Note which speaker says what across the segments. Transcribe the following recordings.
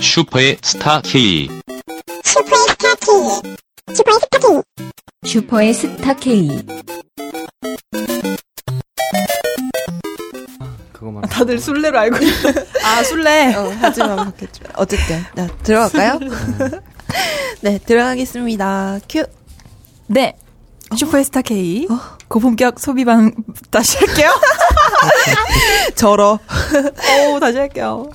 Speaker 1: 슈퍼의 스타 K.
Speaker 2: 슈퍼의 스타 K. 슈퍼의 스타 K.
Speaker 3: 슈퍼의 스타 K.
Speaker 4: 그거만
Speaker 5: 다들 술래로 알고 있어.
Speaker 6: 아, 술래.
Speaker 5: 어, 하지만 바뀌었죠. 어쨌든 나 들어갈까요? 네, 들어가겠습니다. 큐.
Speaker 6: 네. 어? 슈퍼스타 K. 고품격 소비방, 다시 할게요.
Speaker 5: 절어. 오, 다시 할게요.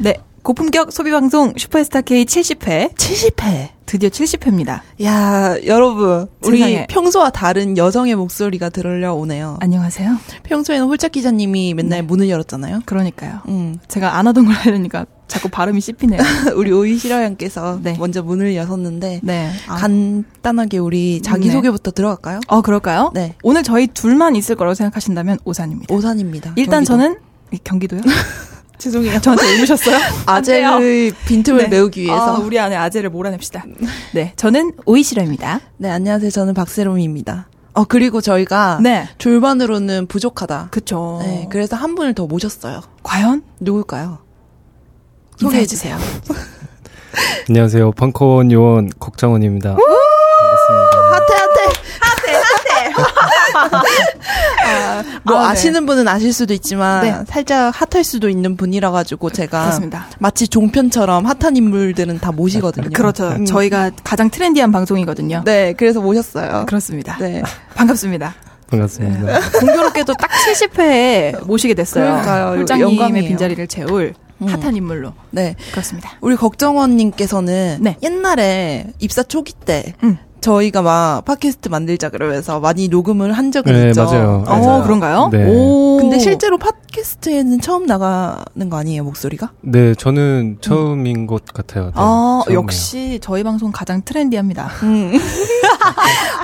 Speaker 6: 네. 고품격 소비방송 슈퍼스타 K 70회.
Speaker 5: 70회.
Speaker 6: 드디어 70회입니다.
Speaker 5: 야, 여러분, 우리
Speaker 6: 세상에.
Speaker 5: 평소와 다른 여성의 목소리가 들려오네요.
Speaker 6: 어. 안녕하세요.
Speaker 5: 평소에는 홀짝 기자님이 맨날 문을 열었잖아요.
Speaker 6: 그러니까요.
Speaker 5: 음,
Speaker 6: 제가 안 하던 걸 하려니까 자꾸 발음이 씹히네요.
Speaker 5: 우리 오이시라양께서
Speaker 6: 네.
Speaker 5: 먼저 문을 여섰는데 네.
Speaker 6: 네. 아,
Speaker 5: 간단하게 우리 자기 소개부터 들어갈까요?
Speaker 6: 어, 그럴까요?
Speaker 5: 네.
Speaker 6: 오늘 저희 둘만 있을 거라고 생각하신다면 오산입니다.
Speaker 5: 오산입니다.
Speaker 6: 일단
Speaker 5: 경기도.
Speaker 6: 저는 이, 경기도요? 죄송해요. 저한테 의무셨어요?
Speaker 5: 아재의 빈틈을
Speaker 6: 네.
Speaker 5: 메우기 위해서
Speaker 6: 아, 우리 안에 아재를 몰아냅시다. 네, 저는 오이시라입니다.
Speaker 5: 네, 안녕하세요. 저는 박세롬입니다. 어, 그리고 저희가
Speaker 6: 네.
Speaker 5: 졸반으로는 부족하다.
Speaker 6: 그쵸.
Speaker 5: 네, 그래서 한 분을 더 모셨어요.
Speaker 6: 과연
Speaker 5: 누굴까요?
Speaker 6: 소개해 주세요.
Speaker 4: 안녕하세요 벙커원 요원 걱정원입니다 반갑습니다
Speaker 5: 하태, 하태! 하태, 하태! 뭐
Speaker 6: 아, 네.
Speaker 5: 아, 시는 분은 아실 수도 있지만
Speaker 6: 네.
Speaker 5: 살짝 핫할 수도 있는 분이라가지고 제가
Speaker 6: 그렇습니다.
Speaker 5: 마치 종편처럼 핫한 인물들은 다 모시거든요.
Speaker 6: 그렇죠.
Speaker 5: 음.
Speaker 6: 저희가 가장 트렌디한 방송이거든요.
Speaker 5: 네, 그래서 모셨어요.
Speaker 6: 그렇습니다.
Speaker 5: 네.
Speaker 6: 반갑습니다.
Speaker 4: 반갑습니다
Speaker 6: 공교롭게도 딱 70회에 모시게 됐어요.
Speaker 5: 그러니까요.
Speaker 6: 홀장님의
Speaker 5: 영광이에요. 음.
Speaker 6: 빈자리를 채울 핫한 인물로.
Speaker 5: 네.
Speaker 6: 그렇습니다.
Speaker 5: 우리 걱정원님께서는
Speaker 6: 네.
Speaker 5: 옛날에 입사 초기 때
Speaker 6: 음.
Speaker 5: 저희가 막 팟캐스트 만들자 그러면서 많이 녹음을 한 적은
Speaker 4: 네
Speaker 5: 있죠.
Speaker 4: 맞아요
Speaker 6: 어, 그런가요?
Speaker 4: 네.
Speaker 6: 오.
Speaker 5: 근데 실제로 팟캐스트에는 처음 나가는 거 아니에요 목소리가?
Speaker 4: 네 저는 처음인 것 같아요 네,
Speaker 6: 아,
Speaker 4: 처음이에요.
Speaker 6: 역시 저희 방송 가장 트렌디합니다.
Speaker 5: 음.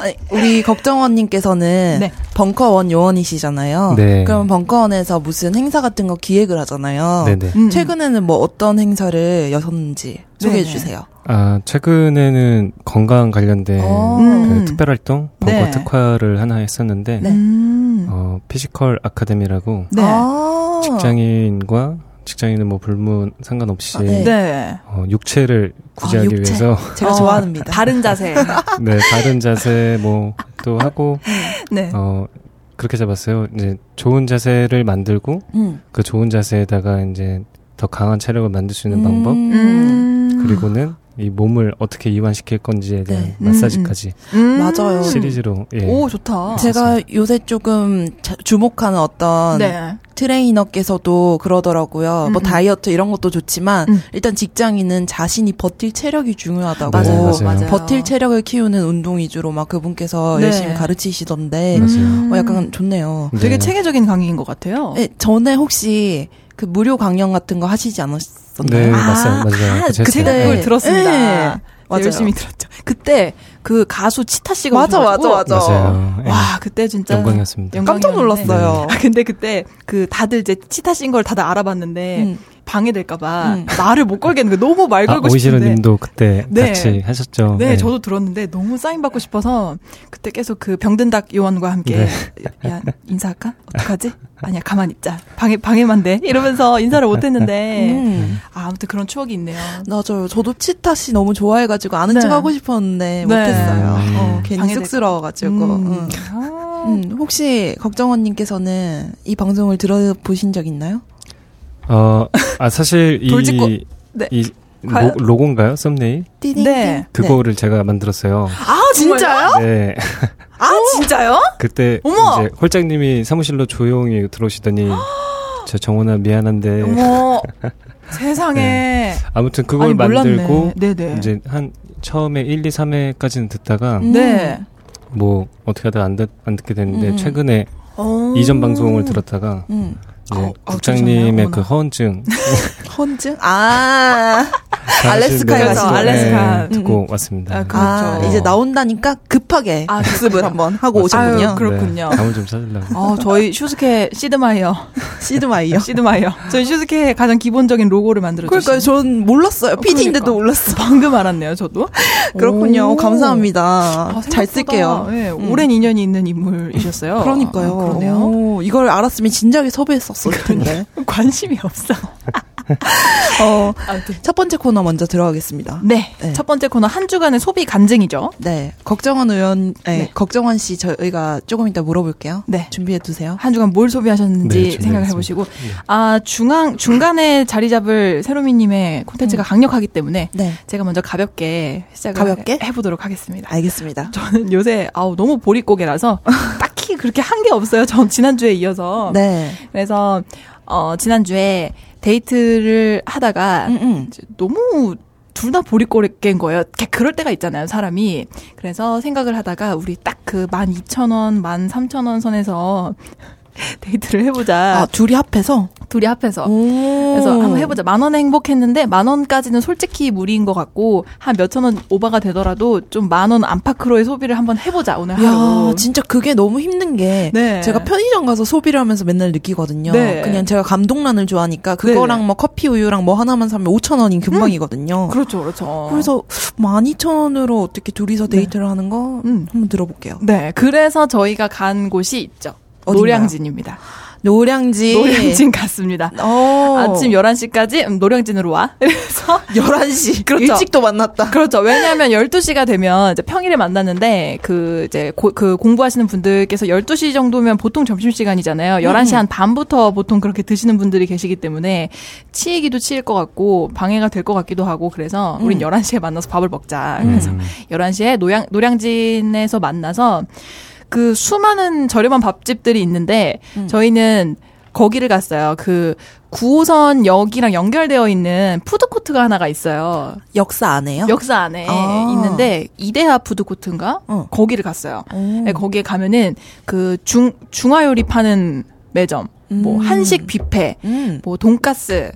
Speaker 5: 아니, 우리 걱정원님께서는
Speaker 6: 네.
Speaker 5: 벙커원 요원이시잖아요.
Speaker 4: 네.
Speaker 5: 그럼 벙커원에서 무슨 행사 같은 거 기획을 하잖아요.
Speaker 4: 네네
Speaker 6: 음.
Speaker 5: 최근에는 뭐 어떤 행사를 여셨는지 소개해
Speaker 6: 네네.
Speaker 5: 주세요.
Speaker 4: 아 최근에는 건강 관련된
Speaker 5: 어.
Speaker 4: 그
Speaker 6: 음.
Speaker 4: 특별활동 벙커
Speaker 6: 네.
Speaker 4: 특화를 하나 했었는데
Speaker 5: 네.
Speaker 6: 음.
Speaker 4: 어 피지컬 아카데미라고
Speaker 6: 네.
Speaker 5: 아.
Speaker 4: 직장인과 직장인은 뭐 불문 상관없이
Speaker 5: 아, 네.
Speaker 6: 네.
Speaker 4: 어, 육체를 구제하기
Speaker 5: 아, 육체.
Speaker 4: 위해서
Speaker 5: 제가
Speaker 6: 어,
Speaker 5: 좋아합니다.
Speaker 6: 바른 자세.
Speaker 4: 네 바른 자세 뭐 또 하고
Speaker 6: 네.
Speaker 4: 어 그렇게 잡았어요. 이제 좋은 자세를 만들고
Speaker 5: 음.
Speaker 4: 그 좋은 자세에다가 이제 더 강한 체력을 만들 수 있는 방법
Speaker 6: 음.
Speaker 4: 그리고는 이 몸을 어떻게 이완시킬 건지에 대한
Speaker 5: 네.
Speaker 4: 마사지까지
Speaker 6: 음.
Speaker 5: 맞아요.
Speaker 4: 시리즈로 예.
Speaker 6: 오, 좋다.
Speaker 5: 제가 요새 조금 자- 주목하는 어떤
Speaker 6: 네.
Speaker 5: 트레이너께서도 그러더라고요.
Speaker 6: 음,
Speaker 5: 뭐
Speaker 6: 음.
Speaker 5: 다이어트 이런 것도 좋지만
Speaker 6: 음.
Speaker 5: 일단 직장인은 자신이 버틸 체력이 중요하다고
Speaker 4: 맞아요, 맞아요.
Speaker 5: 버틸 체력을 키우는 운동 위주로 막 그분께서
Speaker 6: 네. 음.
Speaker 5: 열심히 가르치시던데
Speaker 4: 맞아요.
Speaker 5: 어, 약간 좋네요.
Speaker 4: 네.
Speaker 6: 되게 체계적인 강의인 것 같아요.
Speaker 5: 예, 전에 혹시 그 무료 강연 같은 거 하시지 않았었나요?
Speaker 4: 네
Speaker 5: 아,
Speaker 4: 맞아요 맞아요
Speaker 6: 아, 그
Speaker 4: 그때
Speaker 6: 생각을
Speaker 5: 네.
Speaker 6: 들었습니다.
Speaker 5: 네.
Speaker 6: 맞
Speaker 5: 맞아요.
Speaker 6: 열심히 들었죠. 그때 그 가수 치타 씨가
Speaker 5: 맞아,
Speaker 6: 오셔가지고
Speaker 5: 맞아, 맞아.
Speaker 4: 맞아요 예.
Speaker 6: 와 그때 진짜
Speaker 4: 영광이었습니다
Speaker 5: 깜짝 놀랐어요.
Speaker 6: 아, 근데 그때 그 다들 이제 치타 씨인 걸 다들 알아봤는데
Speaker 5: 음.
Speaker 6: 방해될까봐
Speaker 5: 음.
Speaker 6: 말을 못 걸겠는 거 너무 말
Speaker 4: 아,
Speaker 6: 걸고 싶은데.
Speaker 4: 오이시로님도 그때
Speaker 6: 네.
Speaker 4: 같이 하셨죠
Speaker 6: 네,
Speaker 4: 예.
Speaker 6: 저도 들었는데 너무 사인 받고 싶어서 그때 계속 그 병든닭 요원과 함께 야 인사할까? 어떡하지? 아니야 가만 있자. 방해 방해만 돼. 이러면서 인사를 못 했는데
Speaker 5: 음.
Speaker 6: 아, 아무튼 그런 추억이 있네요.
Speaker 5: 맞아요. 저도 치타 씨 너무 좋아해가지고 아는
Speaker 6: 네.
Speaker 5: 척 하고 싶었는데
Speaker 6: 네. 아,
Speaker 5: 못했어요. 어, 괜히
Speaker 6: 방해될-
Speaker 5: 쑥스러워가지고. 음.
Speaker 6: 아,
Speaker 5: 음, 혹시 걱정원님께서는 이 방송을 들어보신 적 있나요?
Speaker 4: 어, 아 사실
Speaker 6: 돌직구-
Speaker 4: 이,
Speaker 6: 네.
Speaker 4: 이 로,
Speaker 6: 과연-
Speaker 4: 로고인가요 썸네일
Speaker 5: 띠딩.
Speaker 6: 네.
Speaker 4: 그거를 제가 만들었어요
Speaker 6: 아 진짜요?
Speaker 4: 네
Speaker 6: 아 진짜요?
Speaker 4: 그때
Speaker 6: 어머!
Speaker 4: 이제 홀장님이 사무실로 조용히 들어오시더니 저 정원아 미안한데
Speaker 5: 네.
Speaker 6: 어머 세상에
Speaker 4: 아무튼 그걸
Speaker 6: 아니, 몰랐네.
Speaker 4: 만들고
Speaker 6: 네네
Speaker 4: 이제 한 처음에 1, 2, 3회까지는 듣다가
Speaker 5: 음.
Speaker 6: 네
Speaker 4: 뭐 어떻게 하다 안, 듣, 안 듣게 됐는데
Speaker 5: 음.
Speaker 4: 최근에
Speaker 5: 어.
Speaker 4: 이전 방송을 들었다가
Speaker 5: 음.
Speaker 4: 이제
Speaker 6: 음. 어, 어,
Speaker 4: 국장님의
Speaker 6: 그러셨나요?
Speaker 4: 그 허언증
Speaker 5: 헌증? 아. 알래스카에
Speaker 4: 자르신
Speaker 5: 가서,
Speaker 4: 거
Speaker 6: 알래스카.
Speaker 4: 네, 듣고 왔습니다.
Speaker 6: 아, 그-
Speaker 5: 아,
Speaker 6: 그렇죠.
Speaker 5: 이제 나온다니까 급하게
Speaker 6: 아,
Speaker 5: 복습을 한번 하고
Speaker 6: 아유,
Speaker 5: 오셨군요.
Speaker 6: 그럼- 그렇군요.
Speaker 4: 네, 감을 좀 찾으려고.
Speaker 6: 어, 저희 슈스케 시드마이어
Speaker 5: 시드마이요.
Speaker 6: 시드마이어 저희 슈스케의 가장 기본적인 로고를 만들어 주신
Speaker 5: 그러니까 전 몰랐어요. PD인데도
Speaker 6: 그러니까.
Speaker 5: 몰랐어.
Speaker 6: 방금 알았네요 저도
Speaker 5: 그렇군요.
Speaker 6: 오.
Speaker 5: 감사합니다.
Speaker 6: 아, 생각보다,
Speaker 5: 잘 쓸게요.
Speaker 6: 예,
Speaker 5: 음.
Speaker 6: 오랜 인연이 있는 인물이셨어요
Speaker 5: 그러니까요.
Speaker 6: 아, 그러네요
Speaker 5: 오, 이걸 알았으면 진작에 섭외했었을 텐데.
Speaker 6: 관심이 없어
Speaker 5: 어,
Speaker 6: 아무튼.
Speaker 5: 첫 번째 코너 먼저 들어가겠습니다.
Speaker 6: 네.
Speaker 5: 네.
Speaker 6: 첫 번째 코너 한 주간의 소비 간증이죠.
Speaker 5: 네, 걱정원 의원, 네,
Speaker 6: 네.
Speaker 5: 걱정원 씨 저희가 조금 이따 물어볼게요.
Speaker 6: 네.
Speaker 5: 준비해 두세요.
Speaker 6: 한 주간 뭘
Speaker 4: 네,
Speaker 6: 소비하셨는지
Speaker 4: 준비하겠습니다. 예.
Speaker 6: 생각을 해보시고 아 중앙 중간에 자리 잡을 세로미님의 콘텐츠가 강력하기 때문에
Speaker 5: 음. 네,
Speaker 6: 제가 먼저 가볍게 시작을
Speaker 5: 가볍게? 아,
Speaker 6: 해보도록 하겠습니다.
Speaker 5: 알겠습니다.
Speaker 6: 저는 요새 아우 너무 보릿고개라서 딱히 그렇게 한 게 없어요. 전 지난주에 이어서
Speaker 5: 네,
Speaker 6: 그래서 어 지난주에 데이트를 하다가
Speaker 5: 음, 음.
Speaker 6: 이제 너무 둘 다 보릿고래인 거예요. 이렇게 그럴 때가 있잖아요, 사람이. 그래서 생각을 하다가 우리 딱 그 12,000원, 13,000원 선에서 데이트를 해보자.
Speaker 5: 아, 어. 둘이 합해서.
Speaker 6: 둘이 합해서.
Speaker 5: 오.
Speaker 6: 그래서 한번 해보자. 만 원에 행복했는데 만 원까지는 솔직히 무리인 것 같고 한 몇천 원 오버가 되더라도 좀 만 원 안팎으로의 소비를 한번 해보자 오늘 하루.
Speaker 5: 야, 진짜 그게 너무 힘든 게
Speaker 6: 네.
Speaker 5: 제가 편의점 가서 소비를 하면서 맨날 느끼거든요.
Speaker 6: 네.
Speaker 5: 그냥 제가 감동란을 좋아하니까 그거랑
Speaker 6: 네.
Speaker 5: 뭐 커피 우유랑 뭐 하나만 사면 5천 원인 금방이거든요.
Speaker 6: 그렇죠, 그렇죠.
Speaker 5: 어. 그래서 12,000원으로 어떻게 둘이서 데이트를 하는 거
Speaker 6: 네. 음.
Speaker 5: 한번 들어볼게요.
Speaker 6: 네, 그래서 저희가 간 곳이 있죠.
Speaker 5: 어딘가요?
Speaker 6: 노량진입니다.
Speaker 5: 노량진.
Speaker 6: 노량진 갔습니다.
Speaker 5: 어.
Speaker 6: 아침 11시까지 음, 노량진으로 와. 그래서
Speaker 5: 11시.
Speaker 6: 그렇죠.
Speaker 5: 일찍도 만났다.
Speaker 6: 그렇죠. 왜냐하면 12시가 되면 이제 평일에 만났는데 그 이제 고- 그 공부하시는 분들께서 12시 정도면 보통 점심 시간이잖아요. 11시 한 반부터 보통 그렇게 드시는 분들이 계시기 때문에 치이기도 치일 것 같고 방해가 될 것 같기도 하고 그래서 우린 11시에 만나서 밥을 먹자. 그래서 11시에 노량 노량진에서 만나서 그 수많은 저렴한 밥집들이 있는데 저희는 거기를 갔어요. 그 9호선 역이랑 연결되어 있는 푸드코트가 하나가 있어요.
Speaker 5: 역사 안 해요?
Speaker 6: 역사 안에
Speaker 5: 아.
Speaker 6: 있는데 이데아 푸드코트인가
Speaker 5: 어.
Speaker 6: 거기를 갔어요.
Speaker 5: 오.
Speaker 6: 네, 거기에 가면은 그 중 중화 요리 파는 매점, 뭐
Speaker 5: 음.
Speaker 6: 한식 뷔페,
Speaker 5: 음.
Speaker 6: 뭐 돈가스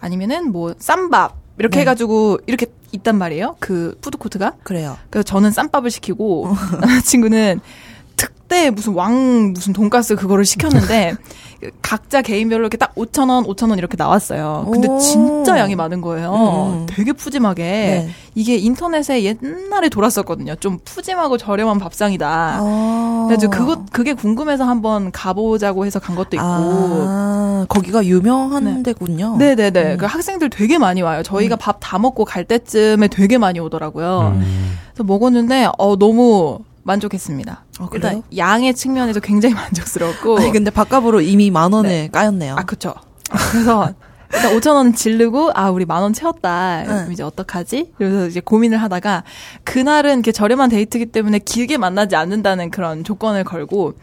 Speaker 6: 아니면은 뭐 쌈밥
Speaker 5: 네.
Speaker 6: 이렇게 해가지고 이렇게 있단 말이에요. 그 푸드코트가
Speaker 5: 그래요.
Speaker 6: 그래서 저는 쌈밥을 시키고
Speaker 5: 어.
Speaker 6: 그 친구는 특대 무슨 왕 무슨 돈가스 그거를 시켰는데 각자 개인별로 이렇게 딱 5천 원, 5천 원 이렇게 나왔어요. 근데
Speaker 5: 오.
Speaker 6: 진짜 양이 많은 거예요.
Speaker 5: 음.
Speaker 6: 되게 푸짐하게
Speaker 5: 네.
Speaker 6: 이게 인터넷에 옛날에 돌았었거든요. 좀 푸짐하고 저렴한 밥상이다.
Speaker 5: 아.
Speaker 6: 그래서 그것 그게 궁금해서 한번 가보자고 해서 간 것도 있고.
Speaker 5: 아, 거기가 유명한
Speaker 6: 네.
Speaker 5: 데군요.
Speaker 6: 네네네.
Speaker 5: 음.
Speaker 6: 그 학생들 되게 많이 와요. 저희가 밥 다 먹고 갈 때쯤에 되게 많이 오더라고요.
Speaker 4: 음.
Speaker 6: 그래서 먹었는데 어 너무 만족했습니다.
Speaker 5: 아, 그래요?
Speaker 6: 일단 양의 측면에서 굉장히 만족스럽고
Speaker 5: 아니, 근데 밥값으로 이미 만 원을 까였네요.
Speaker 6: 아 그쵸. 그래서 일단 5천 원 지르고 아 우리 만 원 채웠다. 그럼
Speaker 5: 응.
Speaker 6: 이제 어떡하지? 그래서 이제 고민을 하다가 그날은 이렇게 저렴한 데이트기 때문에 길게 만나지 않는다는 그런 조건을 걸고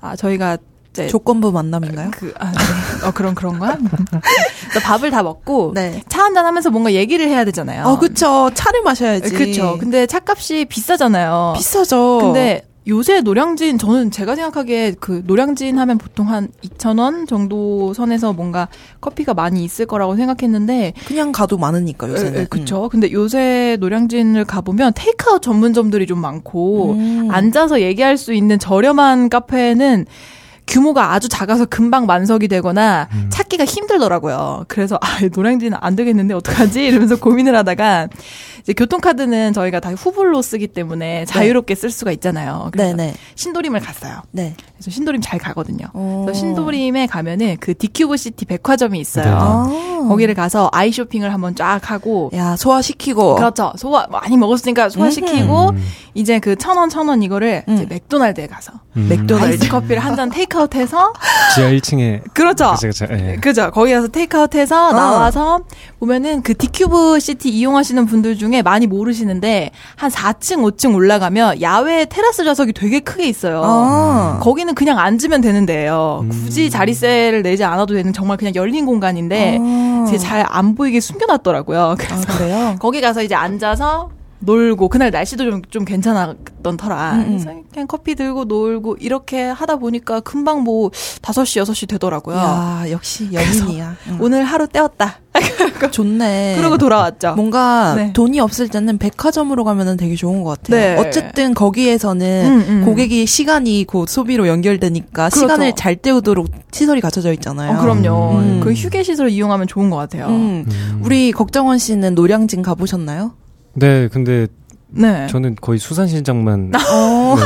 Speaker 6: 아 저희가 이제
Speaker 5: 조건부 만남인가요?
Speaker 6: 그, 아, 네. 어, 그런, 그런 거야? 그래서 밥을 다 먹고,
Speaker 5: 네.
Speaker 6: 차 한잔 하면서 뭔가 얘기를 해야 되잖아요. 네,
Speaker 5: 어, 그쵸. 차를 마셔야지.
Speaker 6: 그쵸. 근데 차값이 비싸잖아요.
Speaker 5: 비싸죠.
Speaker 6: 어. 근데 요새 노량진 저는 제가 생각하기에 그 노량진 하면 보통 한 2,000원 정도 선에서 뭔가 커피가 많이 있을 거라고 생각했는데
Speaker 5: 그냥 가도 많으니까 요새는. 음.
Speaker 6: 에, 에, 그쵸. 근데 요새 노량진을 가보면 테이크아웃 전문점들이 좀 많고
Speaker 5: 음.
Speaker 6: 앉아서 얘기할 수 있는 저렴한 카페는 규모가 아주 작아서 금방 만석이 되거나 찾기가 힘들더라고요. 그래서 아, 노량진 안 되겠는데 어떡하지? 이러면서 고민을 하다가 이제 교통카드는 저희가 다 후불로 쓰기 때문에 자유롭게 쓸 수가 있잖아요. 그래서
Speaker 5: 네네.
Speaker 6: 신도림을 갔어요.
Speaker 5: 네.
Speaker 6: 그래서 신도림 잘 가거든요.
Speaker 5: 어.
Speaker 6: 그래서 신도림에 가면은 그 디큐브 시티 백화점이
Speaker 4: 네.
Speaker 6: 있어요.
Speaker 5: 아.
Speaker 6: 거기를 가서 아이 쇼핑을 한번 쫙 하고
Speaker 5: 어. 야, 소화시키고.
Speaker 6: 그렇죠. 소화 많이 먹었으니까 소화시키고
Speaker 4: 음.
Speaker 6: 이제 그 천 원 천 원 이거를 이제
Speaker 5: 음.
Speaker 6: 맥도날드에 가서
Speaker 4: 음.
Speaker 5: 맥도날드.
Speaker 6: 아이스 커피를 한 잔 테이크아웃해서
Speaker 4: 지하 1층에
Speaker 6: 그렇죠.
Speaker 4: 그쵸, 그쵸. 예.
Speaker 6: 그죠. 거기 가서
Speaker 5: 어.
Speaker 6: 테이크아웃해서 나와서 보면은 그 디큐브 시티 이용하시는 분들 중에 많이 모르시는데 한 4층 5층 올라가면 야외 테라스 좌석이 되게 크게 있어요.
Speaker 5: 아.
Speaker 6: 거기는 그냥 앉으면 되는 데예요.
Speaker 5: 음.
Speaker 6: 굳이 자리세를 내지 않아도 되는 정말 그냥 열린 공간인데
Speaker 5: 아.
Speaker 6: 제 잘 안 네. 보이게 숨겨놨더라고요. 그래서
Speaker 5: 아, 그래요?
Speaker 6: 거기 가서 이제 앉아서 놀고 그날 날씨도 좀, 좀 괜찮았던 터라
Speaker 5: 음, 음.
Speaker 6: 그래서 그냥 커피 들고 놀고 이렇게 하다 보니까 금방 뭐 5시 6시 되더라고요.
Speaker 5: 야, 역시 연인이야. 응.
Speaker 6: 오늘 하루 때웠다.
Speaker 5: 좋네.
Speaker 6: 그러고 돌아왔죠.
Speaker 5: 뭔가
Speaker 6: 네.
Speaker 5: 돈이 없을 때는 백화점으로 가면은 되게 좋은 것
Speaker 6: 네.
Speaker 5: 같아요. 어쨌든 거기에서는
Speaker 6: 음, 음.
Speaker 5: 고객이 시간이 곧 소비로 연결되니까
Speaker 6: 그렇죠.
Speaker 5: 시간을 잘 때우도록 시설이 갖춰져 있잖아요.
Speaker 6: 어, 그럼요.
Speaker 5: 음.
Speaker 6: 그 휴게 시설 이용하면 좋은 것 같아요.
Speaker 5: 음. 우리 걱정원 씨는 노량진 가보셨나요?
Speaker 4: 네, 근데
Speaker 6: 네.
Speaker 4: 저는 거의 수산시장만 네.
Speaker 5: 어.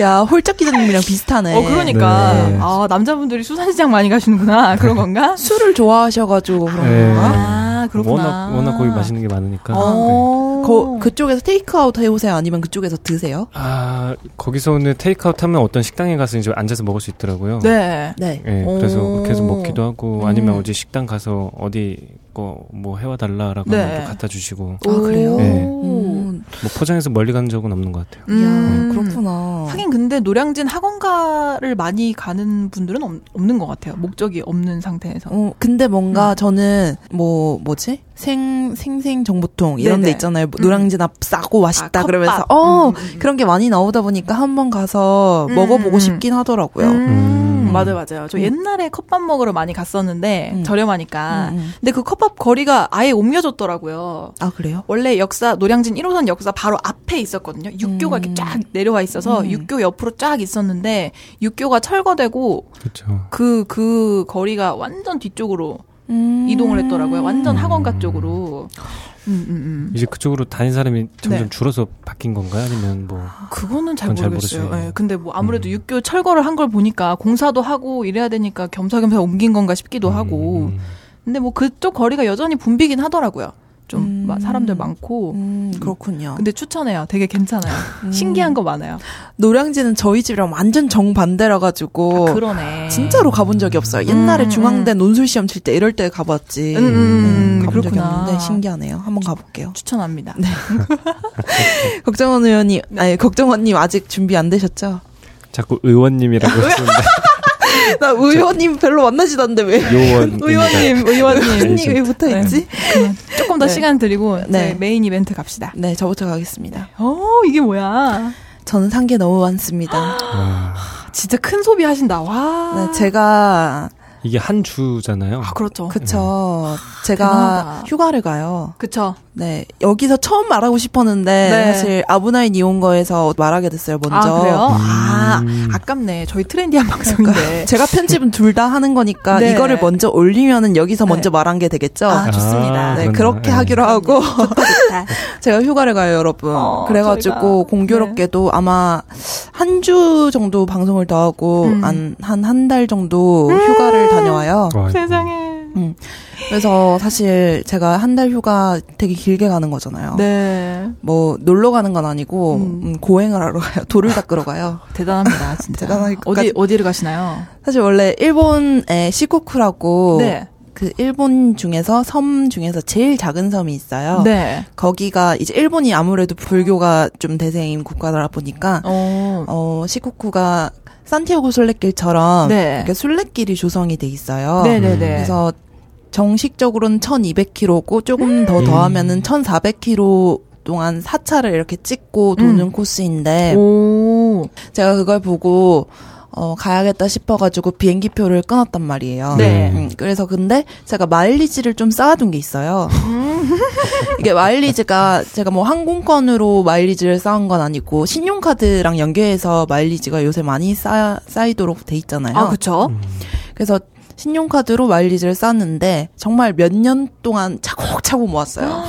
Speaker 5: 야, 홀짝 기자님이랑 비슷하네.
Speaker 6: 어, 그러니까.
Speaker 4: 네.
Speaker 6: 아, 남자분들이 수산시장 많이 가시는구나. 그런 건가?
Speaker 5: 술을 좋아하셔가지고 그런
Speaker 4: 네.
Speaker 5: 건가?
Speaker 6: 아, 그렇구나.
Speaker 4: 워낙 워낙 거기 맛있는 게 많으니까. 네.
Speaker 6: 어.
Speaker 5: 거, 그쪽에서 테이크아웃 해오세요? 아니면 그쪽에서 드세요?
Speaker 4: 아 거기서 오늘 테이크아웃 하면 어떤 식당에 가서 이제 앉아서 먹을 수 있더라고요.
Speaker 6: 네.
Speaker 5: 네.
Speaker 4: 예, 그래서
Speaker 6: 오.
Speaker 4: 계속 먹기도 하고 아니면
Speaker 6: 음.
Speaker 4: 어디 식당 가서 어디 거 뭐 해와달라라고
Speaker 6: 네.
Speaker 4: 하면 또 갖다 주시고 뭐
Speaker 5: 아, 그래요?
Speaker 4: 네.
Speaker 5: 음,
Speaker 4: 포장해서 멀리 간 적은 없는 것 같아요.
Speaker 5: 이야,
Speaker 4: 네.
Speaker 6: 음.
Speaker 5: 그렇구나.
Speaker 6: 하긴 근데 노량진 학원가를 많이 가는 분들은 없, 없는 것 같아요. 목적이 없는 상태에서.
Speaker 5: 어, 근데
Speaker 6: 음.
Speaker 5: 뭔가 저는 뭐 뭐지 생 생생 정보통 이런 데
Speaker 6: 네네. 음.
Speaker 5: 있잖아요. 뭐 노량진 앞 싸고 맛있다
Speaker 6: 아,
Speaker 5: 그러면서
Speaker 6: 컵밥.
Speaker 5: 어
Speaker 6: 음, 음, 음.
Speaker 5: 그런 게 많이 나오다 보니까 한번 가서
Speaker 6: 음,
Speaker 5: 먹어보고
Speaker 6: 음.
Speaker 5: 싶긴 하더라고요.
Speaker 4: 음.
Speaker 6: 맞아요, 맞아요. 저
Speaker 5: 음.
Speaker 6: 옛날에 컵밥 먹으러 많이 갔었는데
Speaker 5: 음.
Speaker 6: 저렴하니까.
Speaker 5: 음, 음.
Speaker 6: 근데 그 컵밥 거리가 아예 옮겨졌더라고요.
Speaker 5: 아 그래요?
Speaker 6: 원래 역사 노량진 1호선 역사 바로 앞에 있었거든요. 육교가 이렇게
Speaker 5: 음.
Speaker 6: 쫙 내려와 있어서
Speaker 5: 음.
Speaker 6: 육교 옆으로 쫙 있었는데 육교가 철거되고
Speaker 4: 그렇죠.
Speaker 6: 그 그 거리가 완전 뒤쪽으로 이동을 했더라고요. 완전 학원가 쪽으로. 음, 음, 음.
Speaker 4: 이제 그쪽으로 다닌 사람이 점점
Speaker 6: 네.
Speaker 4: 줄어서 바뀐 건가요? 아니면 뭐
Speaker 6: 그거는 잘
Speaker 4: 그건 잘
Speaker 6: 모르겠어요.
Speaker 4: 모르죠.
Speaker 6: 예, 근데 뭐 아무래도
Speaker 4: 음.
Speaker 6: 육교 철거를 한 걸 보니까 공사도 하고 이래야 되니까 겸사겸사 옮긴 건가 싶기도 하고.
Speaker 4: 음.
Speaker 6: 근데 뭐 그쪽 거리가 여전히 붐비긴 하더라고요. 좀
Speaker 5: 음.
Speaker 6: 마- 사람들 많고.
Speaker 5: 음, 그렇군요.
Speaker 6: 근데 추천해요. 되게 괜찮아요. 신기한 거 많아요.
Speaker 5: 노량진은 저희 집이랑 완전 정반대라
Speaker 6: 어.
Speaker 5: 가지고
Speaker 6: 아, 그러네.
Speaker 5: 진짜로 가본 적이 없어요. 옛날에
Speaker 6: 음,
Speaker 5: 중앙대 논술 시험 칠 때 이럴 때 가봤지. 네,
Speaker 6: 음, 음,
Speaker 5: 가본 적이
Speaker 6: 그렇구나.
Speaker 5: 없는데 신기하네요. 한번 가볼게요.
Speaker 6: 추천합니다.
Speaker 5: 걱정원 의원님, 아니 걱정원님 아직 준비 안 되셨죠?
Speaker 4: 자꾸 의원님이라고 했는데
Speaker 5: 나 의원님 별로 만나지도 않는데 왜?
Speaker 4: 요원
Speaker 6: 의원님, 의원님.
Speaker 5: 의원님 왜 붙어 있지?
Speaker 6: 조금 더
Speaker 5: 네.
Speaker 6: 시간 드리고
Speaker 5: 네.
Speaker 6: 저희 메인 이벤트 갑시다.
Speaker 5: 네, 저부터 가겠습니다.
Speaker 6: 어, 이게 뭐야?
Speaker 5: 저는 산 게 너무 많습니다.
Speaker 4: 아,
Speaker 6: 진짜 큰 소비 하신다. 와.
Speaker 5: 네, 제가
Speaker 4: 이게 한 주잖아요.
Speaker 6: 아, 그렇죠. 그,
Speaker 5: 그쵸. 제가
Speaker 6: 대단하다.
Speaker 5: 휴가를 가요.
Speaker 6: 그쵸.
Speaker 5: 네, 여기서 처음 말하고 싶었는데
Speaker 6: 네.
Speaker 5: 사실 아브나인 이온거에서 말하게 됐어요. 먼저.
Speaker 6: 아, 그래요? 아,
Speaker 4: 음.
Speaker 6: 아깝네. 저희 트렌디한 방송인데.
Speaker 5: 제가 편집은 둘 다 하는 거니까
Speaker 6: 네.
Speaker 5: 이거를 먼저 올리면은 여기서 먼저 말한 게 되겠죠.
Speaker 6: 아, 좋습니다.
Speaker 4: 아,
Speaker 5: 네,
Speaker 4: 그렇네요.
Speaker 5: 그렇게
Speaker 4: 네.
Speaker 5: 하기로 하고 제가 휴가를 가요, 여러분.
Speaker 6: 어,
Speaker 5: 그래가지고
Speaker 6: 저희가, 네.
Speaker 5: 공교롭게도 아마 한 주 정도 방송을 더 하고
Speaker 6: 음.
Speaker 5: 한 한 달 정도 휴가를 다녀와요.
Speaker 4: 아이고.
Speaker 6: 세상에.
Speaker 5: 그래서 사실 제가 한 달 휴가 되게 길게 가는 거잖아요.
Speaker 6: 네.
Speaker 5: 뭐 놀러 가는 건 아니고
Speaker 6: 음.
Speaker 5: 음, 고행을 하러 가요. 돌을 닦으러 가요.
Speaker 6: 대단합니다, 진짜.
Speaker 5: 대단할 것까지.
Speaker 6: 어디, 어디를 가시나요?
Speaker 5: 사실 원래 일본에 시코쿠라고
Speaker 6: 네.
Speaker 5: 그 일본 중에서 섬 중에서 제일 작은 섬이 있어요.
Speaker 6: 네.
Speaker 5: 거기가 이제 일본이 아무래도 불교가 좀 대세인 국가다 보니까
Speaker 6: 어.
Speaker 5: 어, 시코쿠가 산티아고 순례길처럼
Speaker 6: 네.
Speaker 5: 이렇게 순례길이 조성이 돼 있어요.
Speaker 6: 네네네.
Speaker 5: 어, 음. 그래서 정식적으로는 1,200km고 조금 더
Speaker 4: 음.
Speaker 5: 더하면은 1,400km 동안 사차를 이렇게 찍고 도는
Speaker 6: 음.
Speaker 5: 코스인데
Speaker 6: 오.
Speaker 5: 제가 그걸 보고 어, 가야겠다 싶어가지고 비행기표를 끊었단 말이에요.
Speaker 6: 네.
Speaker 5: 음, 그래서 근데 제가 마일리지를 좀 쌓아둔 게 있어요.
Speaker 6: 음.
Speaker 5: 이게 마일리지가 제가 뭐 항공권으로 마일리지를 쌓은 건 아니고 신용카드랑 연계해서 마일리지가 요새 많이 쌓 쌓이도록 돼 있잖아요.
Speaker 6: 아, 그쵸.
Speaker 5: 음. 그래서 신용카드로 마일리지를 쌓았는데 정말 몇 년 동안 차곡차곡 모았어요.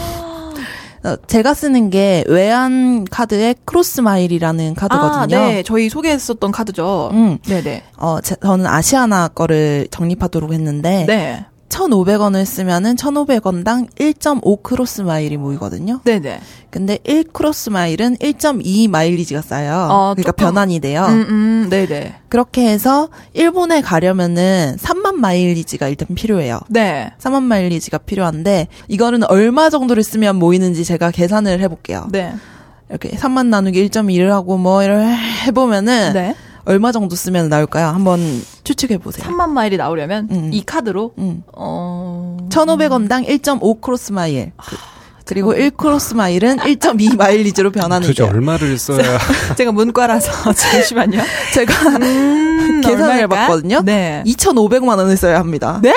Speaker 5: 어, 제가 쓰는 게 외환 카드의 크로스 마일이라는 카드거든요.
Speaker 6: 아, 네. 저희 소개했었던 카드죠.
Speaker 5: 음.
Speaker 6: 네네.
Speaker 5: 어, 제- 저는 아시아나 거를 적립하도록 했는데
Speaker 6: 네.
Speaker 5: 1,500원을 쓰면은 1,500원당 1.5 크로스 마일이 모이거든요.
Speaker 6: 네네.
Speaker 5: 근데 1 크로스 마일은 1.2 마일리지가 쌓여요.
Speaker 6: 어,
Speaker 5: 그러니까
Speaker 6: 조금-
Speaker 5: 변환이 돼요.
Speaker 6: 음, 음, 네네.
Speaker 5: 그렇게 해서 일본에 가려면은 3만 마일리지가 일단 필요해요.
Speaker 6: 네.
Speaker 5: 3만 마일리지가 필요한데 이거는 얼마 정도를 쓰면 모이는지 제가 계산을 해볼게요.
Speaker 6: 네.
Speaker 5: 이렇게 3만 나누기 1.2를 하고 뭐 이를 해보면은
Speaker 6: 네.
Speaker 5: 얼마 정도 쓰면 나올까요? 한번 추측해 보세요.
Speaker 6: 3만 마일이 나오려면
Speaker 5: 음.
Speaker 6: 이 카드로
Speaker 5: 음.
Speaker 6: 어
Speaker 5: 1,500원당 1.5 크로스 마일. 그- 그리고 1 크로스 마일은 1.2 마일리지로 변하는
Speaker 4: 도대체
Speaker 5: 거예요.
Speaker 4: 얼마를 써야
Speaker 6: 제가 문과라서 잠시만요.
Speaker 5: 제가
Speaker 6: 음,
Speaker 5: 계산을
Speaker 6: 얼마일까?
Speaker 5: 해봤거든요.
Speaker 6: 네.
Speaker 5: 2,500만 원을 써야 합니다.
Speaker 6: 네?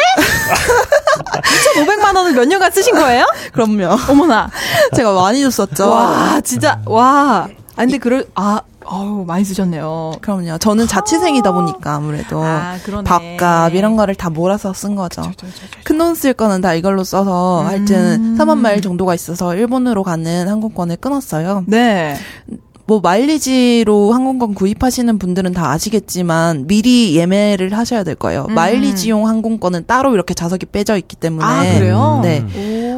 Speaker 6: 2,500만 원을 몇 년간 쓰신 거예요?
Speaker 5: 그럼요.
Speaker 6: 어머나.
Speaker 5: 제가 많이 줬었죠.
Speaker 6: 와, 진짜 와. 아 근데 그럴 아, 어우, 많이 쓰셨네요.
Speaker 5: 그럼요. 저는 자취생이다 보니까 아무래도
Speaker 6: 아, 그러네.
Speaker 5: 밥값 이런 거를 다 몰아서 쓴 거죠. 큰 돈 쓸 거는 다 이걸로 써서
Speaker 6: 음.
Speaker 5: 하여튼 3만 마일 정도가 있어서 일본으로 가는 항공권을 끊었어요.
Speaker 6: 네.
Speaker 5: 뭐 마일리지로 항공권 구입하시는 분들은 다 아시겠지만 미리 예매를 하셔야 될 거예요.
Speaker 6: 음.
Speaker 5: 마일리지용 항공권은 따로 이렇게 좌석이 빼져 있기 때문에
Speaker 6: 아, 그래요?
Speaker 5: 네.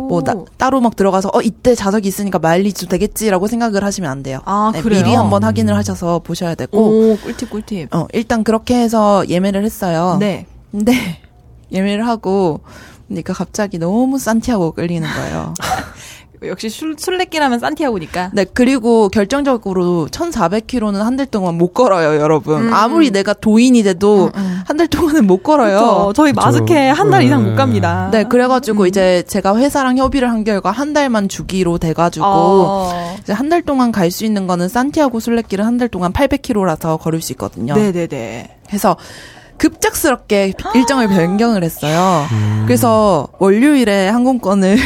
Speaker 6: 오.
Speaker 5: 뭐 나- 따로 막 들어가서 어 이때 좌석이 있으니까 마일리지 되겠지라고 생각을 하시면 안 돼요.
Speaker 6: 아,
Speaker 5: 네,
Speaker 6: 그래요?
Speaker 5: 미리 한번 확인을 하셔서 보셔야 되고
Speaker 6: 오, 꿀팁, 꿀팁.
Speaker 5: 어 일단 그렇게 해서 예매를 했어요.
Speaker 6: 네.
Speaker 5: 근데 예매를 하고 그러니까 갑자기 너무 산티아고 끌리는 거예요.
Speaker 6: 역시 술, 술래길하면 산티아고니까.
Speaker 5: 네, 그리고 결정적으로 1,400km는 한 달 동안 못 걸어요, 여러분.
Speaker 6: 음.
Speaker 5: 아무리 내가 도인이 돼도 한 달 동안은 못 걸어요.
Speaker 6: 그렇죠. 저희
Speaker 4: 그쵸.
Speaker 6: 마스케 한 달 이상 못
Speaker 4: 음.
Speaker 6: 갑니다.
Speaker 5: 네,
Speaker 6: 음.
Speaker 5: 그래가지고 이제 제가 회사랑 협의를 한 결과 한 달만 주기로 돼가지고
Speaker 6: 어.
Speaker 5: 이제 한 달 동안 갈 수 있는 거는 산티아고 순례길은 한 달 동안 800km라서 걸을 수 있거든요.
Speaker 6: 네네네.
Speaker 5: 그래서 급작스럽게 일정을 변경을 했어요. 그래서 월요일에 항공권을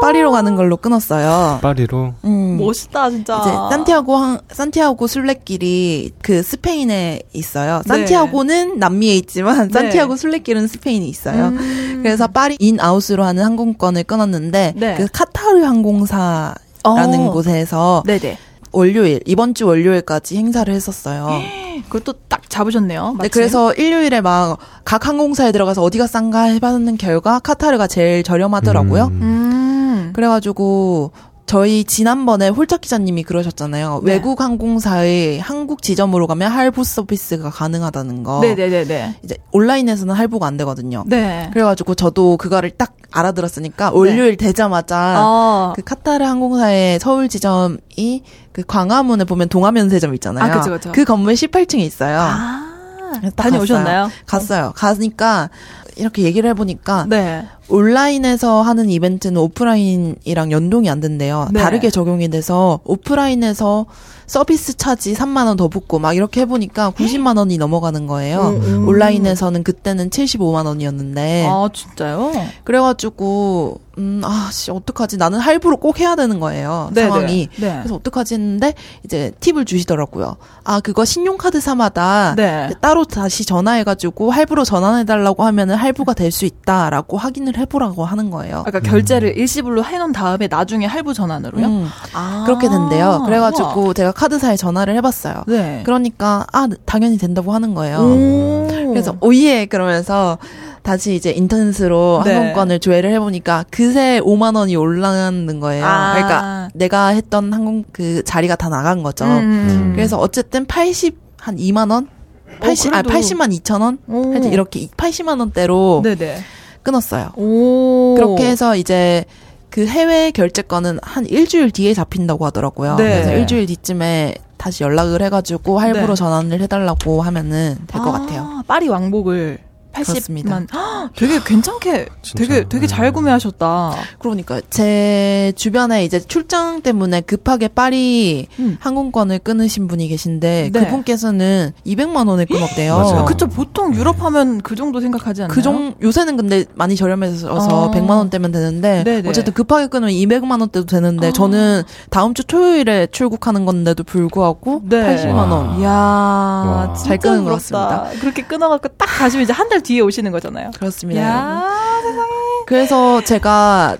Speaker 5: 파리로 가는 걸로 끊었어요.
Speaker 4: 아. 파리로
Speaker 5: 음.
Speaker 6: 멋있다, 진짜.
Speaker 5: 이제 산티아고 항- 산티아고 순례길이 그 스페인에 있어요. 산티아고는 남미에 있지만
Speaker 6: 네.
Speaker 5: 산티아고 순례길은 스페인에 있어요.
Speaker 6: 음.
Speaker 5: 그래서 파리 인아웃으로 하는 항공권을 끊었는데
Speaker 6: 네.
Speaker 5: 그 카타르 항공사라는
Speaker 6: 어.
Speaker 5: 곳에서
Speaker 6: 네네.
Speaker 5: 월요일 이번 주 월요일까지 행사를 했었어요.
Speaker 6: 그것도 딱 잡으셨네요.
Speaker 5: 네,
Speaker 6: 마침.
Speaker 5: 그래서 일요일에 막 각 항공사에 들어가서 어디가 싼가 해봤는 결과 카타르가 제일 저렴하더라고요.
Speaker 4: 음.
Speaker 6: 음.
Speaker 5: 그래가지고 저희 지난번에 홀짝 기자님이 그러셨잖아요.
Speaker 6: 네.
Speaker 5: 외국 항공사의 한국 지점으로 가면 할부 서비스가 가능하다는 거.
Speaker 6: 네네네네.
Speaker 5: 이제 온라인에서는 할부가 안 되거든요.
Speaker 6: 네.
Speaker 5: 그래가지고 저도 그거를 딱 알아들었으니까 월요일 되자마자
Speaker 6: 어.
Speaker 5: 그 카타르 항공사의 서울 지점이 그 광화문에 보면 동화면세점 있잖아요.
Speaker 6: 아, 그쵸, 그쵸.
Speaker 5: 그 건물 18층에 있어요.
Speaker 6: 아.
Speaker 5: 그래서 그러니까 딱
Speaker 6: 다녀오셨나요?
Speaker 5: 갔어요. 갔어요. 가니까 이렇게 얘기를 해보니까
Speaker 6: 네.
Speaker 5: 온라인에서 하는 이벤트는 오프라인이랑 연동이 안 된대요.
Speaker 6: 네.
Speaker 5: 다르게 적용이 돼서 오프라인에서 서비스 차지 3만 원 더 붙고 막 이렇게 해보니까 90만 원이 넘어가는 거예요.
Speaker 6: 음, 음.
Speaker 5: 온라인에서는 그때는 75만 원이었는데
Speaker 6: 아, 진짜요?
Speaker 5: 그래가지고 음 아씨 어떡하지 나는 할부로 꼭 해야 되는 거예요
Speaker 6: 네네.
Speaker 5: 상황이
Speaker 6: 네.
Speaker 5: 그래서 어떡하지 했는데 이제 팁을 주시더라고요 아 그거 신용카드사마다
Speaker 6: 네.
Speaker 5: 따로 다시 전화해가지고 할부로 전환해달라고 하면은 할부가 될 수 있다라고 확인을 해보라고 하는 거예요
Speaker 6: 아까 결제를 일시불로 해놓은 다음에 나중에 할부 전환으로요?
Speaker 5: 음,
Speaker 6: 아.
Speaker 5: 그렇게 된대요 그래가지고
Speaker 6: 우와.
Speaker 5: 제가 카드사에 전화를 해봤어요
Speaker 6: 네. 음,
Speaker 5: 그러니까 아 당연히 된다고 하는 거예요
Speaker 6: 오.
Speaker 5: 그래서 오예 그러면서 다시 이제 인터넷으로
Speaker 6: 네.
Speaker 5: 항공권을 조회를 해보니까 그새 5만 원이 올라가는 거예요.
Speaker 6: 아.
Speaker 5: 그러니까 내가 했던 항공 그 자리가 다 나간 거죠.
Speaker 6: 음.
Speaker 5: 그래서 어쨌든 80 한 2만 원, 80, 아
Speaker 6: 어, 그래도-
Speaker 5: 80만 2천 원,
Speaker 6: 오.
Speaker 5: 하여튼 이렇게 80만 원대로
Speaker 6: 네네.
Speaker 5: 끊었어요.
Speaker 6: 오.
Speaker 5: 그렇게 해서 이제 그 해외 결제권은 한 일주일 뒤에 잡힌다고 하더라고요.
Speaker 6: 네.
Speaker 5: 그래서 일주일 뒤쯤에 다시 연락을 해가지고 할부로
Speaker 6: 네.
Speaker 5: 전환을 해달라고 하면은 될 것 같아요.
Speaker 6: 파리 왕복을 80만.
Speaker 5: 그렇습니다.
Speaker 6: 헉, 되게 괜찮게
Speaker 4: 진짜.
Speaker 6: 되게 되게 잘
Speaker 4: 네.
Speaker 6: 구매하셨다.
Speaker 5: 그러니까 제 주변에 이제 출장 때문에 급하게 파리
Speaker 6: 음.
Speaker 5: 항공권을 끊으신 분이 계신데
Speaker 6: 네.
Speaker 5: 그분께서는 200만 원에 끊었대요.
Speaker 4: 맞아요.
Speaker 6: 그쵸 보통 유럽 하면 그 정도 생각하지 않나요?
Speaker 5: 그 종, 요새는 근데 많이 저렴해져서
Speaker 6: 어.
Speaker 5: 100만 원대면 되는데
Speaker 6: 네네. 아.
Speaker 5: 어쨌든 급하게 끊으면 200만 원대도 되는데 저는 다음 주 토요일에 출국하는 건데도 불구하고
Speaker 6: 네.
Speaker 5: 80만 원.
Speaker 6: 이야, 진짜
Speaker 5: 잘 끊은 것
Speaker 6: 부럽다.
Speaker 5: 같습니다.
Speaker 6: 그렇게 끊어갖고 딱 가시면 이제 한 달 뒤에 오시는 거잖아요.
Speaker 5: 그렇습니다. 여러분.
Speaker 6: 이야, 세상에.
Speaker 5: 그래서 제가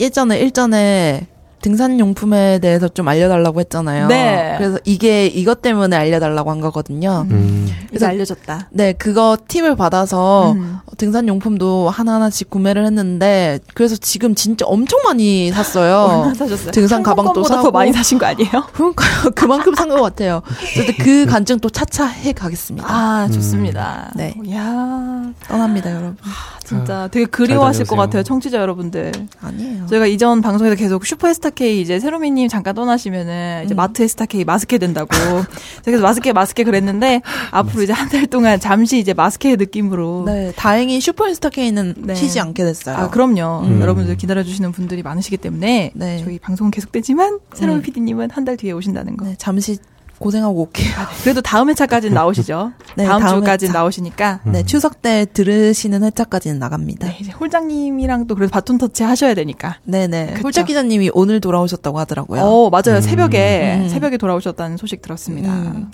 Speaker 5: 예전에 일전에 등산 용품에 대해서 좀 알려달라고 했잖아요.
Speaker 6: 네.
Speaker 5: 그래서 이게 이것 때문에 알려달라고 한 거거든요.
Speaker 4: 음.
Speaker 5: 그래서
Speaker 6: 알려줬다.
Speaker 5: 네, 그거 팁을 받아서 어,
Speaker 6: 음.
Speaker 5: 등산 용품도 하나하나씩 구매를 했는데 그래서 지금 진짜 엄청 많이 샀어요.
Speaker 6: 얼마 사셨어요?
Speaker 5: 등산 가방도
Speaker 6: 항공권보다 더
Speaker 5: 사고.
Speaker 6: 많이 사신 거 아니에요?
Speaker 5: 그러니까요. 그만큼 산 것 같아요. 어쨌든 그 간증 또 차차 해 가겠습니다.
Speaker 6: 아, 좋습니다.
Speaker 5: 네.
Speaker 6: 이야,
Speaker 5: 떠납니다, 여러분.
Speaker 6: 진짜 되게 그리워하실 것
Speaker 4: 아, 다녀오세요.
Speaker 6: 같아요, 청취자 여러분들.
Speaker 5: 아니에요.
Speaker 6: 저희가 이전 방송에서 계속 슈퍼에스타K 이제 세로미님 잠깐 떠나시면은 이제 마트 에스타K 마스케 된다고. 제가 그래서 마스케 마스케 그랬는데 앞으로 이제 한 달 동안 잠시 이제 마스케의 느낌으로.
Speaker 5: 네, 다행히 슈퍼인스타 K는
Speaker 6: 네.
Speaker 5: 쉬지 않게 됐어요.
Speaker 6: 아 그럼요.
Speaker 4: 음.
Speaker 6: 여러분들 기다려주시는 분들이 많으시기 때문에
Speaker 5: 네. 음.
Speaker 6: 저희 방송은 계속되지만 새로운 PD님은 한 달 뒤에 오신다는 거. 아,
Speaker 5: 네, 잠시 고생하고 올게요.
Speaker 6: 그래도 다음 회차까지는 나오시죠.
Speaker 5: 네,
Speaker 6: 다음,
Speaker 5: 다음
Speaker 6: 주까지
Speaker 5: 회차.
Speaker 6: 나오시니까.
Speaker 5: 네, 추석 때 들으시는 회차까지는 나갑니다.
Speaker 6: 네, 이제 홀장님이랑 또 그래도 바톤 터치 하셔야 되니까.
Speaker 5: 네, 네.
Speaker 6: 그쵸.
Speaker 5: 홀짝 기자님이 오늘 돌아오셨다고 하더라고요.
Speaker 6: 어, 맞아요. 새벽에,
Speaker 5: 음.
Speaker 6: 새벽에 돌아오셨다는 소식 들었습니다.
Speaker 5: 음.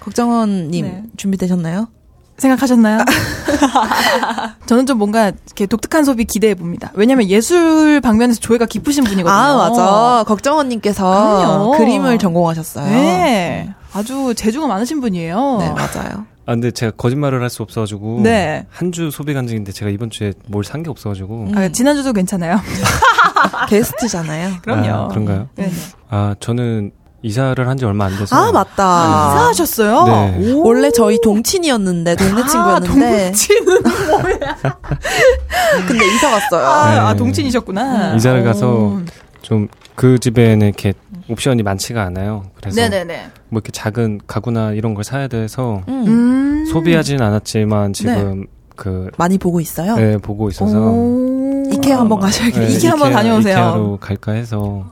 Speaker 5: 걱정원님
Speaker 6: 네.
Speaker 5: 준비되셨나요?
Speaker 6: 생각하셨나요? 저는 좀 뭔가 이렇게 독특한 소비 기대해 봅니다. 왜냐면 예술 방면에서 조예가 깊으신 분이거든요.
Speaker 5: 아 맞아 걱정원님께서
Speaker 6: 그럼요.
Speaker 5: 그림을 전공하셨어요.
Speaker 6: 네. 아주 재주가 많으신 분이에요.
Speaker 5: 음. 네, 맞아요.
Speaker 4: 아 근데 제가 거짓말을 할 수 없어가지고
Speaker 6: 네.
Speaker 4: 한 주 소비 간증인데 제가 이번 주에 뭘 산 게 없어가지고
Speaker 5: 음.
Speaker 6: 아, 지난주도 괜찮아요.
Speaker 5: 게스트잖아요.
Speaker 6: 그럼요.
Speaker 4: 아, 그런가요?
Speaker 6: 네.
Speaker 4: 아 저는 이사를 한 지 얼마 안 돼서
Speaker 5: 아 맞다.
Speaker 6: 아, 이사하셨어요?
Speaker 4: 네.
Speaker 6: 오.
Speaker 5: 원래 저희 동친이었는데 동네 친구였는데
Speaker 6: 아, 동친은 뭐야?
Speaker 5: 근데 이사 갔어요.
Speaker 6: 아,
Speaker 4: 네. 음,
Speaker 6: 아, 동친이셨구나.
Speaker 4: 이사를
Speaker 6: 오.
Speaker 4: 가서 좀 그 집에는 이렇게 옵션이 많지가 않아요. 그래서
Speaker 6: 네네네.
Speaker 4: 뭐 이렇게 작은 가구나 이런 걸 사야 돼서
Speaker 5: 음,
Speaker 6: 음.
Speaker 4: 소비하진
Speaker 6: 네.
Speaker 4: 않았지만 지금 그
Speaker 5: 많이 보고 있어요.
Speaker 4: 네, 보고 있어서 네,
Speaker 6: 오.
Speaker 5: 이케아 한번 가셔야겠어요.
Speaker 6: 이케 한번
Speaker 4: 이케아-
Speaker 6: 다녀오세요.
Speaker 4: 이케아로 갈까 해서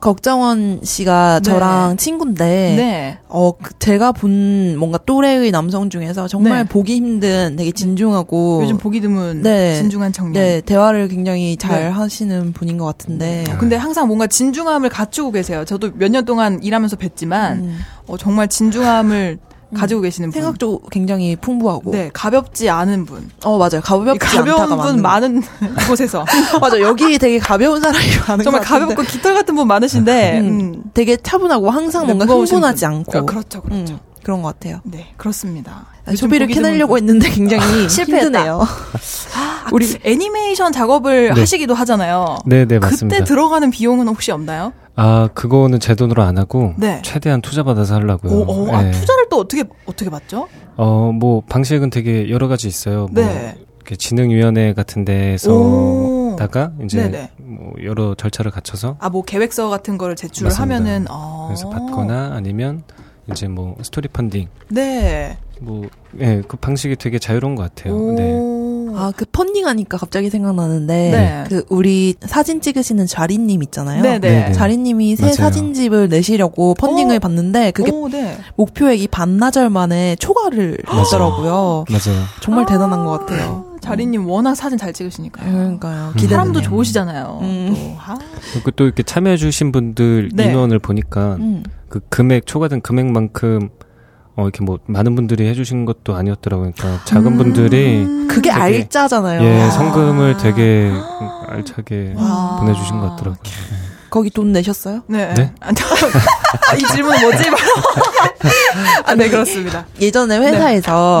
Speaker 5: 걱정원 씨가
Speaker 6: 네.
Speaker 5: 저랑 친구인데
Speaker 6: 네.
Speaker 5: 어 그- 제가 본 뭔가 또래의 남성 중에서
Speaker 6: 네.
Speaker 5: 정말 보기 힘든 되게 진중하고
Speaker 6: 요즘 보기 드문
Speaker 5: 네.
Speaker 6: 진중한 청년.
Speaker 5: 네 대화를 굉장히 잘
Speaker 6: 네.
Speaker 5: 하시는 분인 것 같은데
Speaker 6: 근데 항상 뭔가 진중함을 갖추고 계세요. 저도 몇 년 동안 일하면서 뵀지만
Speaker 5: 음,
Speaker 6: 어, 정말 진중함을 가지고 계시는 분.
Speaker 5: 생각도 굉장히
Speaker 6: 음.
Speaker 5: 풍부하고
Speaker 6: 네, 가볍지 않은 분.
Speaker 5: 어 맞아요 가볍지
Speaker 6: 가벼운
Speaker 5: 않다가
Speaker 6: 분 많은 곳에서
Speaker 5: 맞아 여기 되게 가벼운 사람이 많은
Speaker 6: 정말
Speaker 5: 것 같은데.
Speaker 6: 가볍고 깃털 같은 분 많으신데
Speaker 5: 음.
Speaker 6: 음.
Speaker 5: 되게 차분하고 항상
Speaker 6: 네,
Speaker 5: 뭔가
Speaker 6: 무거우신
Speaker 5: 흥분하지
Speaker 6: 분.
Speaker 5: 않고
Speaker 6: 아, 그렇죠, 그렇죠.
Speaker 5: 음, 그런 것 같아요.
Speaker 6: 네, 그렇습니다.
Speaker 5: 아,
Speaker 6: 요즘
Speaker 5: 소비를
Speaker 6: 보기 드문
Speaker 5: 캐내려고 했는데 굉장히
Speaker 6: 실패했다.
Speaker 5: 힘드네요.
Speaker 6: 우리 아, 애니메이션 작업을
Speaker 4: 네.
Speaker 6: 하시기도 하잖아요.
Speaker 4: 네, 네, 맞습니다.
Speaker 6: 그때 들어가는 비용은 혹시 없나요?
Speaker 4: 아 그거는 제 돈으로 안 하고
Speaker 6: 네.
Speaker 4: 최대한 투자 받아서 하려고요.
Speaker 6: 오, 오, 아,
Speaker 4: 네.
Speaker 6: 투자를 또 어떻게 어떻게 받죠?
Speaker 4: 어, 뭐 방식은 되게 여러 가지 있어요. 뭐
Speaker 6: 네.
Speaker 4: 이렇게 진흥위원회 같은
Speaker 6: 오.
Speaker 4: 데서다가 이제
Speaker 6: 네네.
Speaker 4: 뭐 여러 절차를 거쳐서
Speaker 6: 아, 뭐 계획서 같은 거를 제출을
Speaker 4: 맞습니다.
Speaker 6: 하면은 어.
Speaker 4: 그래서 받거나 아니면 이제 뭐 스토리 펀딩
Speaker 6: 네.
Speaker 4: 뭐 예, 그 방식이 되게 자유로운 것 같아요. 네.
Speaker 6: 오.
Speaker 5: 아 그 펀딩하니까 갑자기 생각나는데
Speaker 6: 음. 네.
Speaker 5: 그 우리 사진 찍으시는 자리님 있잖아요.
Speaker 6: 네, 네.
Speaker 4: 네네.
Speaker 5: 자리님이 새
Speaker 4: 맞아요.
Speaker 5: 사진집을 내시려고 펀딩을
Speaker 6: 어.
Speaker 5: 받는데 그게
Speaker 6: 오, 네.
Speaker 5: 목표액이 반나절 만에 초과를 했더라고요.
Speaker 4: 맞아요.
Speaker 5: 정말 대단한 것 같아요.
Speaker 6: 자리님 워낙 사진 잘 찍으시니까요.
Speaker 5: 그러니까요.
Speaker 4: 어. 음.
Speaker 5: 기대.
Speaker 6: 사람도 좋으시잖아요.
Speaker 5: 음.
Speaker 6: 또. 아,
Speaker 4: 그리고 또 이렇게 참여해주신 분들
Speaker 6: 네.
Speaker 4: 인원을 보니까
Speaker 5: 음.
Speaker 4: 그 금액 초과된 금액만큼 어 이렇게 뭐 많은 분들이 해주신 것도 아니었더라고요. 그러니까
Speaker 6: 음.
Speaker 4: 작은 분들이
Speaker 5: 그게
Speaker 4: 되게-
Speaker 5: 알짜잖아요.
Speaker 4: 예
Speaker 5: 아.
Speaker 4: 성금을 되게 알차게
Speaker 6: 네. 와.
Speaker 4: 보내주신 것 같더라고요.
Speaker 5: 거기 돈 내셨어요?
Speaker 6: 네.
Speaker 4: 네?
Speaker 6: 아, 저- 아, 이 질문 뭐지? 아, 네, 그렇습니다.
Speaker 5: 예전에 회사에서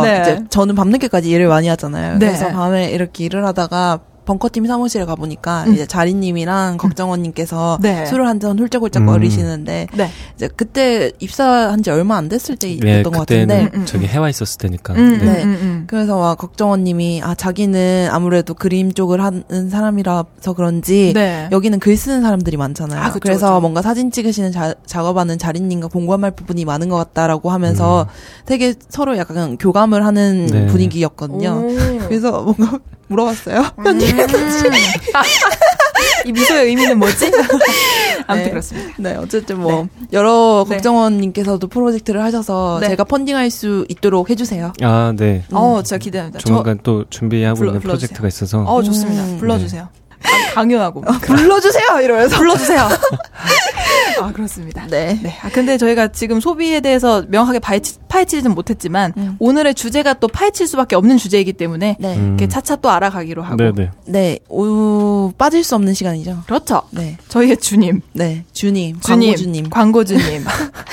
Speaker 6: 네. 네.
Speaker 5: 이제 저는 밤늦게까지 일을 많이 하잖아요.
Speaker 6: 네.
Speaker 5: 그래서 밤에 이렇게 일을 하다가 벙커팀 사무실에 가보니까
Speaker 6: 음.
Speaker 5: 이제 자리님이랑 걱정원님께서
Speaker 6: 네.
Speaker 5: 술을 한 잔 훌쩍훌쩍
Speaker 4: 음.
Speaker 5: 거리시는데
Speaker 6: 네.
Speaker 5: 이제 그때 입사한 지 얼마 안 됐을 때였던
Speaker 4: 예,
Speaker 5: 것
Speaker 4: 그때는
Speaker 5: 같은데
Speaker 6: 음, 음,
Speaker 4: 저기 해와 있었을 때니까.
Speaker 6: 음,
Speaker 4: 네.
Speaker 6: 음, 음,
Speaker 5: 그래서 막 걱정원님이 아 자기는 아무래도 그림 쪽을 하는 사람이라서 그런지
Speaker 6: 음. 네.
Speaker 5: 여기는 글 쓰는 사람들이 많잖아요.
Speaker 6: 아, 그쵸,
Speaker 5: 그래서
Speaker 6: 그쵸.
Speaker 5: 뭔가 사진 찍으시는 자- 작업하는 자리님과 공감할 부분이 많은 것 같다라고 하면서 되게 서로 약간 교감을 하는
Speaker 4: 네.
Speaker 5: 분위기였거든요. 그래서 뭔가 물어봤어요. 네.
Speaker 6: 이 미소의 의미는 뭐지? 아무튼
Speaker 5: 네.
Speaker 6: 그렇습니다.
Speaker 5: 네, 어쨌든 뭐 여러 걱정원님께서도 프로젝트를 하셔서
Speaker 6: 네.
Speaker 5: 제가 펀딩할 수 있도록 해주세요.
Speaker 4: 아, 네.
Speaker 5: 음.
Speaker 6: 어, 제가 기대합니다. 저,
Speaker 4: 조만간 또 준비하고
Speaker 6: 불러-
Speaker 4: 있는
Speaker 6: 불러주세요.
Speaker 4: 프로젝트가 있어서.
Speaker 6: 어, 좋습니다.
Speaker 5: 음. 어.
Speaker 6: 불러주세요. 아, 강- 강요하고.
Speaker 5: 불러주세요 이러면서
Speaker 6: 불러주세요. 아, 그렇습니다.
Speaker 5: 네.
Speaker 6: 네. 아, 근데 저희가 지금 소비에 대해서 명확하게 파헤치, 파헤치지는 못했지만,
Speaker 5: 음.
Speaker 6: 오늘의 주제가 또 파헤칠 수밖에 없는 주제이기 때문에,
Speaker 5: 네,
Speaker 4: 음.
Speaker 6: 이렇게 차차 또 알아가기로 하고.
Speaker 4: 네네.
Speaker 5: 네, 오, 빠질 수 없는 시간이죠.
Speaker 6: 그렇죠.
Speaker 5: 네,
Speaker 6: 저희의 주님.
Speaker 5: 네, 주님,
Speaker 6: 주님.
Speaker 5: 광고주님,
Speaker 6: 광고주님.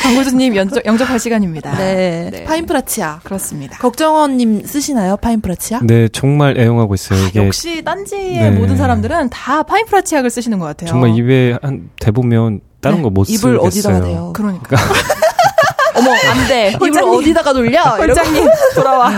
Speaker 6: 광고주님 영접, 영접할 시간입니다.
Speaker 5: 네,
Speaker 6: 네.
Speaker 5: 파인프라치아. 음.
Speaker 6: 그렇습니다.
Speaker 5: 걱정원님 쓰시나요 파인프라치아?
Speaker 4: 네, 정말 애용하고 있어요. 이게
Speaker 6: 역시 딴지의
Speaker 4: 네.
Speaker 6: 모든 사람들은 다 파인프라 치약을 쓰시는 것 같아요.
Speaker 4: 정말 입에 한 대보면 다른
Speaker 5: 네,
Speaker 4: 거 못 쓰겠어요.
Speaker 5: 입을 어디다가 대요?
Speaker 6: 그러니까. 어머, 안 돼.
Speaker 5: 입을 어디다가 돌려? 이러고.
Speaker 6: 홀장님, 돌아와.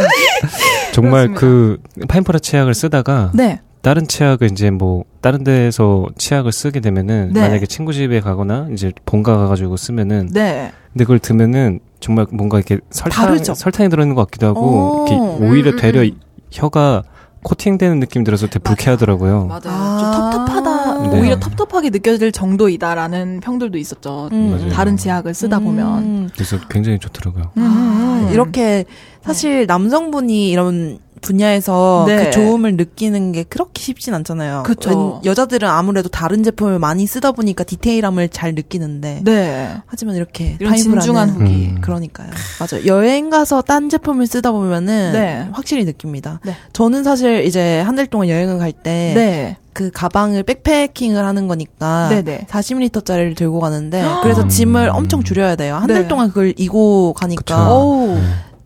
Speaker 4: 정말 그 파인프라 치약을 쓰다가
Speaker 6: 네.
Speaker 4: 다른 치약을 이제 뭐 다른 데서 치약을 쓰게 되면은
Speaker 6: 네.
Speaker 4: 만약에 친구 집에 가거나 이제 본가 가가지고 쓰면은
Speaker 6: 네.
Speaker 4: 근데 그걸 드면은 정말 뭔가 이렇게 설탕
Speaker 5: 다르죠?
Speaker 4: 설탕이 들어있는 것 같기도 하고
Speaker 5: 오.
Speaker 4: 이렇게 오히려
Speaker 6: 음, 음,
Speaker 4: 되려
Speaker 6: 음.
Speaker 4: 혀가 코팅되는 느낌이 들어서 되게 불쾌하더라고요.
Speaker 6: 맞아요.
Speaker 5: 아.
Speaker 6: 좀 텁텁하다.
Speaker 4: 네.
Speaker 6: 오히려 텁텁하게 느껴질 정도이다라는 평들도 있었죠.
Speaker 5: 음.
Speaker 4: 맞아요.
Speaker 6: 다른 치약을 쓰다 보면.
Speaker 5: 음. 아, 네.
Speaker 4: 그래서 굉장히 좋더라고요. 아,
Speaker 6: 음, 음, 음.
Speaker 5: 이렇게 사실 남성분이 이런 분야에서
Speaker 6: 네.
Speaker 5: 그 좋음을 느끼는 게 그렇게 쉽진 않잖아요.
Speaker 6: 그쵸.
Speaker 5: 웬- 여자들은 아무래도 다른 제품을 많이 쓰다 보니까 디테일함을 잘 느끼는데
Speaker 6: 네.
Speaker 5: 하지만 이렇게
Speaker 6: 이런
Speaker 5: 타입을
Speaker 6: 진중한
Speaker 5: 하는-
Speaker 6: 후기.
Speaker 4: 음.
Speaker 5: 그러니까요. 맞아요. 여행 가서 딴 제품을 쓰다 보면은
Speaker 6: 네.
Speaker 5: 확실히 느낍니다.
Speaker 6: 네.
Speaker 5: 저는 사실 이제 한 달 동안 여행을 갈 때
Speaker 6: 네. 아.
Speaker 5: 그
Speaker 6: 네.
Speaker 5: 가방을 백패킹을 하는 거니까
Speaker 6: 네네.
Speaker 5: 40리터짜리를 들고 가는데 그래서
Speaker 4: 음.
Speaker 5: 짐을 엄청 줄여야 돼요. 한 달
Speaker 6: 네.
Speaker 5: 동안 그걸 이고
Speaker 6: 아.
Speaker 5: 가니까
Speaker 4: 그쵸.
Speaker 6: 오.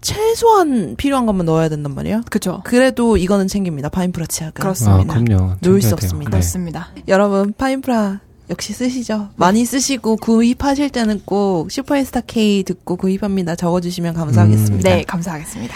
Speaker 5: 최소한 필요한 것만 넣어야 된단 말이에요.
Speaker 6: 그쵸.
Speaker 5: 그래도 이거는 챙깁니다. 파인프라 치약은.
Speaker 6: 그렇습니다.
Speaker 4: 아, 그럼요.
Speaker 5: 놓을 수
Speaker 4: 챙겨야 돼요.
Speaker 5: 없습니다.
Speaker 4: 네.
Speaker 6: 그렇습니다.
Speaker 5: 여러분 파인프라 역시 쓰시죠. 많이 쓰시고 구입하실 때는 꼭 슈퍼인스타 K 듣고 구입합니다. 적어주시면 감사하겠습니다.
Speaker 6: 네, 감사하겠습니다.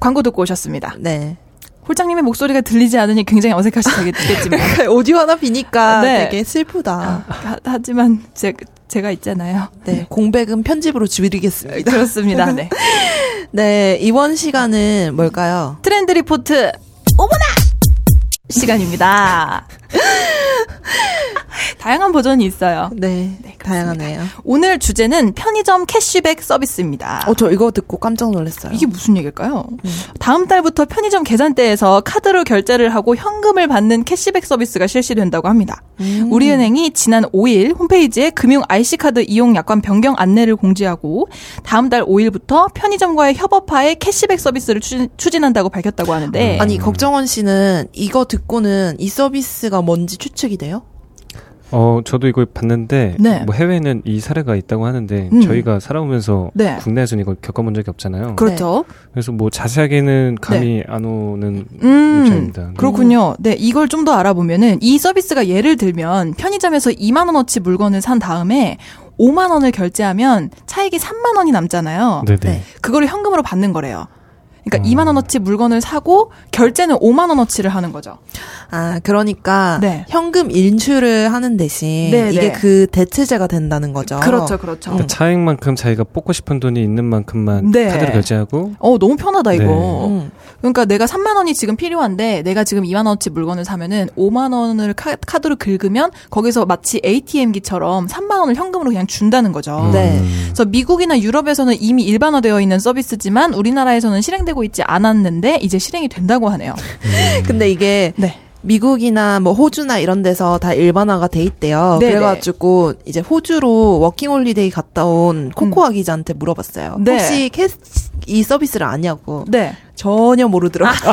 Speaker 6: 광고 듣고 오셨습니다.
Speaker 5: 네.
Speaker 6: 홀장님의 목소리가 들리지 않으니 굉장히 어색하시겠지만.
Speaker 5: 오디오 하나 비니까
Speaker 6: 네.
Speaker 5: 되게 슬프다.
Speaker 6: 하- 하지만 제, 제가 있잖아요.
Speaker 5: 네. 공백은 편집으로 줄이겠습니다.
Speaker 6: 그렇습니다. 네.
Speaker 5: 네. 이번 시간은 뭘까요?
Speaker 6: 트렌드 리포트 오보나 시간입니다. 다양한 버전이 있어요.
Speaker 5: 네.
Speaker 6: 그렇습니다.
Speaker 5: 다양하네요.
Speaker 6: 오늘 주제는 편의점 캐시백 서비스입니다.
Speaker 5: 어, 저 이거 듣고 깜짝 놀랐어요.
Speaker 6: 이게 무슨 얘기일까요? 다음 달부터 편의점 계산대에서 카드로 결제를 하고 현금을 받는 캐시백 서비스가 실시된다고 합니다. 우리은행이 지난 5일 홈페이지에 금융 IC카드 이용 약관 변경 안내를 공지하고 다음 달 5일부터 편의점과의 협업하에 캐시백 서비스를 추진, 추진한다고 밝혔다고 하는데
Speaker 5: 아니, 걱정원 씨는 이거 듣고는 이 서비스가 뭔지 추측이 돼요?
Speaker 4: 어, 저도 이걸 봤는데
Speaker 6: 네.
Speaker 4: 뭐 해외에는 이 사례가 있다고 하는데
Speaker 6: 음.
Speaker 4: 저희가 살아오면서
Speaker 6: 네.
Speaker 4: 국내에서는 이걸 겪어본 적이 없잖아요. 그... 래
Speaker 6: 그렇죠.
Speaker 4: 서뭐 자세하게는 감이 안 오는
Speaker 6: 음.
Speaker 4: 입장입니다.
Speaker 6: 그렇군요. 네, 이걸 좀 더 알아보면은 이 서비스가 예를 들면 편의점에서 2만 원어치 물건을 산 다음에 5만 원을 결제하면 차액이 3만 원이 남잖아요.
Speaker 4: 네네.
Speaker 5: 네.
Speaker 6: 그거를 현금으로 받는 거래요. 그러니까
Speaker 4: 음.
Speaker 6: 2만 원어치 물건을 사고 결제는 5만 원어치를 하는 거죠.
Speaker 5: 아, 그러니까
Speaker 6: 네.
Speaker 5: 현금 인출을 하는 대신
Speaker 6: 네, 네.
Speaker 5: 이게 그 대체제가 된다는 거죠.
Speaker 6: 그렇죠.
Speaker 4: 그러니까 차액만큼 자기가 뽑고 싶은 돈이 있는 만큼만
Speaker 6: 네.
Speaker 4: 카드로 결제하고
Speaker 6: 어, 너무 편하다
Speaker 4: 네.
Speaker 6: 이거.
Speaker 5: 음.
Speaker 6: 그러니까 내가 3만 원이 지금 필요한데 내가 지금 2만 원어치 물건을 사면은 5만 원을 카, 카드로 긁으면 거기서 마치 ATM기처럼 3만 원을 현금으로 그냥 준다는 거죠.
Speaker 5: 네.
Speaker 6: 그래서 미국이나 유럽에서는 이미 일반화되어 있는 서비스지만 우리나라에서는 실행되고 있지 않았는데 이제 실행이 된다고 하네요.
Speaker 5: 근데 이게
Speaker 6: 네.
Speaker 5: 미국이나 뭐 호주나 이런 데서 다 일반화가 돼 있대요.
Speaker 6: 네네.
Speaker 5: 그래가지고 이제 호주로 워킹홀리데이 갔다 온 코코아 기자한테 물어봤어요.
Speaker 6: 네.
Speaker 5: 혹시 캐스 이 서비스를 아냐고
Speaker 6: 네.
Speaker 5: 전혀 모르더라고요.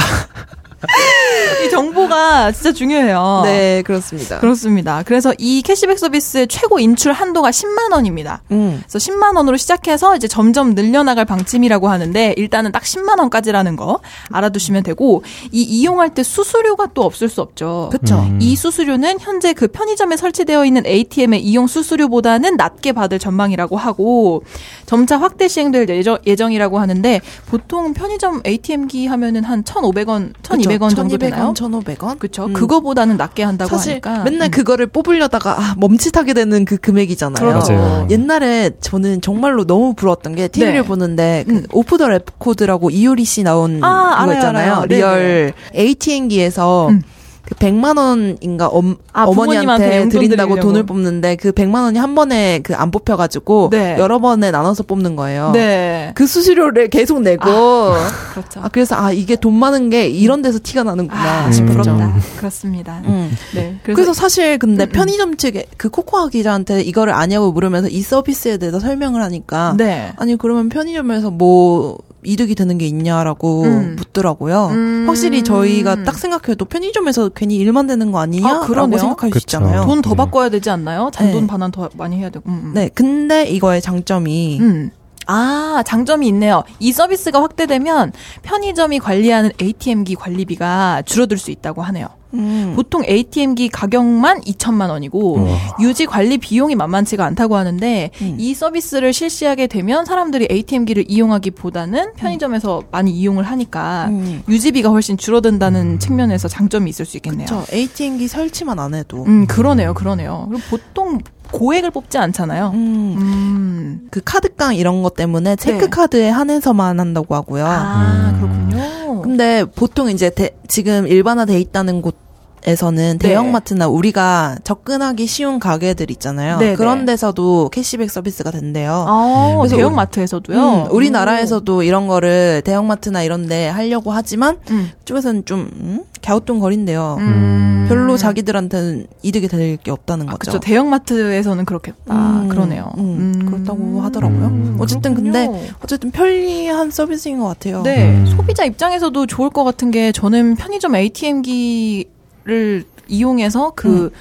Speaker 6: 이 정보가 진짜 중요해요.
Speaker 5: 네 그렇습니다.
Speaker 6: 아. 그렇습니다. 그래서 이 캐시백 서비스의 최고 인출 한도가 10만 원입니다.
Speaker 5: 음.
Speaker 6: 그래서 10만 원으로 시작해서 이제 점점 늘려나갈 방침이라고 하는데 일단은 딱 10만 원까지라는 거 알아두시면 되고 이 이용할 때 수수료가 또 없을 수 없죠.
Speaker 5: 그쵸.
Speaker 4: 음.
Speaker 6: 이 수수료는 현재 그 편의점에 설치되어 있는 ATM의 이용 수수료보다는 낮게 받을 전망이라고 하고 점차 확대 시행될 예정, 예정이라고 하는데 보통 편의점 ATM기 하면은 한 1,500원, 1,200원 정도 되나요?
Speaker 5: 1,500원.
Speaker 6: 그렇죠.
Speaker 5: 음.
Speaker 6: 그거보다는 낮게 한다고
Speaker 5: 사실
Speaker 6: 하니까 음.
Speaker 5: 맨날 그거를 뽑으려다가 아, 멈칫하게 되는 그 금액이잖아요.
Speaker 6: 그렇죠.
Speaker 4: 맞아요.
Speaker 5: 옛날에 저는 정말로 너무 부러웠던 게 TV를
Speaker 6: 네.
Speaker 5: 보는데 그
Speaker 6: 음.
Speaker 5: 오프 더 레코드라고 이효리 씨 나온
Speaker 6: 아,
Speaker 5: 그거
Speaker 6: 알아요,
Speaker 5: 있잖아요.
Speaker 6: 알아요. 네네.
Speaker 5: 리얼 ATM기에서
Speaker 6: 음.
Speaker 5: 그 100만 원인가 엄,
Speaker 6: 아, 부모님한테
Speaker 5: 어머니한테
Speaker 6: 용돈
Speaker 5: 드린다고
Speaker 6: 드리려고.
Speaker 5: 돈을 뽑는데 그 100만 원이 한 번에 그 안 뽑혀 가지고
Speaker 6: 네.
Speaker 5: 여러 번에 나눠서 뽑는 거예요.
Speaker 6: 네.
Speaker 5: 그 수수료를 계속 내고 아,
Speaker 6: 그렇죠.
Speaker 5: 그래서 아 이게 돈 많은 게 이런 데서 티가 나는구나
Speaker 6: 아,
Speaker 5: 싶었죠.
Speaker 6: 부럽다. 그렇습니다.
Speaker 5: 음.
Speaker 6: 네.
Speaker 5: 그래서 사실 근데
Speaker 6: 음,
Speaker 5: 편의점 측에 그 코코아 기자한테 이거를 아냐고 물으면서 이 서비스에 대해서 설명을 하니까
Speaker 6: 네.
Speaker 5: 아니 그러면 편의점에서 뭐 이득이 되는 게 있냐라고
Speaker 6: 음.
Speaker 5: 묻더라고요.
Speaker 6: 음.
Speaker 5: 확실히 저희가 딱 생각해도 편의점에서 괜히 일만 되는 거
Speaker 6: 아,
Speaker 5: 아니냐라고
Speaker 6: 그러네요.
Speaker 5: 생각할 수
Speaker 4: 그쵸.
Speaker 5: 있잖아요.
Speaker 6: 돈 더
Speaker 4: 네.
Speaker 6: 바꿔야 되지 않나요? 잔돈
Speaker 5: 음. 네.
Speaker 6: 반환 더 많이 해야 되고. 음, 음.
Speaker 5: 네, 근데 이거의 장점이
Speaker 6: 음. 아, 장점이 있네요. 이 서비스가 확대되면 편의점이 관리하는 ATM기 관리비가 줄어들 수 있다고 하네요.
Speaker 5: 음,
Speaker 6: 보통 ATM기 가격만 2천만 원이고 유지 관리 비용이 만만치가 않다고 하는데
Speaker 5: 음.
Speaker 6: 이 서비스를 실시하게 되면 사람들이 ATM기를 이용하기보다는 편의점에서 많이 이용을 하니까
Speaker 5: 음.
Speaker 6: 유지비가 훨씬 줄어든다는 측면에서 장점이 있을 수 있겠네요.
Speaker 5: 저 ATM기 설치만 안 해도
Speaker 6: 음, 그러네요, 그러네요. 그리고 보통 고액을 뽑지 않잖아요.
Speaker 5: 음,
Speaker 6: 음.
Speaker 5: 그 카드깡 이런 것 때문에 체크카드에 한해서만 한다고 하고요.
Speaker 6: 네. 아,
Speaker 4: 음.
Speaker 6: 그렇군요.
Speaker 5: 근데 보통 이제 대- 지금 일반화돼 있다는 곳에서는
Speaker 6: 네.
Speaker 5: 대형마트나 우리가 접근하기 쉬운 가게들 있잖아요.
Speaker 6: 네,
Speaker 5: 그런
Speaker 6: 네.
Speaker 5: 데서도 캐시백 서비스가 된대요.
Speaker 6: 아,
Speaker 5: 네, 그래서
Speaker 6: 대형마트에서도요.
Speaker 5: 음, 우리나라에서도 이런 거를 대형마트나 이런 데 하려고 하지만
Speaker 6: 음.
Speaker 5: 쪽에서는 좀 음? 갸우뚱거린대요.
Speaker 6: 음.
Speaker 5: 별로 자기들한테는 이득이 될 게 없다는 거죠.
Speaker 6: 그렇죠. 대형마트에서는 아, 그렇겠다.
Speaker 5: 음,
Speaker 6: 그러네요.
Speaker 5: 음,
Speaker 6: 음.
Speaker 5: 그렇다고 하더라고요.
Speaker 4: 음,
Speaker 5: 어쨌든 근데
Speaker 6: 그렇군요.
Speaker 5: 어쨌든 편리한 서비스인 것 같아요.
Speaker 6: 네
Speaker 4: 음.
Speaker 6: 소비자 입장에서도 좋을 것 같은 게 저는 편의점 ATM기를 이용해서 그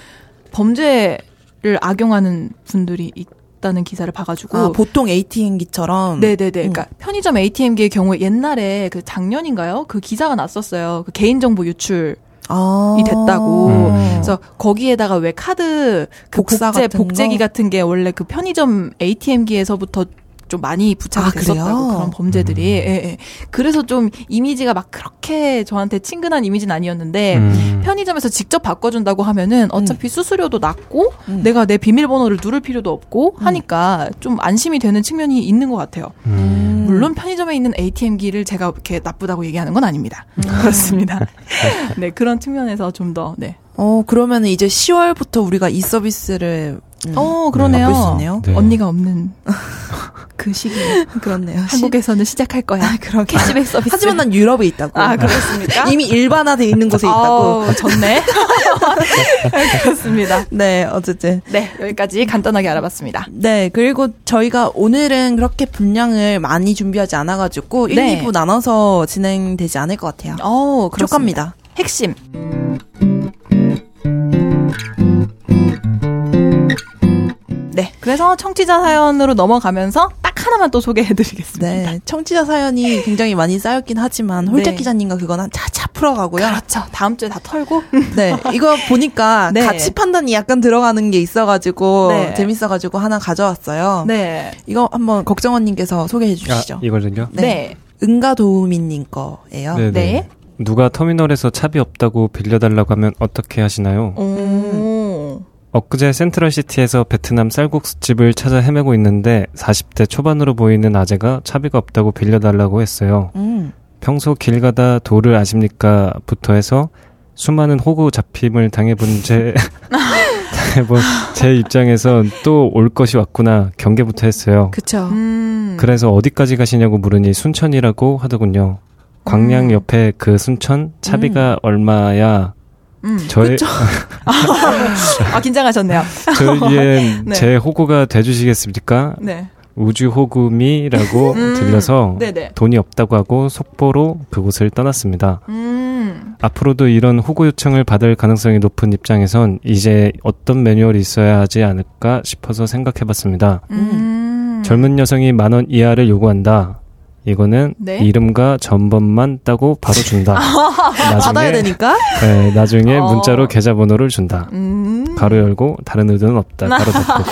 Speaker 6: 범죄를 악용하는 분들이 있다는 기사를 봐가지고
Speaker 5: 아, 보통 ATM기처럼
Speaker 6: 네네네.
Speaker 5: 음.
Speaker 6: 그러니까 편의점 ATM기의 경우에 옛날에 그 작년인가요? 그 기사가 났었어요. 그 개인정보 유출
Speaker 5: 아.
Speaker 6: 이 됐다고.
Speaker 4: 음.
Speaker 6: 그래서 거기에다가 왜 카드 그
Speaker 5: 어. 복사
Speaker 6: 복제
Speaker 5: 같은
Speaker 6: 복제기
Speaker 5: 거?
Speaker 6: 같은 게 원래 그 편의점 ATM기에서부터 좀 많이 부착이
Speaker 5: 아,
Speaker 6: 됐었다고
Speaker 5: 그래요? 음.
Speaker 6: 그런 범죄들이 예, 예. 그래서 좀 이미지가 막 그렇게 저한테 친근한 이미지는 아니었는데
Speaker 4: 음.
Speaker 6: 편의점에서 직접 바꿔준다고 하면은 어차피 수수료도 낮고
Speaker 5: 음.
Speaker 6: 내가 내 비밀번호를 누를 필요도 없고 하니까 좀 안심이 되는 측면이 있는 것 같아요.
Speaker 4: 음.
Speaker 6: 물론 편의점에 있는 ATM기를 제가 이렇게 나쁘다고 얘기하는 건 아닙니다.
Speaker 5: 음.
Speaker 6: 그렇습니다. 네 그런 측면에서 좀 더 네.
Speaker 5: 어 그러면 이제 10월부터 우리가 이 서비스를 음,
Speaker 6: 어 그러네요.
Speaker 5: 바꿀 수 있네요.
Speaker 4: 네.
Speaker 6: 언니가 없는 그 시기
Speaker 5: 그렇네요.
Speaker 6: 한국에서는 시작할 아, 거야.
Speaker 5: 그런
Speaker 6: 캐시백 서비스.
Speaker 5: 하지만 난 유럽에 있다고.
Speaker 6: 아 그렇습니까?
Speaker 5: 이미 일반화돼 있는 곳에 있다고.
Speaker 6: 아우, 좋네. 그렇습니다.
Speaker 5: 네 어쨌든
Speaker 6: 네 여기까지 간단하게 알아봤습니다.
Speaker 5: 네 그리고 저희가 오늘은 그렇게 분량을 많이 준비하지 않아가지고 일,
Speaker 6: 네.
Speaker 5: 2부 나눠서 진행되지 않을 것 같아요.
Speaker 6: 어
Speaker 5: 촉합니다.
Speaker 6: 핵심. 네, 그래서 청취자 사연으로 넘어가면서 딱 하나만 또 소개해드리겠습니다.
Speaker 5: 네, 청취자 사연이 굉장히 많이 쌓였긴 하지만 홀짝
Speaker 6: 네.
Speaker 5: 기자님과 그건 한 차차 풀어가고요.
Speaker 6: 그렇죠. 다음 주에 다 털고.
Speaker 5: 네, 이거 보니까
Speaker 6: 네.
Speaker 5: 가치 판단이 약간 들어가는 게 있어가지고
Speaker 6: 네.
Speaker 5: 재밌어가지고 하나 가져왔어요.
Speaker 6: 네.
Speaker 5: 이거 한번 걱정원님께서 소개해 주시죠.
Speaker 4: 아, 이걸요?
Speaker 5: 네.
Speaker 6: 네.
Speaker 5: 은가도우미님 거예요.
Speaker 4: 네.
Speaker 6: 네.
Speaker 4: 누가 터미널에서 차비 없다고 빌려달라고 하면 어떻게 하시나요?
Speaker 6: 오.
Speaker 4: 엊그제 센트럴시티에서 베트남 쌀국수집을 찾아 헤매고 있는데 40대 초반으로 보이는 아재가 차비가 없다고 빌려달라고 했어요.
Speaker 5: 음.
Speaker 4: 평소 길 가다 도를 아십니까? 부터 해서 수많은 호구 잡힘을 당해본 제, 당해본 제 입장에선 또 올 것이 왔구나 경계부터 했어요.
Speaker 5: 그쵸.
Speaker 6: 음.
Speaker 4: 그래서 어디까지 가시냐고 물으니 순천이라고 하더군요. 광양 옆에 그 순천 차비가 얼마야?
Speaker 6: 음.
Speaker 4: 저의
Speaker 6: 아, 긴장하셨네요.
Speaker 4: 저희엔
Speaker 6: 네.
Speaker 4: 제 호구가 돼주시겠습니까?
Speaker 6: 네.
Speaker 4: 우주 호구미라고
Speaker 6: 음.
Speaker 4: 들려서
Speaker 6: 네네.
Speaker 4: 돈이 없다고 하고 속보로 그곳을 떠났습니다.
Speaker 6: 음.
Speaker 4: 앞으로도 이런 호구 요청을 받을 가능성이 높은 입장에선 이제 어떤 매뉴얼이 있어야 하지 않을까 싶어서 생각해봤습니다.
Speaker 6: 음.
Speaker 4: 젊은 여성이 만 원 이하를 요구한다. 이거는
Speaker 6: 네.
Speaker 4: 이름과 전번만 따고 바로 준다.
Speaker 5: 받아야
Speaker 4: 나중에
Speaker 5: 되니까.
Speaker 4: 네, 나중에
Speaker 6: 어.
Speaker 4: 문자로 계좌번호를 준다.
Speaker 6: 음.
Speaker 4: 가로 열고 다른 의도는 없다. 가로 닫고.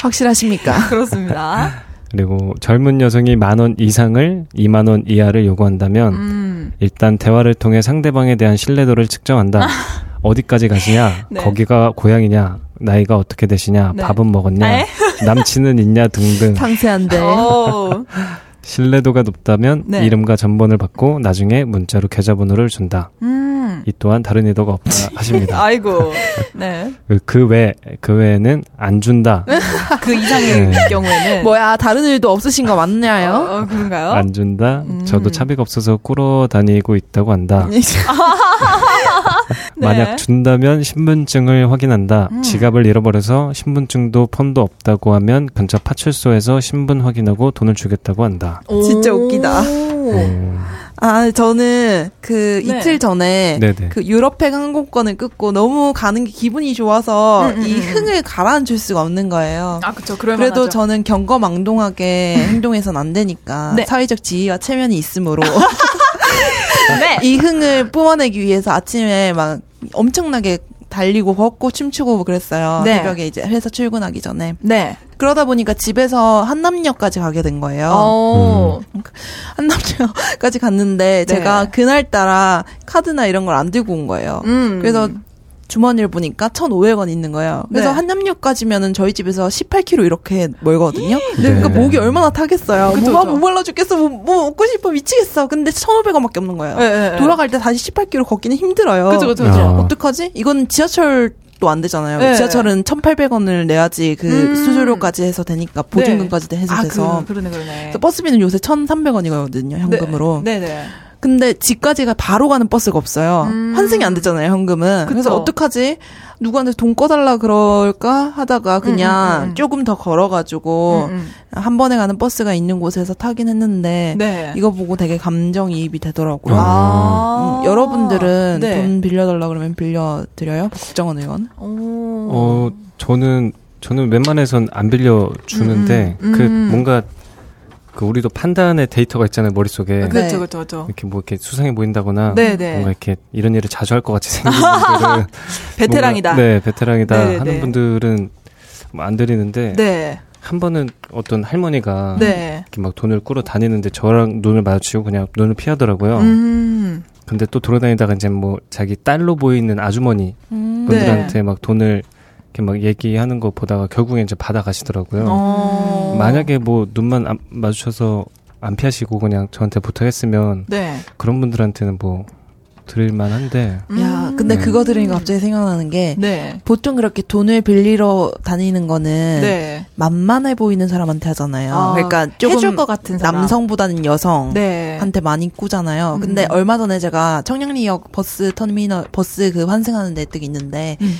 Speaker 5: 확실하십니까?
Speaker 6: 그렇습니다.
Speaker 4: 그리고 젊은 여성이 만 원 이상을 2만 원 이하를 요구한다면
Speaker 6: 음.
Speaker 4: 일단 대화를 통해 상대방에 대한 신뢰도를 측정한다. 어디까지 가시냐?
Speaker 6: 네.
Speaker 4: 거기가 고향이냐? 나이가 어떻게 되시냐?
Speaker 6: 네.
Speaker 4: 밥은 먹었냐?
Speaker 6: 에?
Speaker 4: 남친은 있냐? 등등.
Speaker 5: 네.
Speaker 6: 네.
Speaker 5: 상세한데.
Speaker 6: 오.
Speaker 4: 신뢰도가 높다면
Speaker 6: 네.
Speaker 4: 이름과 전번을 받고 나중에 문자로 계좌번호를 준다.
Speaker 6: 음.
Speaker 4: 이 또한 다른 의도가 없다 하십니다.
Speaker 6: 아이고. 네.
Speaker 4: 그 외, 그 외에는 안 준다.
Speaker 6: 그 이상의
Speaker 4: 네.
Speaker 6: 경우에는
Speaker 5: 뭐야, 다른 일도 없으신 거 맞나요?
Speaker 6: 어, 그런가요?
Speaker 4: 안 준다.
Speaker 6: 음.
Speaker 4: 저도 차비가 없어서 꾸러 다니고 있다고
Speaker 5: 아,
Speaker 4: 한다.
Speaker 6: 아, 네.
Speaker 4: 만약 준다면 신분증을 확인한다.
Speaker 6: 음.
Speaker 4: 지갑을 잃어버려서 신분증도 폰도 없다고 하면 근처 파출소에서 신분 확인하고 돈을 주겠다고 한다.
Speaker 5: 진짜 웃기다.
Speaker 4: 음,
Speaker 5: 아, 저는 그
Speaker 6: 네.
Speaker 5: 이틀 전에
Speaker 4: 네네.
Speaker 5: 그 유럽행 항공권을 끊고 너무 가는 게 기분이 좋아서
Speaker 6: 음, 음,
Speaker 5: 이
Speaker 6: 음.
Speaker 5: 흥을 가라앉힐 수가 없는 거예요.
Speaker 6: 아, 그쵸. 그럴
Speaker 5: 그래도
Speaker 6: 만하죠.
Speaker 5: 저는 경거망동하게 행동해선 안 되니까
Speaker 6: 네.
Speaker 5: 사회적 지위와 체면이 있으므로
Speaker 6: 네.
Speaker 5: 이 흥을 뿜어내기 위해서 아침에 막 엄청나게 달리고 걷고 춤추고 그랬어요.
Speaker 6: 네.
Speaker 5: 새벽에 이제 회사 출근하기 전에.
Speaker 6: 네.
Speaker 5: 그러다 보니까 집에서 한남역까지 가게 된 거예요.
Speaker 6: 어.
Speaker 5: 한남역까지
Speaker 6: 네.
Speaker 5: 갔는데 제가 그날따라 카드나 이런 걸 안 들고 온 거예요.
Speaker 6: 음.
Speaker 5: 그래서 주머니를 보니까 1,500원 있는 거예요. 그래서
Speaker 6: 네.
Speaker 5: 한남역까지면은 저희 집에서 18km 이렇게 멀거든요.
Speaker 4: 네.
Speaker 5: 그러니까 목이 얼마나 타겠어요.
Speaker 6: 그쵸,
Speaker 5: 뭐가
Speaker 6: 그쵸.
Speaker 5: 목말라 죽겠어. 뭐, 뭐 먹고 싶어 미치겠어. 근데 1,500원밖에 없는 거예요.
Speaker 6: 예, 예.
Speaker 5: 돌아갈 때 다시 18km 걷기는 힘들어요.
Speaker 6: 그쵸, 그쵸,
Speaker 4: 그쵸. 아.
Speaker 5: 어떡하지? 이건 지하철 도 안 되잖아요.
Speaker 6: 네.
Speaker 5: 지하철은 1,800원을 내야지 그
Speaker 6: 음.
Speaker 5: 수수료까지 해서 되니까 보증금까지 해서
Speaker 6: 아,
Speaker 5: 돼서
Speaker 6: 그, 그러네, 그러네.
Speaker 5: 그래서 버스비는 요새 1,300원이거든요, 현금으로.
Speaker 6: 네, 네.
Speaker 5: 근데 집까지가 바로 가는 버스가 없어요.
Speaker 6: 음.
Speaker 5: 환승이 안 되잖아요, 현금은. 그래서
Speaker 6: 그쵸.
Speaker 5: 어떡하지? 누구한테 돈 꺼달라 그럴까 하다가 그냥
Speaker 6: 음, 음, 음.
Speaker 5: 조금 더 걸어가지고
Speaker 6: 음, 음.
Speaker 5: 한 번에 가는 버스가 있는 곳에서 타긴 했는데
Speaker 6: 네.
Speaker 5: 이거 보고 되게 감정이입이 되더라고요.
Speaker 6: 아.
Speaker 5: 음, 여러분들은
Speaker 6: 네.
Speaker 5: 돈 빌려달라 그러면 빌려드려요? 국정원 의원?
Speaker 6: 오.
Speaker 4: 어 저는 저는 웬만해선 안 빌려 주는데
Speaker 6: 음, 음.
Speaker 4: 그
Speaker 6: 음.
Speaker 4: 뭔가 그 우리도 판단의 데이터가 있잖아요 머릿 속에
Speaker 5: 그-
Speaker 6: 그렇죠, 그렇죠, 그렇죠.
Speaker 4: 이렇게 뭐 이렇게 수상해 보인다거나
Speaker 6: 네, 네.
Speaker 4: 뭔가 이렇게 이런 일을 자주 할 것 같이 생긴 분들은
Speaker 6: 베테랑이다.
Speaker 4: 뭔가- 네 베테랑이다
Speaker 6: 네, 네,
Speaker 4: 하는
Speaker 6: 네.
Speaker 4: 분들은 뭐안 드리는데
Speaker 6: 네.
Speaker 4: 한 번은 어떤 할머니가
Speaker 6: 네.
Speaker 4: 이렇게 막 돈을 꾸러 다니는데 저랑 눈을 마주치고 그냥 눈을 피하더라고요.
Speaker 5: 어.
Speaker 6: 음.
Speaker 4: 근데 또 돌아다니다가 이제 뭐 자기 딸로 보이는 아주머니
Speaker 5: 음.
Speaker 6: 네.
Speaker 4: 분들한테 막 돈을 이렇게 막 얘기하는 거 보다가 결국에 이제 받아가시더라고요.
Speaker 6: 어.
Speaker 4: 만약에 뭐 눈만 안- 마주쳐서 안 피하시고 그냥 저한테 부탁했으면
Speaker 6: 네.
Speaker 4: 그런 분들한테는 뭐 드릴만한데
Speaker 5: 야, 근데
Speaker 4: 음.
Speaker 5: 그거 들으니까 갑자기 생각나는 게
Speaker 6: 네.
Speaker 5: 보통 그렇게 돈을 빌리러 다니는 거는
Speaker 6: 네.
Speaker 5: 만만해 보이는 사람한테 하잖아요.
Speaker 6: 아,
Speaker 5: 그러니까 조금
Speaker 6: 해줄 것 같은 사람.
Speaker 5: 남성보다는 여성.
Speaker 6: 네.
Speaker 5: 한테 많이 꾸잖아요. 근데
Speaker 6: 음.
Speaker 5: 얼마 전에 제가 청량리역 버스 터미널 버스 그 환승하는 데뜩 있는데
Speaker 6: 음.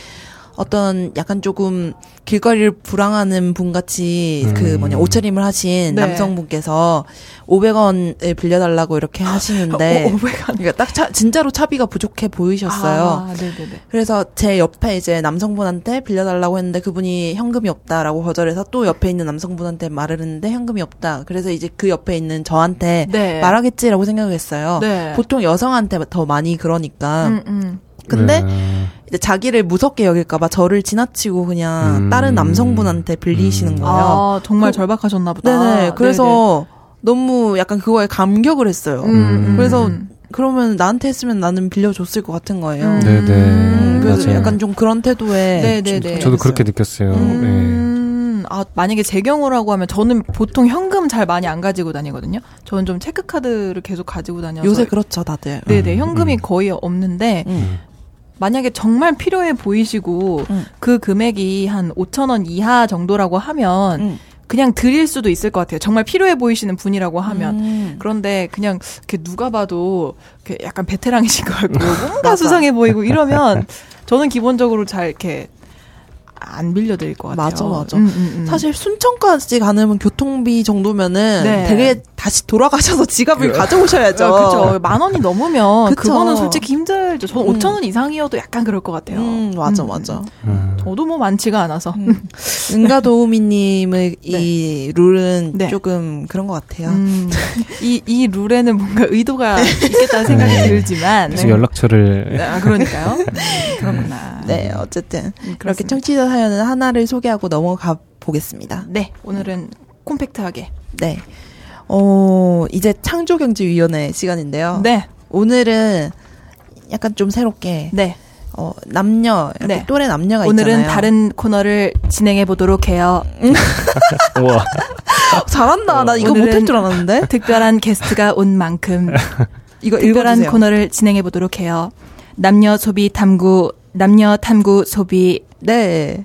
Speaker 5: 어떤 약간 조금 길거리를 불황하는 분같이 그
Speaker 4: 음.
Speaker 5: 뭐냐 옷차림을 하신
Speaker 6: 네.
Speaker 5: 남성분께서 500원을 빌려달라고 이렇게 하시는데
Speaker 6: 어, 500 안-
Speaker 5: 그러니까 딱 차- 진짜로 차비가 부족해 보이셨어요.
Speaker 6: 아, 네네네.
Speaker 5: 그래서 제 옆에 이제 남성분한테 빌려달라고 했는데 그분이 현금이 없다라고 거절해서 또 옆에 있는 남성분한테 말을 했는데 현금이 없다. 그래서 이제 그 옆에 있는 저한테
Speaker 6: 네.
Speaker 5: 말하겠지라고 생각했어요.
Speaker 6: 네.
Speaker 5: 보통 여성한테 더 많이 그러니까.
Speaker 6: 음, 음.
Speaker 5: 근데
Speaker 4: 음,
Speaker 5: 이제 자기를 무섭게 여길까봐 저를 지나치고 그냥
Speaker 4: 음.
Speaker 5: 다른 남성분한테 빌리시는
Speaker 4: 음.
Speaker 5: 거예요.
Speaker 6: 아, 정말
Speaker 5: 그-
Speaker 6: 절박하셨나 보다.
Speaker 5: 네네. 그래서 너무 약간 그거에 감격을 했어요.
Speaker 6: 네네. 음, 음.
Speaker 5: 그래서 그러면 나한테 했으면 나는 빌려줬을 것 같은 거예요.
Speaker 6: 음.
Speaker 4: 네네
Speaker 6: 음,
Speaker 5: 그래서
Speaker 4: 맞아요.
Speaker 5: 약간 좀 그런
Speaker 6: 네,
Speaker 5: 태도에
Speaker 6: 네, 네.
Speaker 4: 저도 그렇게 느꼈어요. 예.
Speaker 6: 음, 아, 만약에 제 경우라고 하면 저는 보통 현금 잘 많이 안 가지고 다니거든요. 저는 좀 체크카드를 계속 가지고 다녀서
Speaker 5: 요새 그렇죠 다들.
Speaker 6: 네네 현금이
Speaker 4: 음.
Speaker 6: 거의 없는데
Speaker 5: 음.
Speaker 6: 만약에 정말 필요해 보이시고
Speaker 5: 음.
Speaker 6: 그 금액이 한 5천 원 이하 정도라고 하면
Speaker 5: 음.
Speaker 6: 그냥 드릴 수도 있을 것 같아요. 정말 필요해 보이시는 분이라고 하면.
Speaker 5: 음.
Speaker 6: 그런데 그냥 이렇게 누가 봐도 이렇게 약간 베테랑이신 것 같고 뭔가 수상해 보이고 이러면 저는 기본적으로 잘 이렇게 안 빌려드릴 것 같아요.
Speaker 5: 맞아, 맞아.
Speaker 6: 음, 음, 음.
Speaker 5: 사실 순천까지 가는 교통비 정도면은
Speaker 6: 네.
Speaker 5: 되게 다시 돌아가셔서 지갑을 가져오셔야죠.
Speaker 6: 그렇죠. 만 원이 넘으면
Speaker 5: 그쵸.
Speaker 6: 그거는 솔직히 힘들죠. 저는
Speaker 5: 음.
Speaker 6: 5천 원 이상이어도 약간 그럴 것 같아요.
Speaker 5: 음, 맞아,
Speaker 6: 음,
Speaker 5: 맞아.
Speaker 6: 음.
Speaker 4: 음.
Speaker 6: 저도 뭐 많지가 않아서.
Speaker 5: 은가도우미님의 이 룰은
Speaker 6: 네.
Speaker 5: 조금 그런 것 같아요.
Speaker 6: 음, 이, 이 룰에는 뭔가 의도가 있겠다는 생각이
Speaker 4: 네.
Speaker 6: 들지만.
Speaker 4: 계속 연락처를
Speaker 6: 아, 그러니까요. 그렇구나.
Speaker 5: 네, 어쨌든
Speaker 6: 음,
Speaker 5: 그렇게
Speaker 6: 그렇습니다.
Speaker 5: 청취자 사연은 하나를 소개하고 넘어가 보겠습니다.
Speaker 6: 네, 오늘은 콤팩트하게.
Speaker 5: 네. 어, 이제 창조경제위원회 시간인데요.
Speaker 6: 네,
Speaker 5: 오늘은 약간 좀 새롭게
Speaker 6: 네.
Speaker 5: 어, 남녀 이렇게
Speaker 6: 네.
Speaker 5: 또래 남녀가
Speaker 6: 오늘은
Speaker 5: 어, 있잖아요.
Speaker 6: 다른 코너를 진행해 보도록 해요.
Speaker 4: 우와
Speaker 5: 어, 잘한다. 나 이거
Speaker 6: 오늘은-
Speaker 5: 못할 줄 알았는데.
Speaker 6: 특별한 게스트가 온 만큼
Speaker 5: 네? 이거
Speaker 6: 특별한
Speaker 5: 읽어주세요.
Speaker 6: 코너를 진행해 보도록 해요. 남녀 소비 탐구, 남녀 탐구 소비입니다.
Speaker 5: 네.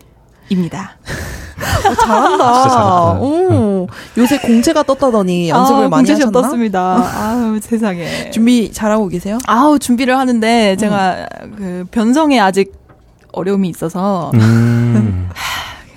Speaker 5: 어, 잘한다.
Speaker 4: 진짜 잘한다.
Speaker 5: 오, 요새 공채가 떴다더니 연습을
Speaker 6: 아,
Speaker 5: 많이
Speaker 6: 공채 시험
Speaker 5: 하셨나?
Speaker 6: 떴습니다. 아우 세상에.
Speaker 5: 준비 잘하고 계세요?
Speaker 6: 아우 준비를
Speaker 5: 음.
Speaker 6: 하는데 제가 그 변성에 아직 어려움이 있어서
Speaker 4: 음.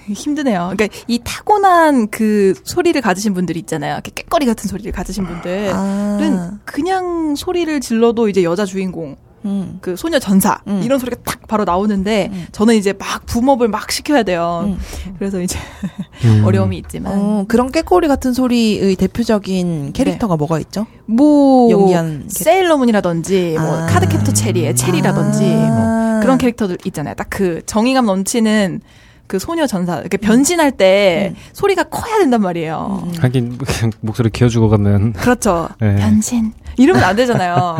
Speaker 6: 힘드네요. 그러니까 이 타고난 그 소리를 가지신 분들 있잖아요. 이렇게 깨거리 같은 소리를 가지신 분들은
Speaker 5: 아,
Speaker 6: 그냥 소리를 질러도 이제 여자 주인공,
Speaker 5: 음.
Speaker 6: 그 소녀 전사
Speaker 5: 음.
Speaker 6: 이런 소리가 딱 바로 나오는데 저는 이제 막 붐업을 막 시켜야 돼요. 그래서 이제
Speaker 4: 음.
Speaker 6: 어려움이 있지만
Speaker 5: 어, 그런 깨꼬리 같은 소리의 대표적인 캐릭터가 뭐가 있죠?
Speaker 6: 뭐
Speaker 5: 연기한 캐-
Speaker 6: 세일러문이라든지 뭐
Speaker 5: 아.
Speaker 6: 카드캡터 체리의 체리라든지
Speaker 5: 아.
Speaker 6: 뭐 그런 캐릭터들 있잖아요. 딱 그 정의감 넘치는 그 소녀 전사, 이렇게 변신할 때 소리가 커야 된단 말이에요.
Speaker 4: 하긴 뭐 그냥 목소리 기어주고 가면
Speaker 6: 그렇죠.
Speaker 4: 네.
Speaker 6: 변신. 이러면 안 되잖아요.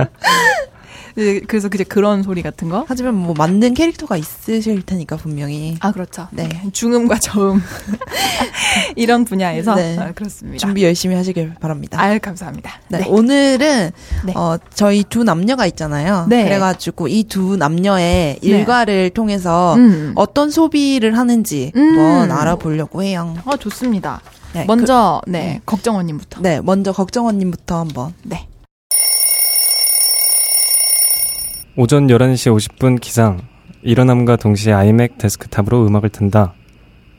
Speaker 6: 이제 그래서 이제 그런 소리 같은 거.
Speaker 5: 하지만 뭐 만든 캐릭터가 있으실 테니까 분명히
Speaker 6: 아, 그렇죠.
Speaker 5: 네.
Speaker 6: 중음과 저음. 이런 분야에서.
Speaker 5: 네.
Speaker 6: 아, 그렇습니다.
Speaker 5: 준비 열심히 하시길 바랍니다.
Speaker 6: 아유, 감사합니다.
Speaker 5: 네, 오늘은
Speaker 6: 네.
Speaker 5: 어, 저희 두 남녀가 있잖아요.
Speaker 6: 네.
Speaker 5: 그래가지고 이 두 남녀의 일과를 통해서
Speaker 6: 음.
Speaker 5: 어떤 소비를 하는지
Speaker 6: 음.
Speaker 5: 한번 알아보려고 해요.
Speaker 6: 어, 좋습니다.
Speaker 5: 네,
Speaker 6: 먼저, 네, 걱정원님부터.
Speaker 5: 그- 네, 먼저 걱정원님부터 한번.
Speaker 6: 네.
Speaker 4: 오전 11시 50분 기상. 일어남과 동시에 아이맥 데스크탑으로 음악을 튼다.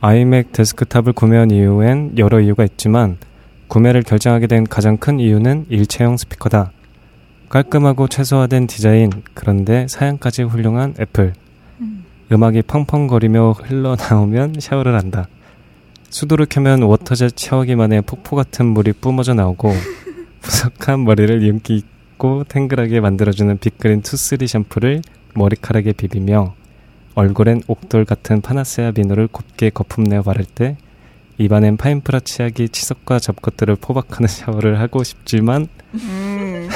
Speaker 4: 아이맥 데스크탑을 구매한 이유엔 여러 이유가 있지만 구매를 결정하게 된 가장 큰 이유는 일체형 스피커다. 깔끔하고 최소화된 디자인, 그런데 사양까지 훌륭한 애플. 음악이 펑펑거리며 흘러나오면 샤워를 한다. 수도를 켜면 워터젯 샤워기만의 폭포 같은 물이 뿜어져 나오고 부석한 머리를 윤기 고 탱글하게 만들어주는 빅그린 투쓰리 샴푸를 머리카락에 비비며 얼굴엔 옥돌 같은 파나세아 비누를 곱게 거품내어 바를 때 입안엔 파인프라 치약이 치석과 잡것들을 포박하는 샤워를 하고 싶지만
Speaker 6: 음.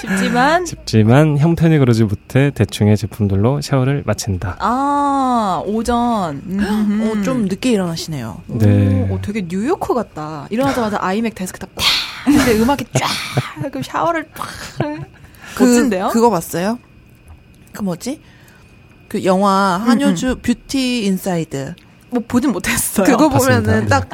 Speaker 6: 쉽지만,
Speaker 4: 싶지만 형편이 그러지 못해 대충의 제품들로 샤워를 마친다.
Speaker 6: 아, 오전. 음.
Speaker 5: 어, 좀 늦게 일어나시네요.
Speaker 4: 네.
Speaker 6: 오, 어, 되게 뉴요커 같다. 일어나자마자 아이맥 데스크탑 탁! 근데 음악이 쫙! 그 샤워를 팍! 멋진데요?
Speaker 5: 그거 봤어요? 그 뭐지? 그 영화
Speaker 6: 음,
Speaker 5: 한효주 뷰티 인사이드.
Speaker 6: 뭐 보진 못했어요.
Speaker 5: 그거
Speaker 4: 봤습니다.
Speaker 6: 네.
Speaker 5: 보면은 딱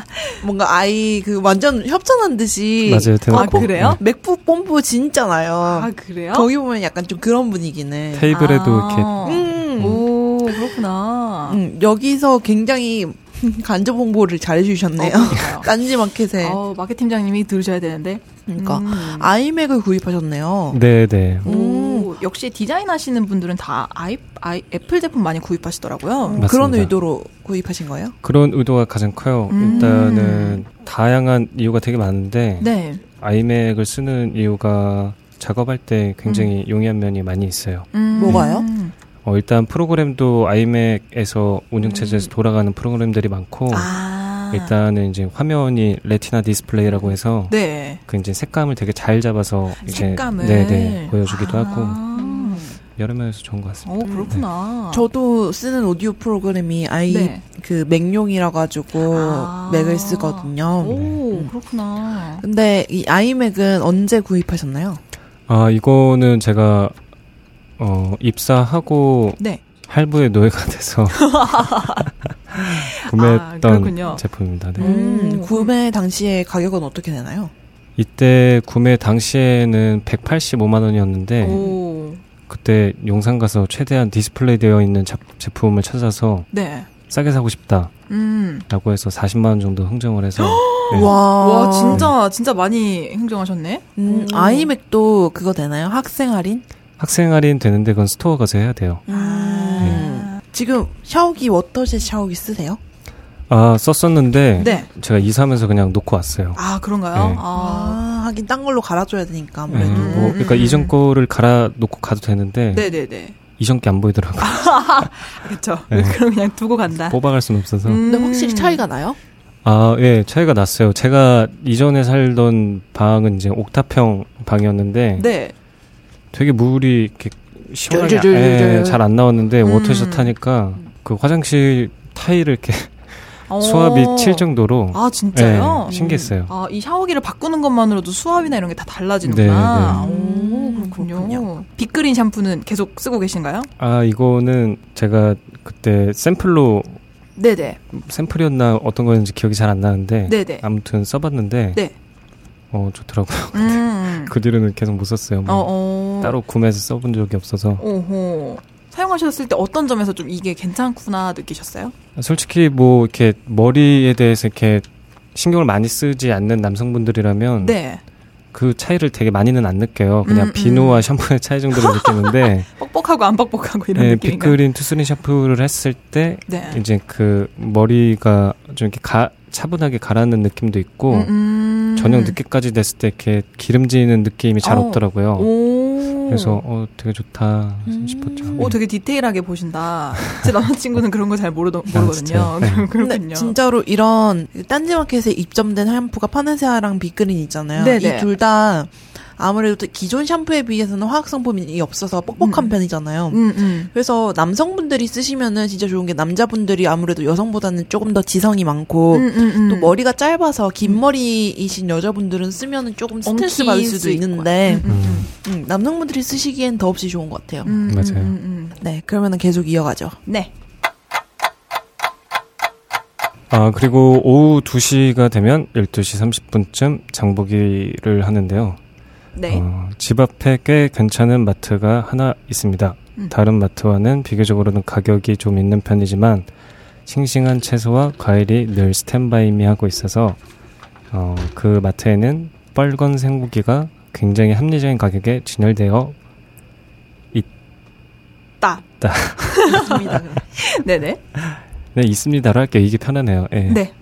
Speaker 5: 뭔가 아이 그 완전 협찬한 듯이 네.
Speaker 4: 맞아요.
Speaker 6: 아,
Speaker 4: 테마-
Speaker 6: 그래요?
Speaker 5: 맥북 뽐뿌 진짜나요.
Speaker 6: 아, 그래요?
Speaker 5: 거기 보면 약간 좀 그런 분위기는.
Speaker 4: 네. 테이블에도 이렇게
Speaker 6: 아,
Speaker 5: 음.
Speaker 6: 오, 그렇구나.
Speaker 5: 음, 여기서 굉장히 간접 홍보를 잘 해주셨네요.
Speaker 6: 어, 그러니까요.
Speaker 5: 딴지마켓에.
Speaker 6: 어, 음. 마케팅장님이 들으셔야 되는데.
Speaker 5: 그러니까 아이맥을
Speaker 6: 음.
Speaker 5: 구입하셨네요.
Speaker 4: 네, 네.
Speaker 6: 오, 역시 디자인 하시는 분들은 다 아이, 아이, 애플 제품 많이 구입하시더라고요.
Speaker 4: 맞습니다.
Speaker 5: 그런 의도로 구입하신 거예요?
Speaker 4: 그런 의도가 가장 커요.
Speaker 6: 음.
Speaker 4: 일단은 다양한 이유가 되게 많은데
Speaker 6: 네.
Speaker 4: 아이맥을 쓰는 이유가 작업할 때 굉장히 용이한 면이 많이 있어요.
Speaker 6: 음.
Speaker 5: 뭐가요?
Speaker 4: 어, 일단 프로그램도 아이맥에서 운영체제에서 돌아가는 프로그램들이 많고
Speaker 6: 음. 아.
Speaker 4: 어, 일단은 이제 화면이 레티나 디스플레이라고 해서
Speaker 6: 네.
Speaker 4: 그 이제 색감을 되게 잘 잡아서 이제
Speaker 6: 색감을.
Speaker 4: 네네 보여주기도 하고 네.
Speaker 6: 아.
Speaker 4: 여러 면에서 좋은 것 같습니다.
Speaker 6: 오, 어, 그렇구나.
Speaker 5: 저도 쓰는 오디오 프로그램이 아이
Speaker 6: 네.
Speaker 5: 그 맥용이라 가지고
Speaker 6: 아.
Speaker 5: 맥을 쓰거든요.
Speaker 4: 네.
Speaker 6: 오, 그렇구나.
Speaker 5: 근데 이 아이맥은 언제 구입하셨나요?
Speaker 4: 아 이거는 제가 어, 입사하고
Speaker 6: 네.
Speaker 4: 할부의 노예가 돼서 구매했던
Speaker 6: 아, 그렇군요.
Speaker 4: 제품입니다. 네.
Speaker 5: 음, 구매 당시에 가격은 어떻게 되나요?
Speaker 4: 이때 구매 당시에는 185만 원이었는데
Speaker 6: 오.
Speaker 4: 그때 용산 가서 최대한 디스플레이 되어 있는 자- 제품을 찾아서
Speaker 6: 네.
Speaker 4: 싸게 사고 싶다라고
Speaker 6: 음.
Speaker 4: 해서 40만 원 정도 흥정을 해서 네.
Speaker 5: 와,
Speaker 6: 와, 진짜, 진짜 많이 행정하셨네?
Speaker 5: 음, 아이맥도 그거 되나요? 학생 할인?
Speaker 4: 학생 할인 되는데 그건 스토어 가서 해야 돼요.
Speaker 6: 아.
Speaker 4: 네.
Speaker 5: 음. 지금 샤워기 워터젯 샤워기 쓰세요?
Speaker 4: 아 썼었는데
Speaker 6: 네.
Speaker 4: 제가 이사하면서 그냥 놓고 왔어요.
Speaker 6: 아, 그런가요?
Speaker 4: 네.
Speaker 6: 아.
Speaker 5: 아, 하긴 딴 걸로 갈아줘야 되니까
Speaker 4: 네,
Speaker 5: 아무래도.
Speaker 4: 뭐, 그러니까 이전 거를 갈아 놓고 가도 되는데
Speaker 6: 음. 네네네. 아.
Speaker 4: 이전 게 안 보이더라고요.
Speaker 6: 그쵸.
Speaker 4: 네.
Speaker 6: 그럼 그냥 두고 간다.
Speaker 4: 뽑아갈 수는 없어서.
Speaker 6: 음.
Speaker 5: 근데 확실히 차이가 나요?
Speaker 4: 아, 예, 차이가 났어요. 제가 이전에 살던 방은 이제 옥탑형 방이었는데
Speaker 6: 네.
Speaker 4: 되게 물이 이렇게 시원하게
Speaker 5: 쫄쫄쫄쫄.
Speaker 4: 잘 안 나왔는데
Speaker 6: 음.
Speaker 4: 워터샷 하니까 그 화장실 타일을 이렇게 수압이
Speaker 6: 오.
Speaker 4: 칠 정도로
Speaker 6: 어. 아, 진짜요?
Speaker 4: 예, 신기했어요.
Speaker 6: 아, 이 샤워기를 바꾸는 것만으로도 수압이나 이런 게 다 달라지는구나.
Speaker 5: 네, 네.
Speaker 6: 오,
Speaker 5: 음,
Speaker 6: 그렇군요.
Speaker 5: 그렇군요.
Speaker 6: 빅그린 샴푸는 계속 쓰고 계신가요?
Speaker 4: 아, 이거는 제가 그때 샘플로
Speaker 6: 네네.
Speaker 4: 샘플이었나 어떤 거였는지 기억이 잘 안 나는데
Speaker 6: 네네.
Speaker 4: 아무튼 써봤는데
Speaker 6: 네.
Speaker 4: 어 좋더라고요.
Speaker 6: 음.
Speaker 4: 그 뒤로는 계속 못 썼어요. 뭐
Speaker 6: 어, 어.
Speaker 4: 따로 구매해서 써본 적이 없어서
Speaker 6: 오호. 사용하셨을 때 어떤 점에서 좀 이게 괜찮구나 느끼셨어요?
Speaker 4: 음. 솔직히 뭐 이렇게 머리에 대해서 이렇게 신경을 많이 쓰지 않는 남성분들이라면
Speaker 6: 네.
Speaker 4: 그 차이를 되게 많이는 안 느껴요. 그냥
Speaker 6: 음, 음.
Speaker 4: 비누와 샴푸의 차이 정도를 느끼는데
Speaker 6: 뻑뻑하고 안 뻑뻑하고 이런
Speaker 4: 네,
Speaker 6: 느낌인가요?
Speaker 4: 빅그린 투스린 샴푸를 했을 때
Speaker 6: 네.
Speaker 4: 이제 그 머리가 좀 이렇게 가, 차분하게 가라앉는 느낌도 있고
Speaker 6: 음, 음.
Speaker 4: 저녁 늦게까지 됐을 때 이렇게 기름지는 느낌이 잘
Speaker 6: 어.
Speaker 4: 없더라고요.
Speaker 6: 오.
Speaker 5: 오.
Speaker 4: 그래서 네. 어 되게 좋다
Speaker 5: 음.
Speaker 4: 싶었죠.
Speaker 6: 오, 되게 디테일하게 보신다. 제 남자친구는 그런 거 잘 모르더, 모르거든요.
Speaker 4: 진짜요? 네.
Speaker 6: 그렇군요.
Speaker 5: 진짜로 이런 딴지마켓에 입점된 샴푸가 파나세아랑 비그린 있잖아요.
Speaker 6: 네네.
Speaker 5: 이 둘 다 아무래도 또 기존 샴푸에 비해서는 화학 성분이 없어서 뻑뻑한 편이잖아요.
Speaker 6: 음, 음.
Speaker 5: 그래서 남성분들이 쓰시면은 진짜 좋은 게 남자분들이 아무래도 여성보다는 조금 더 지성이 많고
Speaker 6: 음, 음, 음.
Speaker 5: 또 머리가 짧아서 긴 머리이신 여자분들은 쓰면은 조금 스트레스
Speaker 6: 엉킬
Speaker 5: 받을 수도
Speaker 6: 수 있고.
Speaker 5: 있는데
Speaker 6: 음, 음,
Speaker 5: 음, 남성분들이 쓰시기엔 더없이 좋은 것 같아요.
Speaker 6: 음, 음,
Speaker 4: 맞아요.
Speaker 6: 음, 음.
Speaker 5: 네, 그러면은 계속 이어가죠.
Speaker 6: 네.
Speaker 4: 아, 그리고 오후 2시가 되면 12시 30분쯤 장보기를 하는데요.
Speaker 6: 네.
Speaker 4: 어, 집 앞에 꽤 괜찮은 마트가 하나 있습니다.
Speaker 6: 음.
Speaker 4: 다른 마트와는 비교적으로는 가격이 좀 있는 편이지만 싱싱한 채소와 과일이 늘 스탠바이미 하고 있어서 어, 그 마트에는 빨간 생고기가 굉장히 합리적인 가격에 진열되어
Speaker 6: 따.
Speaker 5: 좋습니다.
Speaker 6: 네네.
Speaker 4: 네, 있습니다라 할게요. 이게 편하네요. 예.
Speaker 6: 네.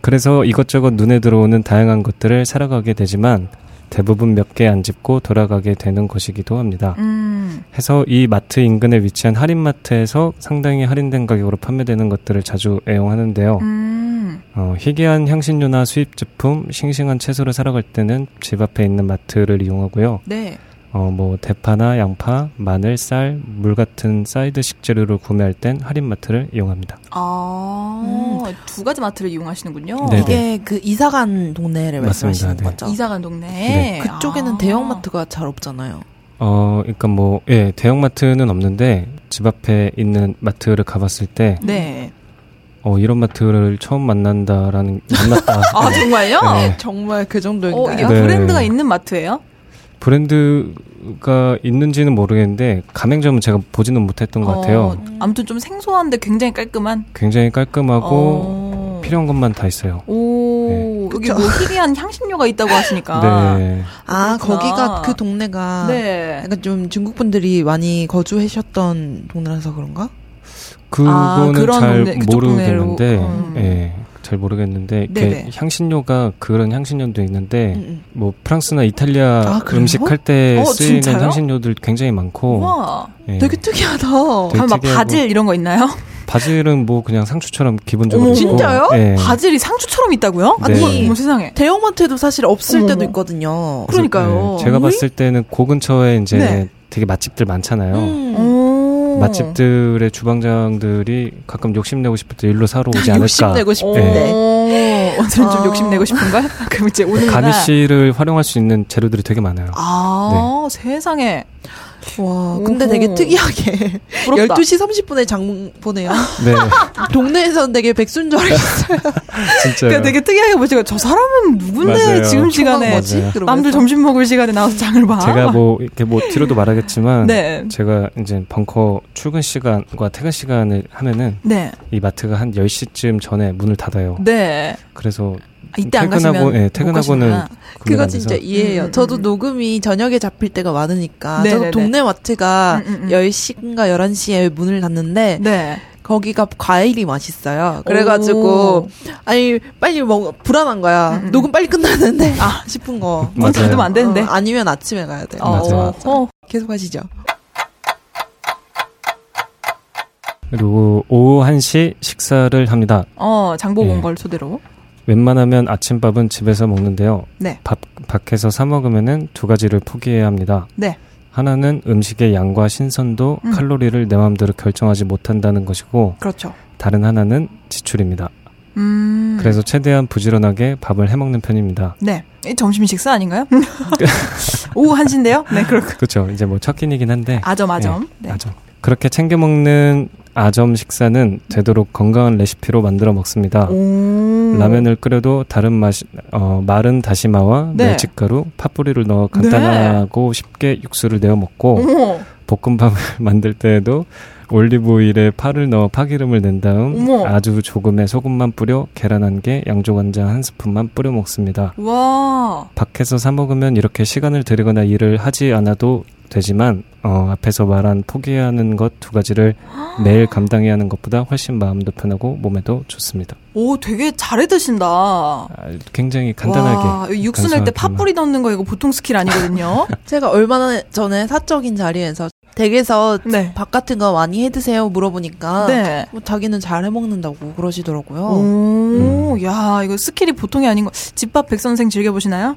Speaker 4: 그래서 이것저것 눈에 들어오는 다양한 것들을 사러 가게 되지만 대부분 몇 개 안 집고 돌아가게 되는 것이기도 합니다.
Speaker 6: 음.
Speaker 4: 해서 이 마트 인근에 위치한 할인마트에서 상당히 할인된 가격으로 판매되는 것들을 자주 애용하는데요.
Speaker 6: 음.
Speaker 4: 어, 희귀한 향신료나 수입 제품, 싱싱한 채소를 사러 갈 때는 집 앞에 있는 마트를 이용하고요.
Speaker 6: 네.
Speaker 4: 어, 뭐 대파나 양파, 마늘, 쌀, 물 같은 사이드 식재료를 구매할 땐 할인마트를 이용합니다.
Speaker 6: 아,
Speaker 5: 음,
Speaker 6: 두 가지 마트를 이용하시는군요.
Speaker 4: 네네.
Speaker 5: 이게 그 이사간 동네를
Speaker 4: 맞습니다.
Speaker 5: 말씀하시는
Speaker 4: 네.
Speaker 5: 거죠.
Speaker 6: 이사간 동네.
Speaker 4: 네.
Speaker 5: 그쪽에는
Speaker 6: 아.
Speaker 5: 대형마트가 잘 없잖아요.
Speaker 4: 어, 그러니까 뭐 예, 대형마트는 없는데 집 앞에 있는 마트를 가봤을 때
Speaker 6: 네.
Speaker 4: 어, 이런 마트를 처음 만난다라는 만났다.
Speaker 6: 아, 정말요?
Speaker 4: 네.
Speaker 5: 정말 그
Speaker 6: 어, 이게
Speaker 5: 정도인가요?
Speaker 4: 네.
Speaker 6: 브랜드가 있는 마트예요?
Speaker 4: 브랜드가 있는지는 모르겠는데 가맹점은 제가 보지는 못했던 것 같아요.
Speaker 6: 어, 아무튼 좀 생소한데 굉장히 깔끔한.
Speaker 4: 굉장히 깔끔하고
Speaker 6: 어.
Speaker 4: 필요한 것만 다 있어요.
Speaker 6: 오, 여기
Speaker 5: 그쵸.
Speaker 6: 뭐 희귀한 향신료가 있다고 하시니까.
Speaker 4: 네.
Speaker 5: 아,
Speaker 6: 그렇구나.
Speaker 5: 거기가 그 동네가
Speaker 6: 네.
Speaker 5: 약간 좀 중국 분들이 많이 거주하셨던 동네라서 그런가?
Speaker 6: 아,
Speaker 4: 그거는
Speaker 6: 그런
Speaker 4: 잘
Speaker 6: 동네, 그쪽 동네로.
Speaker 4: 모르겠는데,
Speaker 6: 음.
Speaker 4: 예, 잘 모르겠는데 이렇게
Speaker 6: 네네. 음,
Speaker 4: 향신료가 그런 향신료도 있는데
Speaker 5: 응, 응.
Speaker 4: 뭐 프랑스나 이탈리아
Speaker 5: 아, 그래요?
Speaker 4: 음식 할 때
Speaker 6: 어,
Speaker 4: 쓰이는
Speaker 6: 진짜요?
Speaker 4: 향신료들 굉장히 많고,
Speaker 6: 와.
Speaker 4: 예.
Speaker 5: 되게 특이하다.
Speaker 4: 되게
Speaker 6: 그럼 막
Speaker 4: 특이하고.
Speaker 6: 바질 이런 거 있나요?
Speaker 4: 바질은 뭐 그냥 상추처럼 기본적으로 있고,
Speaker 6: 어, 진짜요?
Speaker 4: 예.
Speaker 6: 바질이 상추처럼 있다고요?
Speaker 4: 네.
Speaker 6: 아니, 어머 세상에.
Speaker 5: 대형마트에도 사실 없을
Speaker 6: 어머머.
Speaker 5: 때도 있거든요.
Speaker 6: 그러니까요. 음?
Speaker 4: 예, 제가 봤을 때는 고 근처에 이제
Speaker 6: 네.
Speaker 4: 되게 맛집들 많잖아요.
Speaker 6: 어.
Speaker 5: 음.
Speaker 6: 오.
Speaker 4: 맛집들의 주방장들이 가끔 욕심내고 싶을 때 일로 사러 오지 않을까.
Speaker 5: 욕심내고
Speaker 6: 오.
Speaker 5: 싶은데.
Speaker 6: 오늘은 네. 좀
Speaker 5: 아.
Speaker 6: 욕심내고 싶은가? 그럼 이제 오늘
Speaker 4: 가미 씨를 네. 활용할 수 있는 재료들이 되게 많아요.
Speaker 6: 아, 세상에.
Speaker 5: 와, 근데
Speaker 6: 오호.
Speaker 5: 되게 특이하게.
Speaker 6: 부럽다.
Speaker 5: 12시 30분에 장 보네요.
Speaker 4: 네,
Speaker 5: 동네에서는 되게 백수인 줄 알겠어요.
Speaker 4: 진짜요.
Speaker 6: 그러니까 되게 특이하게 보시고 저 사람은 누군데
Speaker 4: 맞아요.
Speaker 6: 지금 시간에
Speaker 4: 뭐지? 맞아요.
Speaker 5: 그러면서.
Speaker 6: 남들 점심 먹을 시간에 나와서 장을 봐.
Speaker 4: 제가 뭐 이렇게 뭐 뒤로도 말하겠지만
Speaker 6: 네.
Speaker 4: 제가 이제 벙커 출근 시간과 퇴근 시간을 하면은
Speaker 6: 네.
Speaker 4: 이 마트가 한 10시쯤 전에 문을 닫아요.
Speaker 6: 네.
Speaker 4: 그래서
Speaker 6: 아, 이때 안
Speaker 4: 퇴근하고-
Speaker 6: 가시면
Speaker 4: 예,
Speaker 6: 못
Speaker 4: 퇴근하고는
Speaker 6: 가시나?
Speaker 4: 구매가
Speaker 5: 그거
Speaker 4: 안 돼서
Speaker 5: 진짜 이해해요.
Speaker 6: 음, 음,
Speaker 5: 저도
Speaker 6: 음.
Speaker 5: 녹음이 저녁에 잡힐 때가 많으니까.
Speaker 6: 네네네.
Speaker 5: 저도 동네 마트가
Speaker 6: 음, 음, 음.
Speaker 5: 10시인가 11시에 문을 닫는데,
Speaker 6: 네.
Speaker 5: 거기가 과일이 맛있어요. 그래가지고,
Speaker 6: 오.
Speaker 5: 아니, 빨리 먹어. 불안한 거야.
Speaker 6: 음, 음.
Speaker 5: 녹음 빨리 끝나는데. 아, 싶은 거.
Speaker 6: 문 닫으면
Speaker 4: 맞아요.
Speaker 6: 안 되는데.
Speaker 5: 어, 아니면 아침에 가야 돼.
Speaker 4: 어. 맞아요.
Speaker 6: 어.
Speaker 5: 계속 하시죠.
Speaker 4: 그리고 오후 1시 식사를 합니다.
Speaker 6: 어, 장보고
Speaker 4: 예.
Speaker 6: 온 걸 토대로.
Speaker 4: 웬만하면 아침밥은 집에서 먹는데요.
Speaker 6: 네.
Speaker 4: 밥 밖에서 사 먹으면은 두 가지를 포기해야 합니다.
Speaker 6: 네.
Speaker 4: 하나는 음식의 양과 신선도,
Speaker 6: 음.
Speaker 4: 칼로리를 내 마음대로 결정하지 못한다는 것이고
Speaker 6: 그렇죠.
Speaker 4: 다른 하나는 지출입니다.
Speaker 6: 음.
Speaker 4: 그래서 최대한 부지런하게 밥을 해 먹는 편입니다.
Speaker 6: 네. 이 점심 식사 아닌가요? 오후 1시인데요? 네, 그렇고.
Speaker 4: 그렇죠. 이제 뭐 첫끼니긴 한데
Speaker 6: 아점, 아점.
Speaker 4: 예,
Speaker 6: 네.
Speaker 4: 아점. 그렇게 챙겨 먹는 아점 식사는 되도록 건강한 레시피로 만들어 먹습니다.
Speaker 6: 오.
Speaker 4: 라면을 끓여도 다른 맛이 어, 마른 다시마와
Speaker 6: 네.
Speaker 4: 멸치가루, 팥뿌리를 넣어
Speaker 6: 음.
Speaker 4: 간단하고 쉽게 육수를 내어 먹고
Speaker 6: 오.
Speaker 4: 볶음밥을 만들 때에도 올리브 오일에 파를 넣어 파기름을 낸 다음
Speaker 6: 어머.
Speaker 4: 아주 조금의 소금만 뿌려 계란 한 개, 양조간장 한 스푼만 뿌려 먹습니다.
Speaker 6: 와.
Speaker 4: 밖에서 사 먹으면 이렇게 시간을 들이거나 일을 하지 않아도 되지만 어, 앞에서 말한 포기하는 것 두 가지를 매일 감당해야 하는 것보다 훨씬 마음도 편하고 몸에도 좋습니다.
Speaker 6: 오, 되게 잘해 드신다.
Speaker 4: 아, 굉장히 간단하게
Speaker 6: 와, 이거 육수 낼 때
Speaker 4: 간소하게만.
Speaker 6: 팥뿌리 넣는 거 이거 보통 스킬 아니거든요.
Speaker 5: 제가 얼마나 전에 사적인 자리에서 댁에서
Speaker 6: 네.
Speaker 5: 밥 같은 거 많이 해 드세요
Speaker 4: 아.
Speaker 5: 물어보니까
Speaker 6: 네.
Speaker 5: 뭐 자기는 잘 해 먹는다고 그러시더라고요.
Speaker 4: 음.
Speaker 6: 오, 야, 이거 스킬이 보통이 아닌 거. 집밥 백선생 즐겨보시나요?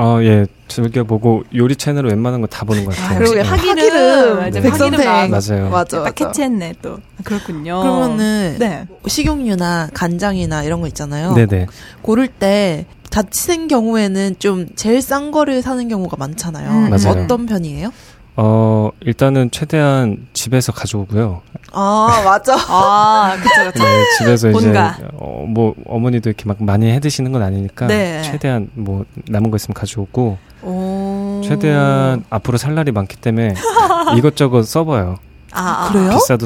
Speaker 4: 아, 예. 즐겨보고 요리 채널 웬만한 거 다 보는 것 같아요.
Speaker 5: 그러게.
Speaker 4: 예.
Speaker 5: 파기름.
Speaker 6: 맞아,
Speaker 4: 네.
Speaker 6: 파기름
Speaker 5: 백선생.
Speaker 6: 나와서
Speaker 4: 맞아요.
Speaker 5: 맞아.
Speaker 6: 딱
Speaker 5: 맞아.
Speaker 6: 캐치했네, 또. 그렇군요.
Speaker 5: 그러면은
Speaker 6: 어. 네.
Speaker 5: 식용유나 간장이나 이런 거 있잖아요.
Speaker 4: 네네.
Speaker 5: 고를 때 다치는 경우에는 좀 제일 싼 거를 사는 경우가 많잖아요.
Speaker 6: 음,
Speaker 4: 맞아요.
Speaker 5: 어떤 편이에요?
Speaker 4: 어, 일단은 최대한 집에서 가져오고요.
Speaker 5: 아 맞아.
Speaker 6: 아, 그쵸, 그쵸.
Speaker 4: 네, 집에서 이제
Speaker 6: 뭔가.
Speaker 4: 어, 뭐 어머니도 이렇게 막 많이 해 드시는 건 아니니까
Speaker 6: 네.
Speaker 4: 최대한 뭐 남은 거 있으면 가져오고
Speaker 5: 음.
Speaker 6: 오.
Speaker 4: 최대한 앞으로 살 날이 많기 때문에 이것저것 써봐요.
Speaker 6: 아, 아.
Speaker 5: 그래요?
Speaker 4: 비싸도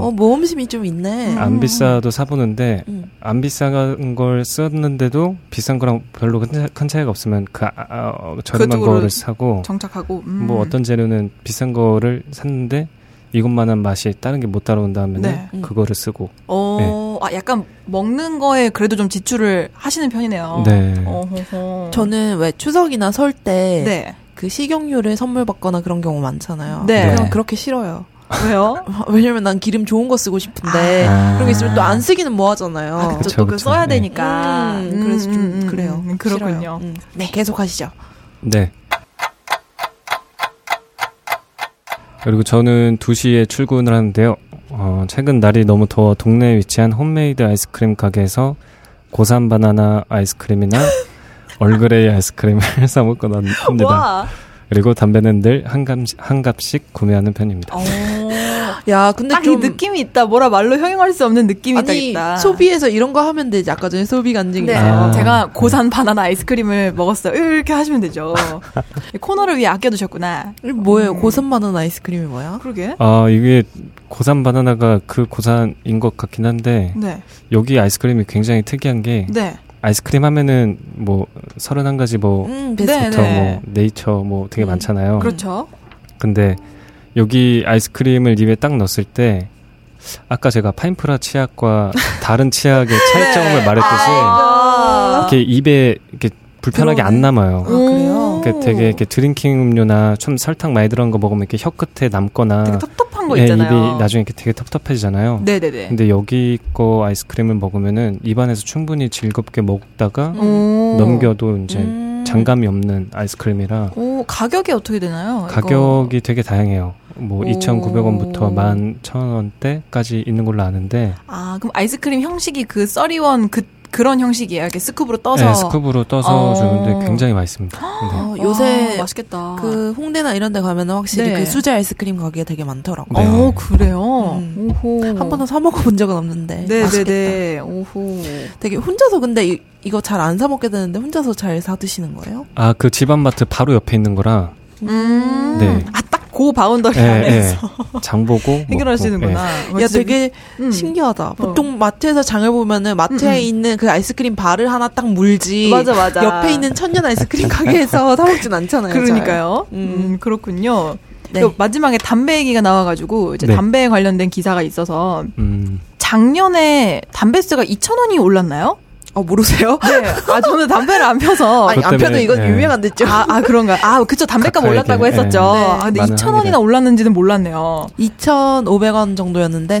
Speaker 5: 어 모험심이 좀 있네.
Speaker 6: 아.
Speaker 4: 안 비싸도 사보는데
Speaker 5: 음.
Speaker 4: 안 비싼 걸 썼는데도 비싼 거랑 별로 큰, 차- 큰 차이가 없으면 그 아, 아, 어, 저렴한
Speaker 6: 그쪽으로
Speaker 4: 거를 사고
Speaker 6: 정착하고. 음.
Speaker 4: 뭐 어떤 재료는 비싼 거를 샀는데 이것만한 맛이 다른 게 못 따라온 다음에는
Speaker 6: 네.
Speaker 5: 음.
Speaker 4: 그거를 쓰고
Speaker 6: 어,
Speaker 4: 네.
Speaker 6: 아, 약간 먹는 거에 그래도 좀 지출을 하시는 편이네요.
Speaker 4: 네.
Speaker 6: 어. 어허허.
Speaker 5: 저는 왜 추석이나 설 때 그
Speaker 6: 네.
Speaker 5: 식용유를 선물 받거나 그런 경우 많잖아요.
Speaker 6: 네.
Speaker 5: 그냥 그렇게 싫어요.
Speaker 6: 왜요?
Speaker 5: 왜냐면 난 기름 좋은 거 쓰고 싶은데
Speaker 4: 아.
Speaker 5: 그런 게 있으면 또 안 쓰기는 뭐하잖아요.
Speaker 6: 아, 그쵸,
Speaker 4: 그쵸,
Speaker 6: 또 그거
Speaker 4: 그쵸.
Speaker 6: 써야
Speaker 4: 네.
Speaker 6: 되니까.
Speaker 5: 음, 그래서 좀
Speaker 6: 음, 음, 음,
Speaker 5: 그래요.
Speaker 6: 음, 그렇군요.
Speaker 5: 싫어요. 음. 네 계속하시죠.
Speaker 4: 네. 그리고 저는 2시에 출근을 하는데요. 어, 최근 날이 너무 더워 동네에 위치한 홈메이드 아이스크림 가게에서 고산 바나나 아이스크림이나 얼그레이 아이스크림을 사 먹곤 합니다.
Speaker 6: 와.
Speaker 4: 그리고 담배는 늘 한 갑씩, 한 갑씩 구매하는 편입니다.
Speaker 5: 야 근데
Speaker 6: 딱 아, 이
Speaker 5: 좀
Speaker 6: 느낌이 있다. 뭐라 말로 형용할 수 없는 느낌이 딱
Speaker 5: 아니
Speaker 6: 있다.
Speaker 5: 소비해서 이런 거 하면 되지. 아까 전에 소비 간증이
Speaker 6: 네.
Speaker 4: 아.
Speaker 6: 제가 고산 바나나 아이스크림을 먹었어요. 이렇게 하시면 되죠. 코너를 위해 아껴두셨구나. 음.
Speaker 5: 뭐예요? 고산 바나나 아이스크림이 뭐야?
Speaker 6: 그러게.
Speaker 4: 아, 이게 고산 바나나가 그 고산인 것 같긴 한데
Speaker 6: 네.
Speaker 4: 여기 아이스크림이 굉장히 특이한 게
Speaker 6: 네.
Speaker 4: 아이스크림 하면은 뭐 31가지 뭐
Speaker 5: 음,
Speaker 6: 네,
Speaker 5: 베스트.
Speaker 4: 부터
Speaker 6: 네.
Speaker 4: 뭐 네이처 뭐 되게
Speaker 5: 음,
Speaker 4: 많잖아요.
Speaker 6: 그렇죠.
Speaker 4: 근데 여기 아이스크림을 입에 딱 넣었을 때 아까 제가 파인프라 치약과 다른 치약의 차이점을
Speaker 6: 네.
Speaker 4: 말했듯이
Speaker 6: 아.
Speaker 4: 이렇게 입에 이렇게 불편하게
Speaker 6: 음.
Speaker 4: 안 남아요.
Speaker 5: 아, 그래요?
Speaker 4: 이렇게 되게 이렇게 드링킹 음료나 좀 설탕 많이 들어간 거 먹으면 이렇게 혀 끝에 남거나
Speaker 6: 되게 텁텁한 거
Speaker 4: 예, 입이
Speaker 6: 있잖아요.
Speaker 4: 나중에 이렇게 되게 텁텁해지잖아요.
Speaker 6: 네네네.
Speaker 4: 근데 여기 거 아이스크림을 먹으면은 입안에서 충분히 즐겁게 먹다가
Speaker 6: 오.
Speaker 4: 넘겨도 이제
Speaker 5: 음.
Speaker 4: 장감이 없는 아이스크림이라
Speaker 6: 오, 어, 가격이 어떻게 되나요?
Speaker 4: 가격이 되게 다양해요. 뭐
Speaker 6: 오.
Speaker 4: 2,900원부터 11,000원대까지 있는 걸로 아는데
Speaker 6: 이거. 아, 그럼 아이스크림 형식이 그 써리원 그 그런 형식이에요. 이렇게 스쿱으로 떠서.
Speaker 4: 네, 스쿱으로 떠서
Speaker 6: 어.
Speaker 4: 주는데 굉장히 맛있습니다. 네.
Speaker 5: 어,
Speaker 6: 와,
Speaker 5: 요새
Speaker 6: 아, 맛있겠다.
Speaker 5: 그 홍대나 이런 데 가면 확실히
Speaker 6: 네.
Speaker 5: 그 수제 아이스크림 가게 되게 많더라고.
Speaker 4: 네.
Speaker 6: 어, 그래요.
Speaker 5: 음.
Speaker 6: 오호.
Speaker 5: 한 번도 사 먹어본 적은 없는데. 맛있겠다. 음.
Speaker 6: 네네네. 오호.
Speaker 5: 되게 혼자서 근데 이, 이거 잘 안 사 먹게 되는데 혼자서 잘 사 드시는 거예요?
Speaker 4: 아, 그 집안마트 바로 옆에 있는 거라
Speaker 6: 음.
Speaker 4: 네.
Speaker 6: 아, 딱 고 바운더리
Speaker 4: 예,
Speaker 6: 안에서
Speaker 4: 예. 장 보고 먹고, 네.
Speaker 6: 해결하시는구나. 와,
Speaker 5: 야
Speaker 6: 진짜
Speaker 5: 되게
Speaker 6: 음.
Speaker 5: 신기하다. 보통 마트에서 장을 보면은 마트에
Speaker 6: 음, 음.
Speaker 5: 있는 그 아이스크림 바를 하나 딱 물지.
Speaker 6: 맞아, 맞아.
Speaker 5: 옆에 있는 천년 아이스크림 가게에서 사 먹진 않잖아요. 잘.
Speaker 6: 그러니까요.
Speaker 5: 음.
Speaker 6: 음, 그렇군요.
Speaker 5: 네.
Speaker 6: 또 마지막에 담배 얘기가 나와가지고 이제
Speaker 4: 네.
Speaker 6: 담배에 관련된 기사가 있어서
Speaker 4: 예. 음.
Speaker 6: 작년에 담배세가 2천 원이 올랐나요?
Speaker 5: 어 모르세요?
Speaker 6: 네. 아 저는 담배를 안 펴서
Speaker 5: 아니
Speaker 4: 그것
Speaker 5: 안 펴도
Speaker 4: 때문에,
Speaker 5: 이건
Speaker 4: 예.
Speaker 5: 유명한 데죠.
Speaker 6: 아, 아 그런가? 아 그쵸 담배값
Speaker 4: 가까이
Speaker 6: 올랐다고
Speaker 4: 이렇게,
Speaker 6: 했었죠.
Speaker 5: 네.
Speaker 6: 아, 근데
Speaker 4: 많은
Speaker 6: 2천 원이나
Speaker 4: 합니다.
Speaker 6: 올랐는지는 몰랐네요.
Speaker 5: 2,500원 정도였는데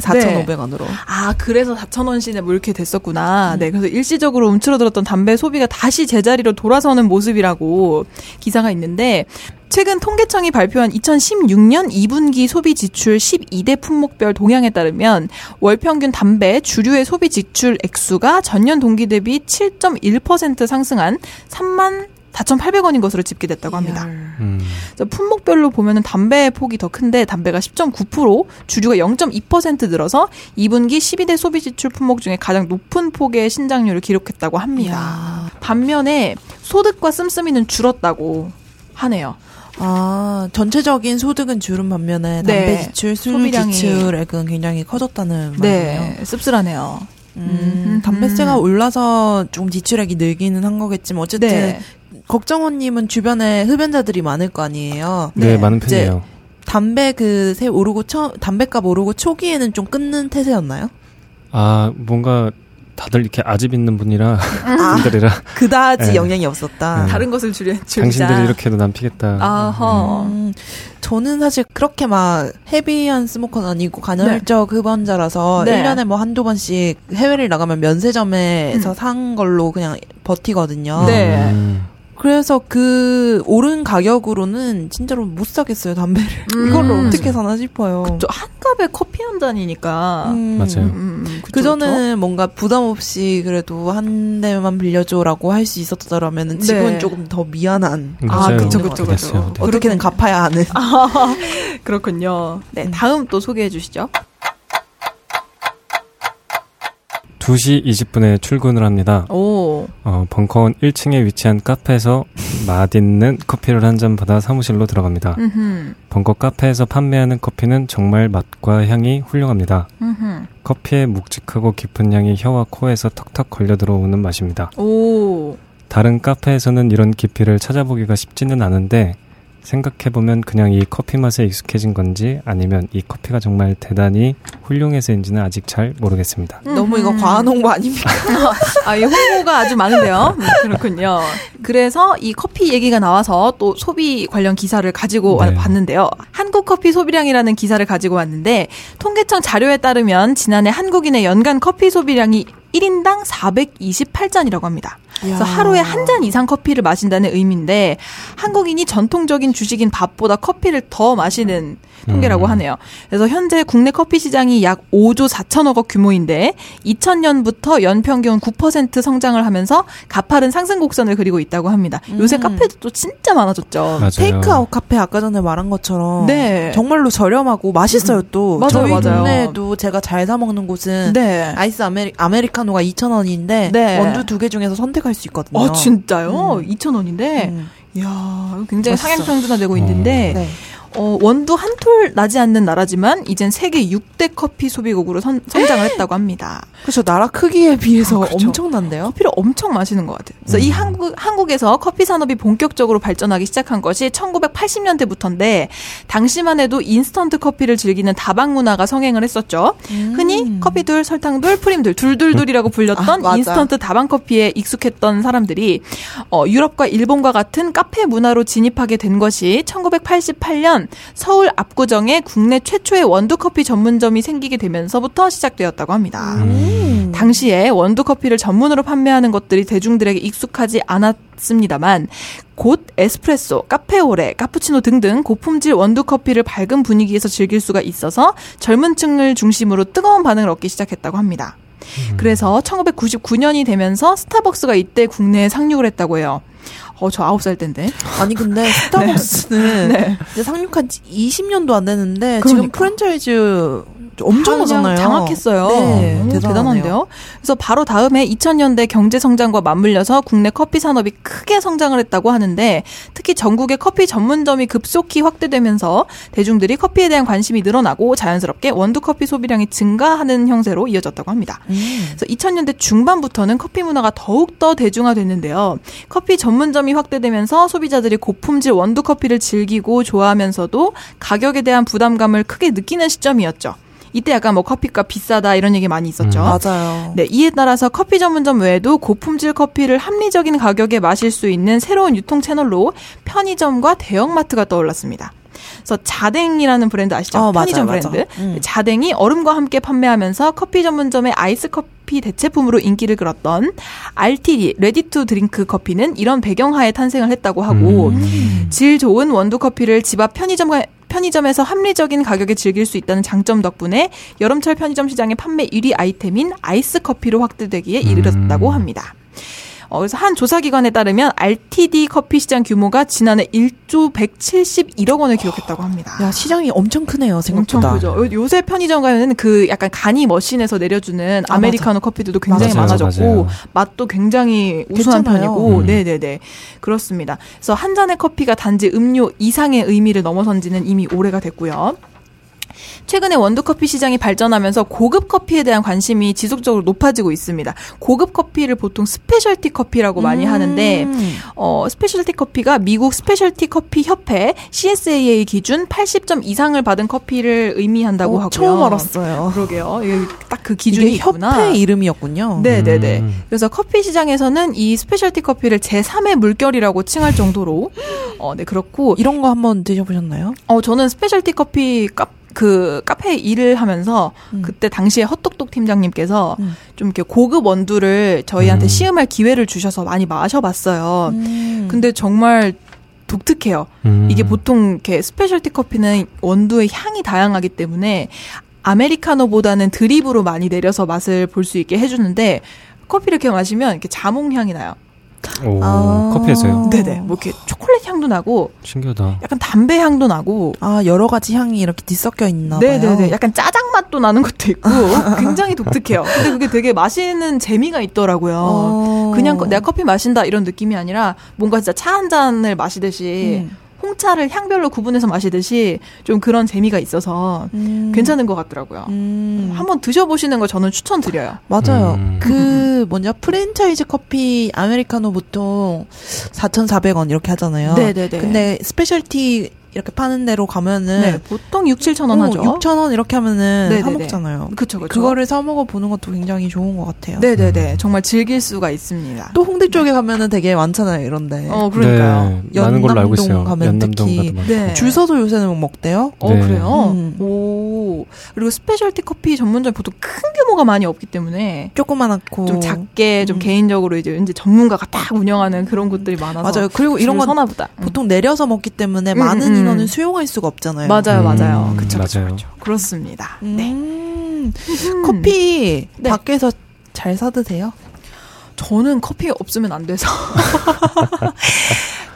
Speaker 6: 네.
Speaker 5: 4,500원으로.
Speaker 6: 아 그래서 4천 원씩이나 뭐 이렇게 됐었구나. 네 그래서 일시적으로 움츠러들었던 담배 소비가 다시 제자리로 돌아서는 모습이라고 기사가 있는데. 최근 통계청이 발표한 2016년 2분기 소비 지출 12대 품목별 동향에 따르면 월 평균 담배 주류의 소비 지출 액수가 전년 동기 대비 7.1% 상승한 3만 4,800원인 것으로 집계됐다고 합니다.
Speaker 4: 음.
Speaker 6: 자, 품목별로 보면은 담배의 폭이 더 큰데 담배가 10.9%, 주류가 0.2% 늘어서 2분기 12대 소비 지출 품목 중에 가장 높은 폭의 신장률을 기록했다고 아. 합니다. 반면에 소득과 씀씀이는 줄었다고 하네요.
Speaker 5: 아, 전체적인 소득은 줄은 반면에 담배
Speaker 6: 네.
Speaker 5: 지출, 술
Speaker 6: 소비량이.
Speaker 5: 지출액은 굉장히 커졌다는 말이네요.
Speaker 6: 네, 씁쓸하네요.
Speaker 5: 음, 담배세가 올라서 좀 지출액이 늘기는 한 거겠지만 어쨌든
Speaker 6: 네.
Speaker 5: 걱정원님은 주변에 흡연자들이 많을 거 아니에요.
Speaker 4: 네,
Speaker 6: 네,
Speaker 4: 많은
Speaker 5: 이제
Speaker 4: 편이에요.
Speaker 5: 담배 그 세 오르고 처, 담배값 오르고 초기에는 좀 끊는 태세였나요?
Speaker 4: 아 뭔가 다들 이렇게 아집 있는 분이라 분들이라
Speaker 5: 그다지
Speaker 4: 네.
Speaker 5: 영향이 아, 없었다.
Speaker 4: 네.
Speaker 6: 다른 것을 줄여 줄이자.
Speaker 4: 당신들이 이렇게 해도 난 피겠다.
Speaker 6: 아허.
Speaker 5: 음, 저는 사실 그렇게 막 헤비한 스모커는 아니고 간헐적 흡연자라서
Speaker 6: 네.
Speaker 5: 일년에뭐 한두 번씩 해외를 나가면 면세점에서 산 걸로 그냥 버티거든요.
Speaker 6: 음. 네.
Speaker 4: 음.
Speaker 5: 그래서 그 오른 가격으로는 진짜로 못 사겠어요, 담배를. 이걸로
Speaker 6: 음.
Speaker 5: 어떻게 사나 싶어요.
Speaker 6: 저 한갑에 커피 한 잔이니까.
Speaker 5: 음.
Speaker 4: 맞아요.
Speaker 6: 음, 그쵸,
Speaker 5: 그 전에는 뭔가 부담 없이 그래도 한 대만 빌려줘라고 할 수 있었더라면
Speaker 6: 네.
Speaker 5: 지금은 조금 더 미안한.
Speaker 4: 음,
Speaker 6: 아,
Speaker 4: 맞아요.
Speaker 6: 그쵸,
Speaker 4: 그렇게
Speaker 6: 그쵸,
Speaker 4: 됐어요.
Speaker 6: 그쵸.
Speaker 4: 네.
Speaker 5: 어떻게든 갚아야 하는.
Speaker 6: 그쵸? 그렇군요. 네, 다음 또 소개해 주시죠.
Speaker 4: 2시 20분에 출근을 합니다.
Speaker 6: 오.
Speaker 4: 어, 벙커원 1층에 위치한 카페에서 맛있는 커피를 한 잔 받아 사무실로 들어갑니다.
Speaker 6: 음흠.
Speaker 4: 벙커 카페에서 판매하는 커피는 정말 맛과 향이 훌륭합니다.
Speaker 6: 음흠.
Speaker 4: 커피의 묵직하고 깊은 향이 혀와 코에서 턱턱 걸려 들어오는 맛입니다.
Speaker 6: 오.
Speaker 4: 다른 카페에서는 이런 깊이를 찾아보기가 쉽지는 않은데 생각해보면 그냥 이 커피 맛에 익숙해진 건지 아니면 이 커피가 정말 대단히 훌륭해서인지는 아직 잘 모르겠습니다.
Speaker 5: 너무
Speaker 6: 음.
Speaker 5: 이거 과한 홍보 아닙니까?
Speaker 6: 아, 이 홍보가 아주 많은데요. 음, 그렇군요. 그래서 이 커피 얘기가 나와서 또 소비 관련 기사를 가지고 와-
Speaker 4: 네.
Speaker 6: 봤는데요. 한국 커피 소비량이라는 기사를 가지고 왔는데 통계청 자료에 따르면 지난해 한국인의 연간 커피 소비량이 1인당 428잔이라고 합니다. 그래서 하루에 한 잔 이상 커피를 마신다는 의미인데 한국인이 전통적인 주식인 밥보다 커피를 더 마시는 통계라고
Speaker 4: 음.
Speaker 6: 하네요. 그래서 현재 국내 커피 시장이 약 5조 4천억 원 규모인데 2000년부터 연평균 9% 성장을 하면서 가파른 상승 곡선을 그리고 있다고 합니다. 요새
Speaker 5: 음.
Speaker 6: 카페도 또 진짜 많아졌죠.
Speaker 4: 맞아요.
Speaker 5: 테이크아웃 카페 아까 전에 말한 것처럼
Speaker 6: 네. 음.
Speaker 5: 정말로 저렴하고 맛있어요 또
Speaker 6: 맞아요,
Speaker 5: 저희
Speaker 6: 맞아요.
Speaker 5: 동네에도 제가 잘 사 먹는 곳은
Speaker 6: 네.
Speaker 5: 아이스 아메리, 아메리카노가 2,000원인데
Speaker 6: 네.
Speaker 5: 원두 두 개 중에서 선택할 수 있거든요.
Speaker 6: 아 진짜요? 2,000원인데
Speaker 5: 음.
Speaker 6: 이야 굉장히
Speaker 5: 맛있어.
Speaker 6: 상향 평준화되고 있는데
Speaker 5: 네.
Speaker 6: 어, 원두 한 톨 나지 않는 나라지만 이젠 세계 6대 커피 소비국으로 선- 성장을 했다고 합니다.
Speaker 5: 그렇죠. 나라 크기에 비해서
Speaker 6: 아, 그렇죠. 음.
Speaker 5: 엄청난데요.
Speaker 6: 커피를 엄청 마시는 것 같아요. 그래서 이 한국, 한국에서 커피 산업이 본격적으로 발전하기 시작한 것이 1980년대부터인데, 당시만 해도 인스턴트 커피를 즐기는 다방 문화가 성행을 했었죠. 흔히 커피둘, 설탕둘, 프림둘, 둘둘둘이라고
Speaker 5: 아,
Speaker 6: 불렸던
Speaker 5: 맞아.
Speaker 6: 인스턴트 다방 커피에 익숙했던 사람들이 어, 유럽과 일본과 같은 카페 문화로 진입하게 된 것이 1988년 서울 압구정에 국내 최초의 원두 커피 전문점이 생기게 되면서부터 시작되었다고 합니다.
Speaker 4: 음.
Speaker 6: 음. 당시에 원두 커피를 전문으로 판매하는 것들이 대중들에게 익숙하지 않았습니다만 곧 에스프레소, 카페오레, 카푸치노 등등 고품질 원두 커피를 밝은 분위기에서 즐길 수가 있어서 젊은 층을 중심으로 뜨거운 반응을 얻기 시작했다고 합니다. 그래서 1999년이 되면서 스타벅스가 이때 국내에 상륙을 했다고 해요. 어, 저 9살 때인데.
Speaker 5: 아니
Speaker 6: 네.
Speaker 5: 근데 스타벅스는 이제 상륙한 지 20년도 안 됐는데 지금
Speaker 6: 그러니까.
Speaker 5: 프랜차이즈 엄청 오잖아요.
Speaker 6: 장악했어요.
Speaker 5: 네,
Speaker 6: 오,
Speaker 5: 대단하네요.
Speaker 6: 대단한데요. 그래서 바로 다음에 2000년대 경제 성장과 맞물려서 국내 커피 산업이 크게 성장을 했다고 하는데 특히 전국의 커피 전문점이 급속히 확대되면서 대중들이 커피에 대한 관심이 늘어나고 자연스럽게 원두 커피 소비량이 증가하는 형세로 이어졌다고 합니다.
Speaker 5: 음.
Speaker 6: 그래서 2000년대 중반부터는 커피 문화가 더욱더 대중화됐는데요. 커피 전문점이 확대되면서 소비자들이 고품질 원두 커피를 즐기고 좋아하면서도 가격에 대한 부담감을 크게 느끼는 시점이었죠. 이때 약간 뭐 커피값 비싸다 이런 얘기 많이 있었죠.
Speaker 5: 음, 맞아요.
Speaker 6: 네, 이에 따라서 커피 전문점 외에도 고품질 커피를 합리적인 가격에 마실 수 있는 새로운 유통 채널로 편의점과 대형마트가 떠올랐습니다. 그래서 자댕이라는 브랜드 아시죠?
Speaker 5: 어, 맞아요,
Speaker 6: 편의점
Speaker 5: 맞아.
Speaker 6: 브랜드.
Speaker 5: 음.
Speaker 6: 자댕이 얼음과 함께 판매하면서 커피 전문점의 아이스 커피 대체품으로 인기를 끌었던 RTD 레디 투 드링크 커피는 이런 배경하에 탄생을 했다고 하고
Speaker 5: 음.
Speaker 6: 질 좋은 원두 커피를 집 앞 편의점 편의점에서 합리적인 가격에 즐길 수 있다는 장점 덕분에 여름철 편의점 시장의 판매 1위 아이템인 아이스 커피로 확대되기에 이르렀다고 합니다. 어, 그래서 한 조사기관에 따르면 RTD 커피 시장 규모가 지난해 1조 171억 원을 기록했다고 합니다.
Speaker 5: 야 시장이 엄청 크네요
Speaker 6: 네. 엄청
Speaker 5: 생각보다.
Speaker 6: 크죠. 요- 요새 편의점 가면은 그 약간 간이 머신에서 내려주는
Speaker 5: 아,
Speaker 6: 아메리카노 커피들도 굉장히
Speaker 4: 맞아요,
Speaker 6: 많아졌고
Speaker 4: 맞아요.
Speaker 6: 맛도 굉장히 우수한
Speaker 5: 괜찮아요.
Speaker 6: 편이고,
Speaker 4: 음.
Speaker 6: 네네네 그렇습니다. 그래서 한 잔의 커피가 단지 음료 이상의 의미를 넘어선지는 이미 오래가 됐고요. 최근에 원두커피 시장이 발전하면서 고급 커피에 대한 관심이 지속적으로 높아지고 있습니다. 고급 커피를 보통 스페셜티 커피라고 많이 하는데
Speaker 5: 음.
Speaker 6: 어, 스페셜티 커피가 미국 스페셜티 커피 협회 CSAA 기준 80점 이상을 받은 커피를 의미한다고
Speaker 5: 어,
Speaker 6: 하고요.
Speaker 5: 처음 알았어요.
Speaker 6: 그러게요. 딱 그 기준이
Speaker 5: 이게
Speaker 6: 있구나.
Speaker 5: 협회 이름이었군요. 어,
Speaker 6: 네네네.
Speaker 4: 음.
Speaker 6: 그래서 커피 시장에서는 이 스페셜티 커피를 제3의 물결이라고 칭할 정도로 어, 네 그렇고
Speaker 5: 이런 거 한번 드셔보셨나요?
Speaker 6: 어 저는 스페셜티 커피 카, 그 카페 일을 하면서
Speaker 5: 음.
Speaker 6: 그때 당시에 헛똑똑 팀장님께서
Speaker 5: 음.
Speaker 6: 좀 이렇게 고급 원두를 저희한테
Speaker 4: 음.
Speaker 6: 시음할 기회를 주셔서 많이 마셔봤어요.
Speaker 5: 음.
Speaker 6: 근데 정말 독특해요.
Speaker 4: 음.
Speaker 6: 이게 보통 이렇게 스페셜티 커피는 원두의 향이 다양하기 때문에 아메리카노보다는 드립으로 많이 내려서 맛을 볼 수 있게 해주는데 커피를 이렇게 마시면 이렇게 자몽 향이 나요.
Speaker 4: 오,
Speaker 5: 아.
Speaker 4: 커피에서요.
Speaker 6: 네네. 뭐 이렇게 초콜릿 향도 나고
Speaker 4: 신기하다.
Speaker 6: 약간 담배 향도 나고.
Speaker 5: 아 여러 가지 향이 이렇게 뒤섞여 있나 봐요.
Speaker 6: 네네네. 약간 짜장 맛도 나는 것도 있고 굉장히 독특해요. 근데 그게 되게 마시는 재미가 있더라고요.
Speaker 5: 어.
Speaker 6: 그냥 거- 내가 커피 마신다 이런 느낌이 아니라 뭔가 진짜 차 한 잔을 마시듯이
Speaker 5: 음.
Speaker 6: 홍차를 향별로 구분해서 마시듯이 좀 그런 재미가 있어서
Speaker 5: 음.
Speaker 6: 괜찮은 것 같더라고요.
Speaker 5: 음.
Speaker 6: 한번 드셔보시는 거 저는 추천드려요.
Speaker 5: 맞아요.
Speaker 4: 음.
Speaker 5: 그 뭐냐 프랜차이즈 커피 아메리카노 보통 4,400원 이렇게 하잖아요.
Speaker 6: 네네네.
Speaker 5: 근데 스페셜티 이렇게 파는 데로 가면은
Speaker 6: 네, 보통 6, 7천 원 하죠.
Speaker 5: 6천 원 이렇게 하면은
Speaker 6: 네네네.
Speaker 5: 사 먹잖아요.
Speaker 6: 그쵸, 그쵸.
Speaker 5: 그거를 사 먹어 보는 것도 굉장히 좋은 것 같아요.
Speaker 6: 네네네. 정말 즐길 수가 있습니다.
Speaker 5: 또 홍대 쪽에 가면은 되게 많잖아요, 이런데.
Speaker 6: 어, 그러니까요.
Speaker 4: 네, 많은 걸로 알고
Speaker 5: 연남동
Speaker 4: 있어요.
Speaker 5: 가면
Speaker 4: 연남동
Speaker 5: 특히
Speaker 4: 가도 많고.
Speaker 6: 네.
Speaker 5: 어, 줄 서서 요새는 막 먹대요.
Speaker 6: 어,
Speaker 4: 네.
Speaker 6: 그래요?
Speaker 5: 음.
Speaker 6: 오. 그리고 스페셜티 커피 전문점이 보통 큰 규모가 많이 없기 때문에
Speaker 5: 조그만하고
Speaker 6: 좀 작게, 좀
Speaker 5: 음.
Speaker 6: 개인적으로 이제 왠지 전문가가 딱 운영하는 그런 뭐 곳들이 많아서.
Speaker 5: 맞아요. 그리고 이런 건
Speaker 6: 서나보다.
Speaker 5: 보통 내려서 먹기 때문에
Speaker 6: 음,
Speaker 5: 많은
Speaker 6: 음.
Speaker 5: 인원을 수용할 수가
Speaker 6: 네,
Speaker 5: 없잖아요.
Speaker 6: 맞아요, 맞아요.
Speaker 4: 음,
Speaker 6: 그쵸, 그쵸,
Speaker 4: 맞아요.
Speaker 6: 그쵸. 그렇습니다.
Speaker 5: 음.
Speaker 6: 네.
Speaker 5: 커피
Speaker 6: 음. 네.
Speaker 5: 밖에서 잘 사드세요?
Speaker 6: 저는 커피 없으면 안 돼서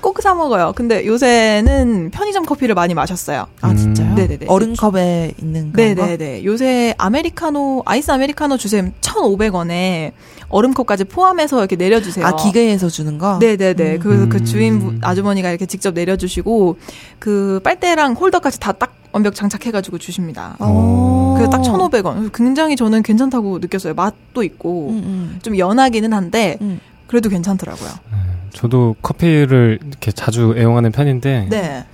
Speaker 6: 꼭 사 먹어요. 근데 요새는 편의점 커피를 많이 마셨어요.
Speaker 5: 아
Speaker 4: 음.
Speaker 5: 진짜요?
Speaker 6: 네네네.
Speaker 5: 얼음 컵에 있는 그런 거?
Speaker 6: 네네네. 요새 아메리카노 아이스 아메리카노 주세요. 1,500원에 얼음컵까지 포함해서 이렇게 내려주세요.
Speaker 5: 아 기계에서 주는 거?
Speaker 6: 네. 네네네.
Speaker 5: 음.
Speaker 6: 그래서 그
Speaker 4: 음.
Speaker 6: 주인 아주머니가 이렇게 직접 내려주시고 그 빨대랑 홀더까지 다 딱 완벽 장착해가지고 주십니다.
Speaker 5: 어.
Speaker 6: 그래서 딱 1,500원. 굉장히 저는 괜찮다고 느꼈어요. 맛도 있고
Speaker 5: 음, 음.
Speaker 6: 좀 연하기는 한데
Speaker 5: 음.
Speaker 6: 그래도 괜찮더라고요.
Speaker 4: 저도 커피를 이렇게 자주 애용하는 편인데
Speaker 6: 네.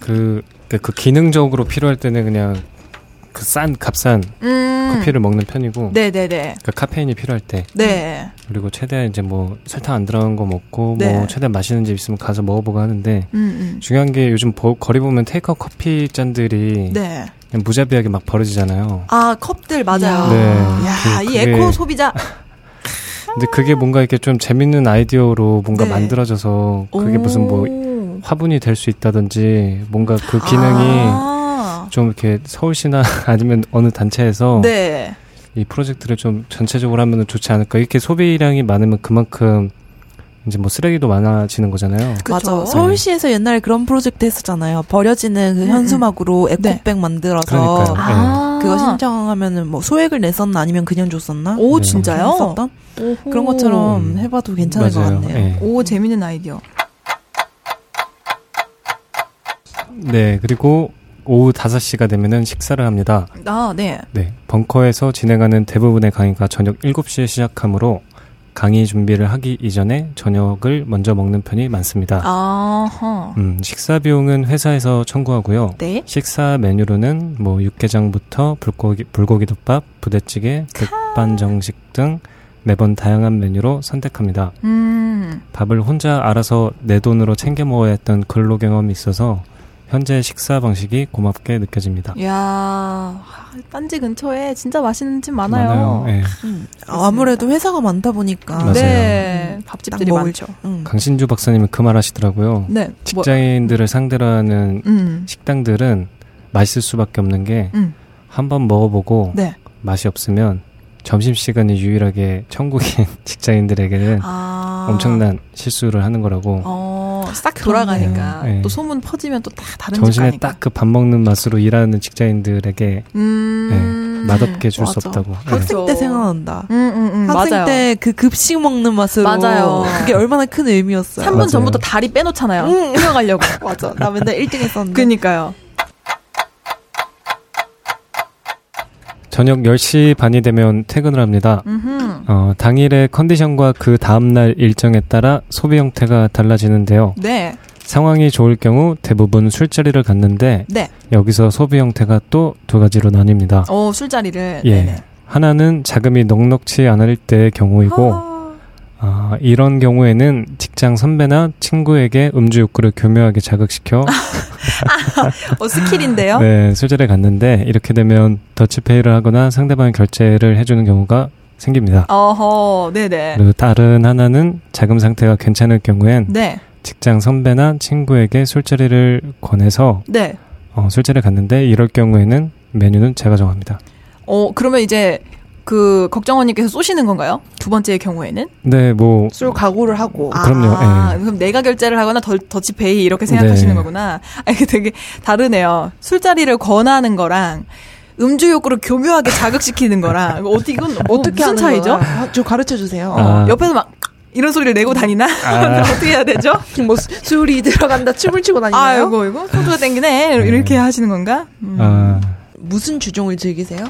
Speaker 4: 그, 그, 그 기능적으로 필요할 때는 그냥 그 싼 값싼
Speaker 6: 음.
Speaker 4: 커피를 먹는 편이고
Speaker 6: 네네네.
Speaker 4: 그 카페인이 필요할 때
Speaker 6: 네.
Speaker 4: 그리고 최대한 이제 뭐 설탕 안 들어간 거 먹고
Speaker 6: 네.
Speaker 4: 뭐 최대한 맛있는 집 있으면 가서 먹어보고 하는데
Speaker 6: 음, 음.
Speaker 4: 중요한 게 요즘 보- 거리 보면 테이크아웃 커피 잔들이
Speaker 6: 네.
Speaker 4: 그냥 무자비하게 막 버려지잖아요.
Speaker 6: 아, 컵들 맞아요.
Speaker 4: 네.
Speaker 6: 야,
Speaker 4: 그-
Speaker 6: 이
Speaker 4: 그게-
Speaker 6: 에코 소비자.
Speaker 4: 근데 그게 뭔가 이렇게 좀 재밌는 아이디어로 뭔가
Speaker 6: 아. 네.
Speaker 4: 만들어져서 그게 무슨 뭐
Speaker 6: 오.
Speaker 4: 화분이 될 수 있다든지 뭔가 그 기능이
Speaker 6: 아.
Speaker 4: 좀 이렇게 서울시나 아니면 어느 단체에서
Speaker 6: 네.
Speaker 4: 이 프로젝트를 좀 전체적으로 하면 좋지 않을까 이렇게 소비량이 많으면 그만큼 이제 뭐 쓰레기도 많아지는 거잖아요.
Speaker 5: 맞아.
Speaker 6: 그쵸? 네.
Speaker 5: 서울시에서 옛날에 그런 프로젝트 했었잖아요. 버려지는 그
Speaker 6: 음,
Speaker 5: 현수막으로 에코백 만들어서
Speaker 4: 그러니까요. 네.
Speaker 6: 아.
Speaker 5: 그거 신청하면은 뭐 소액을 냈었나 아니면 그냥 줬었나?
Speaker 6: 오,
Speaker 4: 네.
Speaker 6: 진짜요?
Speaker 5: 했었던?
Speaker 6: 오호.
Speaker 5: 그런 것처럼 해봐도 괜찮을
Speaker 4: 맞아요.
Speaker 5: 것 같네요.
Speaker 4: 예.
Speaker 6: 오, 재밌는 아이디어.
Speaker 4: 네, 그리고 오후 5시가 되면은 식사를 합니다.
Speaker 6: 아, 네.
Speaker 4: 네, 벙커에서 진행하는 대부분의 강의가 저녁 7시에 시작하므로 강의 준비를 하기 이전에 저녁을 먼저 먹는 편이 많습니다.
Speaker 5: 아.
Speaker 6: 아하.
Speaker 4: 음, 식사 비용은 회사에서 청구하고요.
Speaker 6: 네.
Speaker 4: 식사 메뉴로는 뭐 육개장부터 불고기 불고기 덮밥, 부대찌개, 백반 정식 등 매번 다양한 메뉴로 선택합니다.
Speaker 6: 음.
Speaker 4: 밥을 혼자 알아서 내 돈으로 챙겨 먹어야 했던 근로 경험이 있어서 현재 식사 방식이 고맙게 느껴집니다.
Speaker 6: 야, 아, 딴지 근처에 진짜 맛있는 집 많아요.
Speaker 4: 예.
Speaker 5: 음. 아, 아무래도 회사가 많다 보니까
Speaker 4: 맞아요.
Speaker 6: 네.
Speaker 5: 딱
Speaker 6: 밥집들이
Speaker 5: 먹을-
Speaker 6: 많죠.
Speaker 5: 음.
Speaker 4: 강신주 박사님은 그 말 하시더라고요.
Speaker 6: 네. 뭐-
Speaker 4: 직장인들을 상대로 하는
Speaker 6: 음.
Speaker 4: 식당들은 맛있을 수밖에 없는 게 한 번
Speaker 6: 음.
Speaker 4: 먹어보고
Speaker 6: 네.
Speaker 4: 맛이 없으면 점심시간이 유일하게 천국인 직장인들에게는
Speaker 6: 아.
Speaker 4: 엄청난 실수를 하는 거라고
Speaker 6: 어, 싹
Speaker 4: 그렇네요.
Speaker 6: 돌아가니까
Speaker 4: 네.
Speaker 6: 또 소문 퍼지면 또 다 다른 집
Speaker 4: 점심에
Speaker 6: 가니까.
Speaker 4: 딱 그 밥 먹는 맛으로 일하는 직장인들에게
Speaker 6: 음.
Speaker 4: 예, 맛없게 줄 수
Speaker 5: 맞아.
Speaker 4: 없다고.
Speaker 6: 그렇죠.
Speaker 5: 학생 때 생각난다.
Speaker 6: 음, 음, 음,
Speaker 5: 학생
Speaker 6: 맞아요.
Speaker 5: 때 그 급식 먹는 맛으로
Speaker 6: 맞아요.
Speaker 5: 그게 얼마나 큰 의미였어요.
Speaker 6: 3분
Speaker 4: 맞아요.
Speaker 6: 전부터 다리 빼놓잖아요.
Speaker 5: 음.
Speaker 6: 뛰어가려고.
Speaker 5: 맞아. 나 맨날 1등 했었는데.
Speaker 6: 그니까요.
Speaker 4: 저녁 10시 반이 되면 퇴근을 합니다.
Speaker 6: 음흠.
Speaker 4: 어, 당일의 컨디션과 그 다음날 일정에 따라 소비 형태가 달라지는데요.
Speaker 6: 네.
Speaker 4: 상황이 좋을 경우 대부분 술자리를 갔는데
Speaker 6: 네.
Speaker 4: 여기서 소비 형태가 또 두 가지로 나뉩니다.
Speaker 6: 어, 술자리를.
Speaker 4: 예.
Speaker 6: 네네.
Speaker 4: 하나는 자금이 넉넉치 않을 때의 경우이고
Speaker 6: 아,
Speaker 4: 아, 이런 경우에는 직장 선배나 친구에게 음주 욕구를 교묘하게 자극시켜
Speaker 6: 아, 어, 스킬인데요?
Speaker 4: 네, 술자리에 갔는데 이렇게 되면 더치페이를 하거나 상대방이 결제를 해주는 경우가 생깁니다.
Speaker 6: 어허, 네네.
Speaker 4: 그리고 다른 하나는 자금 상태가 괜찮을 경우엔
Speaker 6: 네.
Speaker 4: 직장 선배나 친구에게 술자리를 권해서
Speaker 6: 네.
Speaker 4: 어, 술자리에 갔는데 이럴 경우에는 메뉴는 제가 정합니다.
Speaker 6: 어, 그러면 이제 그 걱정원님께서 쏘시는 건가요? 두 번째의 경우에는?
Speaker 4: 네, 뭐
Speaker 5: 술 각오를 하고.
Speaker 4: 그럼요,
Speaker 6: 아,
Speaker 4: 예.
Speaker 6: 그럼 내가 결제를 하거나 더, 더치페이 이렇게 생각하시는
Speaker 4: 네.
Speaker 6: 거구나. 아, 이게 되게 다르네요. 술자리를 권하는 거랑 음주 욕구를 교묘하게 자극시키는 거랑 이거 어떻게 이건 뭐,
Speaker 5: 어떻게
Speaker 6: 무슨
Speaker 5: 하는
Speaker 6: 차이죠?
Speaker 5: 거야? 아, 저 가르쳐 주세요.
Speaker 4: 아.
Speaker 6: 어, 옆에서 막 이런 소리를 내고 다니나? 어떻게 해야 되죠?
Speaker 5: 뭐 수- 술이 들어간다 춤을 추고 다니나요?
Speaker 6: 아이고 이거 소주가 땡기네 이렇게 하시는 건가? 음.
Speaker 4: 음. 아,
Speaker 5: 무슨 주종을 즐기세요?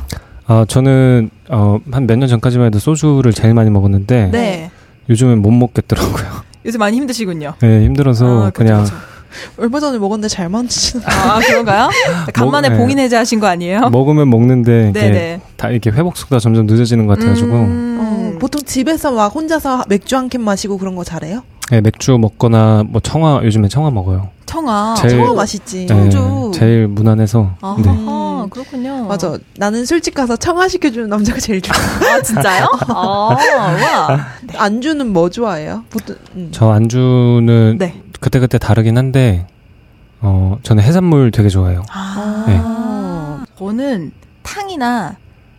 Speaker 4: 아, 저는 어, 한 몇 년 전까지만 해도 소주를 제일 많이 먹었는데
Speaker 6: 네.
Speaker 4: 요즘엔 못 먹겠더라고요.
Speaker 6: 요새 많이 힘드시군요.
Speaker 4: 네, 힘들어서
Speaker 6: 아, 그쵸,
Speaker 4: 그냥
Speaker 6: 그쵸.
Speaker 5: 얼마 전에 먹었는데 잘 만드시는.
Speaker 6: 아 그런가요? 간만에
Speaker 4: 네.
Speaker 6: 봉인 해제하신 거 아니에요?
Speaker 4: 먹으면 먹는데 뭐, 이게
Speaker 6: 어? 네네. 음.
Speaker 4: 다 이렇게 회복 속도가 점점 늦어지는 것 같아가지고
Speaker 5: 어, 보통 집에서 막 혼자서 맥주 한 캔 마시고 그런 거 잘해요?
Speaker 4: 네, 맥주 먹거나 뭐 청아 요즘에 청아 먹어요.
Speaker 6: 청아.
Speaker 4: 제일-
Speaker 5: 청아 맛있지.
Speaker 4: 네,
Speaker 6: 청주.
Speaker 4: 제일 무난해서.
Speaker 6: 아,
Speaker 4: 네.
Speaker 5: 음.
Speaker 6: 그렇군요.
Speaker 5: 맞아. 나는 술집 가서 청아 시켜주는 남자가 제일 좋아.
Speaker 6: 아, 진짜요? 아,
Speaker 5: 네.
Speaker 6: 와.
Speaker 5: 안주는 뭐 좋아해요? 보통 음.
Speaker 4: 저 안주는
Speaker 6: 네.
Speaker 4: 그때 그때 다르긴 한데 어 저는 해산물 되게 좋아해요.
Speaker 6: 아. 저는 탕이나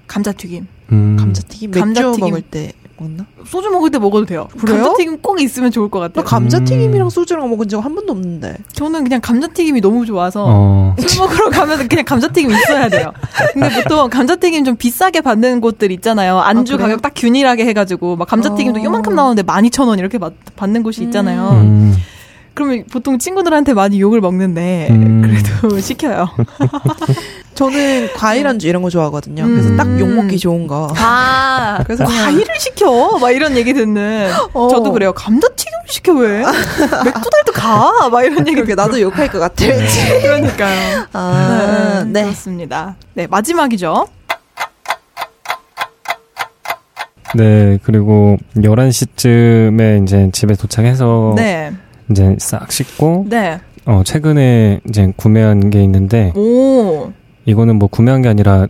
Speaker 6: 감자튀김.
Speaker 4: 음,
Speaker 5: 감자튀김 맥주
Speaker 6: 감자튀김.
Speaker 5: 먹을 때 먹나?
Speaker 6: 소주 먹을 때 먹어도 돼요.
Speaker 5: 그래요?
Speaker 6: 감자튀김 꼭 있으면 좋을 것
Speaker 5: 나
Speaker 6: 같아요.
Speaker 5: 감자튀김이랑 소주랑 먹은 적 한 번도 없는데.
Speaker 6: 저는 그냥 감자튀김이 너무 좋아서
Speaker 4: 어
Speaker 6: 술 먹으러 가면 그냥 감자튀김 있어야 돼요. 근데 보통 감자튀김 좀 비싸게 받는 곳들 있잖아요. 안주
Speaker 5: 아, 그래요?
Speaker 6: 가격 딱 균일하게 해가지고 막 감자튀김도
Speaker 5: 어.
Speaker 6: 요만큼 나오는데 12,000원 이렇게 받, 받는 곳이 있잖아요.
Speaker 4: 음,
Speaker 6: 그러면 보통 친구들한테 많이 욕을 먹는데
Speaker 4: 음.
Speaker 6: 네, 그래도 시켜요.
Speaker 5: 저는 과일 안주 이런 거 좋아하거든요. 그래서
Speaker 4: 음.
Speaker 5: 딱 욕 먹기 좋은 거.
Speaker 6: 음. 아,
Speaker 5: 그래서 그냥-
Speaker 6: 과일을 시켜? 막 이런 얘기 듣는.
Speaker 5: 어.
Speaker 6: 저도 그래요. 감자튀김을 시켜, 왜? 맥주 달도 가? 막 이런 얘기 듣고. 네.
Speaker 5: 그렇게 그러니까 나도 욕할 것 같아.
Speaker 6: 그러니까요.
Speaker 5: 아,
Speaker 6: 음,
Speaker 5: 네.
Speaker 6: 그렇습니다. 네, 마지막이죠.
Speaker 4: 네 그리고 11 시쯤에 이제 집에 도착해서
Speaker 6: 네.
Speaker 4: 이제 싹 씻고
Speaker 6: 네.
Speaker 4: 어 최근에 이제 구매한 게 있는데
Speaker 6: 오.
Speaker 4: 이거는 뭐 구매한 게 아니라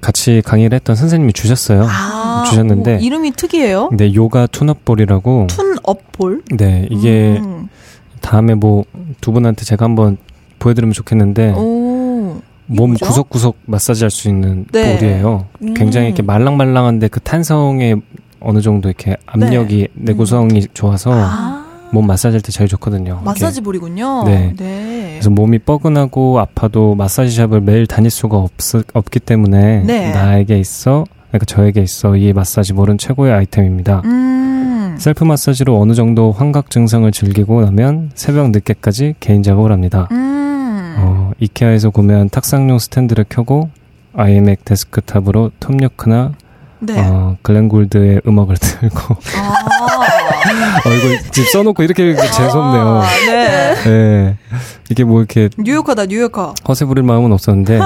Speaker 4: 같이 강의를 했던 선생님이 주셨어요.
Speaker 6: 아. 어?
Speaker 4: 주셨는데. 음.
Speaker 6: 오, 이름이 특이해요.
Speaker 4: 근데 요가 툰업볼이라고
Speaker 6: 툰업볼.
Speaker 4: 네 이게
Speaker 6: 음.
Speaker 4: 다음에 뭐 두 분한테 제가 한번 보여드리면 좋겠는데
Speaker 6: 오.
Speaker 4: 몸
Speaker 6: 뭐죠?
Speaker 4: 구석구석 마사지할 수 있는
Speaker 6: 네.
Speaker 4: 볼이에요.
Speaker 5: 음.
Speaker 4: 굉장히 이렇게 말랑말랑한데 그 탄성에 어느 정도 이렇게 압력이 내구성이 좋아서
Speaker 6: 네. 음. 아.
Speaker 4: 몸 마사지할 때 제일 좋거든요. 어. 이게.
Speaker 6: 마사지볼이군요.
Speaker 4: 네.
Speaker 6: 네.
Speaker 4: 그래서 몸이 뻐근하고 아파도 마사지샵을 매일 다닐 수가 없, 없기 때문에
Speaker 6: 네.
Speaker 4: 나에게 있어 그러니까 저에게 있어 이 마사지볼은 최고의 아이템입니다.
Speaker 6: 음.
Speaker 4: 셀프 마사지로 어느 정도 환각 증상을 즐기고 나면 새벽 늦게까지 개인 작업을 합니다.
Speaker 6: 음.
Speaker 4: 어, 이케아에서 구매한 탁상용 스탠드를 켜고 아이맥 데스크탑으로 톰요크나
Speaker 6: 네.
Speaker 4: 어, 글렌골드의 음악을 들고
Speaker 6: 아.
Speaker 4: 얼굴 집 써놓고 이렇게 읽으니까 죄송네요.
Speaker 6: 아, 네.
Speaker 4: 예. 이게 뭐 이렇게
Speaker 6: 뉴욕커다, 뉴욕커.
Speaker 4: 허세 부릴 마음은 없었는데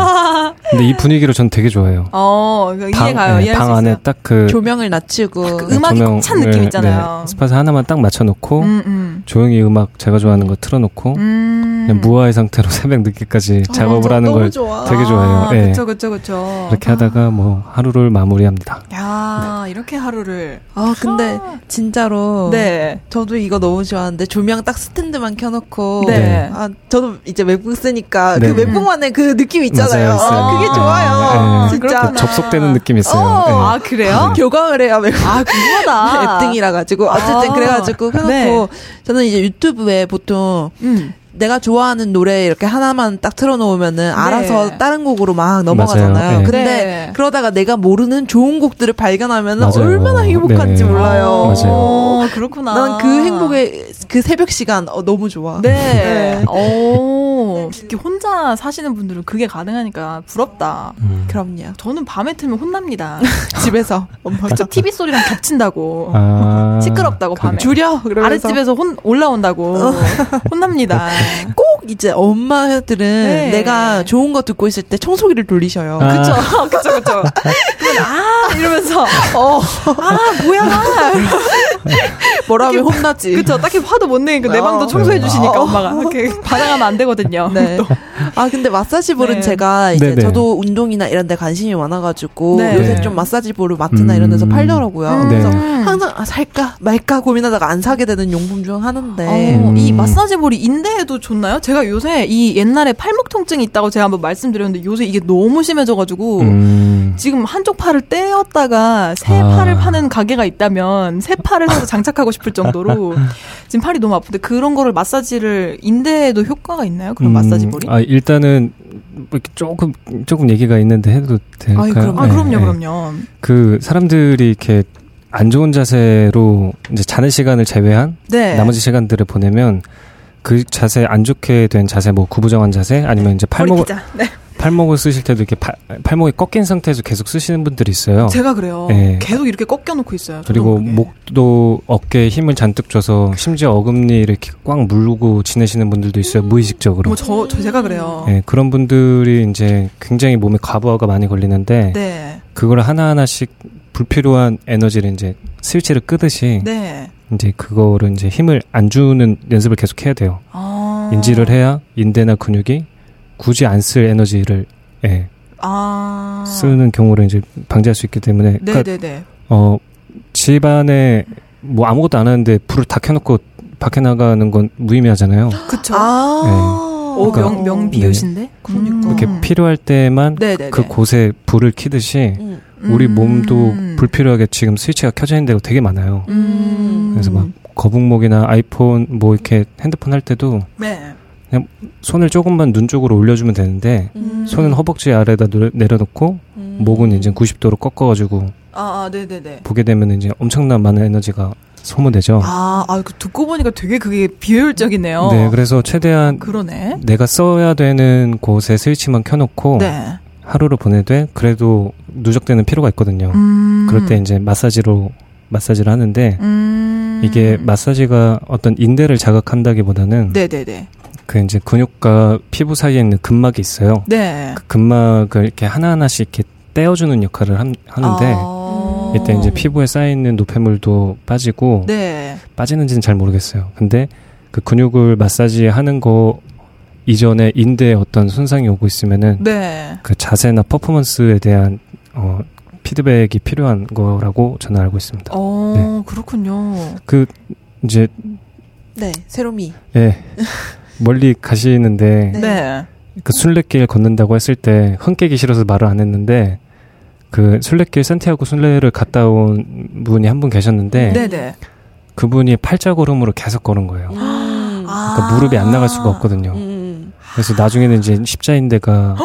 Speaker 4: 근데 이 분위기를 전 되게 좋아해요.
Speaker 6: 어, 이해 가요.
Speaker 4: 예,
Speaker 6: 이해할
Speaker 4: 방
Speaker 6: 수 있어요.
Speaker 4: 안에 딱그
Speaker 5: 네.
Speaker 4: 네,
Speaker 5: 조명을 낮추고
Speaker 6: 그- 음악이 꽉찬 느낌 있잖아요.
Speaker 4: 스팟을 하나만 딱 맞춰놓고
Speaker 6: 음, 음.
Speaker 4: 조용히 음악 제가 좋아하는 거 틀어놓고
Speaker 6: 음.
Speaker 4: 그냥 무아의 상태로 새벽 늦게까지 작업을 하는
Speaker 5: 너무
Speaker 4: 걸
Speaker 5: 좋아.
Speaker 4: 되게
Speaker 6: 아,
Speaker 4: 좋아해요. 예.
Speaker 6: 그쵸, 그쵸, 그쵸.
Speaker 4: 그렇게 하다가 뭐 하루를 마무리합니다.
Speaker 6: 야, 이렇게 하루를.
Speaker 5: 아 근데 진짜로 맞아요.
Speaker 6: 네.
Speaker 5: 저도 이거 너무 좋아하는데 조명 딱 스탠드만 켜놓고
Speaker 6: 네.
Speaker 5: 아 저도 이제 맥북 쓰니까
Speaker 4: 네.
Speaker 5: 그 맥북만의 그 느낌 있잖아요.
Speaker 4: 맞아요, 있어요.
Speaker 5: 아, 그게
Speaker 6: 아,
Speaker 5: 좋아요.
Speaker 6: 네.
Speaker 5: 진짜
Speaker 6: 그렇구나.
Speaker 4: 접속되는 느낌이 있어요.
Speaker 5: 어,
Speaker 4: 네.
Speaker 6: 아, 그래요?
Speaker 5: 교감을 해야 맥북.
Speaker 6: 아, 궁금하다.
Speaker 5: 앱등이라 가지고 어쨌든
Speaker 6: 아.
Speaker 5: 그래가지고 해놓고
Speaker 6: 네.
Speaker 5: 저는 이제 유튜브에 보통
Speaker 6: 음.
Speaker 4: 어,
Speaker 5: 내가 좋아하는 노래 이렇게 하나만 딱 틀어놓으면은 알아서 다른 곡으로 막
Speaker 4: 맞아요.
Speaker 5: 넘어가잖아요.
Speaker 4: 네.
Speaker 5: 근데
Speaker 6: 네.
Speaker 5: 그러다가 내가 모르는 좋은 곡들을 발견하면 은
Speaker 4: 맞아요.
Speaker 5: 얼마나 행복한지
Speaker 4: 네.
Speaker 5: 몰라요.
Speaker 4: 맞아요.
Speaker 6: 어, 그렇구나.
Speaker 5: 난 그 행복의 그 새벽 시간 어, 너무 좋아.
Speaker 6: 네. 오. 특히 혼자 사시는 분들은 그게 가능하니까 부럽다.
Speaker 4: 음.
Speaker 5: 그럼요.
Speaker 6: 저는 밤에 틀면 혼납니다.
Speaker 5: 집에서
Speaker 6: 진짜 TV 소리랑 겹친다고.
Speaker 4: 아.
Speaker 6: 시끄럽다고 밤에.
Speaker 5: 줄여 그러면서 어.
Speaker 6: 아랫집에서 혼 올라온다고 혼납니다.
Speaker 4: 네.
Speaker 5: 꼭 이제 엄마들은
Speaker 6: 네.
Speaker 5: 내가 좋은 거 듣고 있을 때 청소기를 돌리셔요.
Speaker 4: 아.
Speaker 6: 그쵸, 그쵸, 그쵸. 그러면 아 이러면서 어아 뭐야. 이러면서
Speaker 5: 뭐라 하면 혼나지.
Speaker 6: 그쵸, 딱히 화도 못 내니까 내 방도
Speaker 5: 어.
Speaker 6: 청소해 주시니까 엄마가 이렇게 반항하면 안 되거든요.
Speaker 5: 네. 아 근데 마사지 볼은
Speaker 6: 네.
Speaker 5: 제가 이제
Speaker 4: 네네.
Speaker 5: 저도 운동이나 이런 데 관심이 많아가지고
Speaker 6: 네.
Speaker 5: 요새
Speaker 4: 네.
Speaker 5: 좀 마사지 볼을 마트나 이런 데서
Speaker 4: 음.
Speaker 5: 팔더라고요.
Speaker 4: 네.
Speaker 5: 그래서 항상 아, 살까 말까 고민하다가 안 사게 되는 용품 중 하나인데.
Speaker 6: 어,
Speaker 4: 네. 음.
Speaker 6: 이 마사지 볼이 인대에도 좋나요? 제가 요새 이 옛날에 팔목 통증이 있다고 제가 한번 말씀드렸는데 요새 이게 너무 심해져가지고
Speaker 4: 음.
Speaker 6: 지금 한쪽 팔을 떼었다가 새
Speaker 4: 아.
Speaker 6: 팔을 파는 가게가 있다면 새 팔을 사서 장착하고 싶을 정도로 지금 팔이 너무 아픈데 그런 거를 마사지를 인대에도 효과가 있나요? 그런
Speaker 4: 음,
Speaker 6: 마사지 볼이?
Speaker 4: 아, 일단은 뭐 이렇게 조금 조금 얘기가 있는데 해도 될까요?
Speaker 5: 아이, 그럼요.
Speaker 6: 아,
Speaker 4: 네,
Speaker 6: 그럼요,
Speaker 4: 네.
Speaker 6: 그럼요.
Speaker 4: 그 사람들이 이렇게 안 좋은 자세로 이제 자는 시간을 제외한
Speaker 6: 네.
Speaker 4: 나머지 시간들을 보내면 그 자세 안 좋게 된 자세 뭐 구부정한 자세
Speaker 5: 네.
Speaker 4: 아니면 이제
Speaker 6: 팔목.
Speaker 4: 팔목
Speaker 6: 네.
Speaker 4: 팔목을 쓰실 때도 이렇게 팔 팔목이 꺾인 상태에서 계속 쓰시는 분들이 있어요.
Speaker 6: 제가 그래요.
Speaker 4: 네.
Speaker 6: 계속 이렇게 꺾여놓고 있어요. 저도
Speaker 4: 그리고
Speaker 6: 모르게.
Speaker 4: 목도 어깨에 힘을 잔뜩 줘서 심지어 어금니 이렇게 꽉 물고 지내시는 분들도 있어요 무의식적으로.
Speaker 6: 뭐 저, 아. 저 제가 그래요.
Speaker 4: 예, 그런 분들이 이제 굉장히 몸에 과부하가 많이 걸리는데
Speaker 6: 네.
Speaker 4: 그걸 하나하나씩 불필요한 에너지를 이제 스위치를 끄듯이
Speaker 6: 네.
Speaker 4: 이제 그거를 이제 힘을 안 주는 연습을 계속 해야 돼요.
Speaker 6: 아.
Speaker 4: 인지를 해야 인대나 근육이 굳이 안 쓸 에너지를 예,
Speaker 6: 아.
Speaker 4: 쓰는 경우를 이제 방지할 수 있기 때문에 그러니까
Speaker 6: 네네네.
Speaker 4: 어 집안에 뭐 아무것도 안 하는데 불을 다 켜놓고 밖에 나가는 건 무의미하잖아요.
Speaker 6: 그쵸.
Speaker 5: 아.
Speaker 6: 오,
Speaker 4: 그러니까-
Speaker 6: 명, 명 비유신데?
Speaker 5: 그러니까.
Speaker 4: 이렇게
Speaker 6: 음.
Speaker 4: 필요할 때만
Speaker 6: 네네네.
Speaker 4: 그 곳에 불을 켜듯이
Speaker 5: 음.
Speaker 4: 우리
Speaker 6: 음.
Speaker 4: 몸도 불필요하게 지금 스위치가 켜져 있는 데가 되게 많아요.
Speaker 6: 음.
Speaker 4: 그래서 막 거북목이나 아이폰 뭐 이렇게 핸드폰 할 때도
Speaker 6: 네.
Speaker 4: 손을 조금만 눈 쪽으로 올려주면 되는데
Speaker 5: 음.
Speaker 4: 손은 허벅지 아래다 누- 내려놓고
Speaker 5: 음.
Speaker 4: 목은 이제 90도로 꺾어가지고
Speaker 6: 아, 아, 네네네.
Speaker 4: 보게 되면 이제 엄청난 많은 에너지가 소모되죠.
Speaker 6: 아, 아, 그 듣고 보니까 되게 그게 비효율적이네요.
Speaker 4: 네, 그래서 최대한
Speaker 6: 그러네.
Speaker 4: 내가 써야 되는 곳에 스위치만 켜놓고
Speaker 6: 네.
Speaker 4: 하루를 보내되 그래도 누적되는 피로가 있거든요.
Speaker 6: 음.
Speaker 4: 그럴 때 이제 마사지로 마사지를 하는데
Speaker 6: 음.
Speaker 4: 이게 마사지가 어떤 인대를 자극한다기보다는
Speaker 6: 네네네.
Speaker 4: 그 이제 근육과 피부 사이에 있는 근막이 있어요.
Speaker 6: 네.
Speaker 4: 그 근막을 이렇게 하나하나씩 이렇게 떼어주는 역할을 한- 하는데
Speaker 6: 아.
Speaker 4: 이때 이제 피부에 쌓이는 노폐물도 빠지고
Speaker 6: 네.
Speaker 4: 빠지는지는 잘 모르겠어요. 근데 그 근육을 마사지하는 거 이전에 인대에 어떤 손상이 오고 있으면은
Speaker 6: 네.
Speaker 4: 그 자세나 퍼포먼스에 대한 어, 피드백이 필요한 거라고 저는 알고 있습니다.
Speaker 6: 어,
Speaker 4: 네.
Speaker 6: 그렇군요.
Speaker 4: 그 이제
Speaker 5: 네, 새로미.
Speaker 4: 예 멀리 가시는데
Speaker 5: 네.
Speaker 6: 네.
Speaker 4: 그 순례길 걷는다고 했을 때 흥깨기 싫어서 말을 안 했는데 그 순례길 산티아고 순례를 갔다 온 분이 한 분 계셨는데
Speaker 6: 네. 네
Speaker 4: 그분이 팔자걸음으로 계속 걸은 거예요. 그러니까
Speaker 6: 아.
Speaker 4: 무릎이 안 나갈 수가 없거든요.
Speaker 5: 음.
Speaker 4: 그래서 나중에는 이제 십자인대가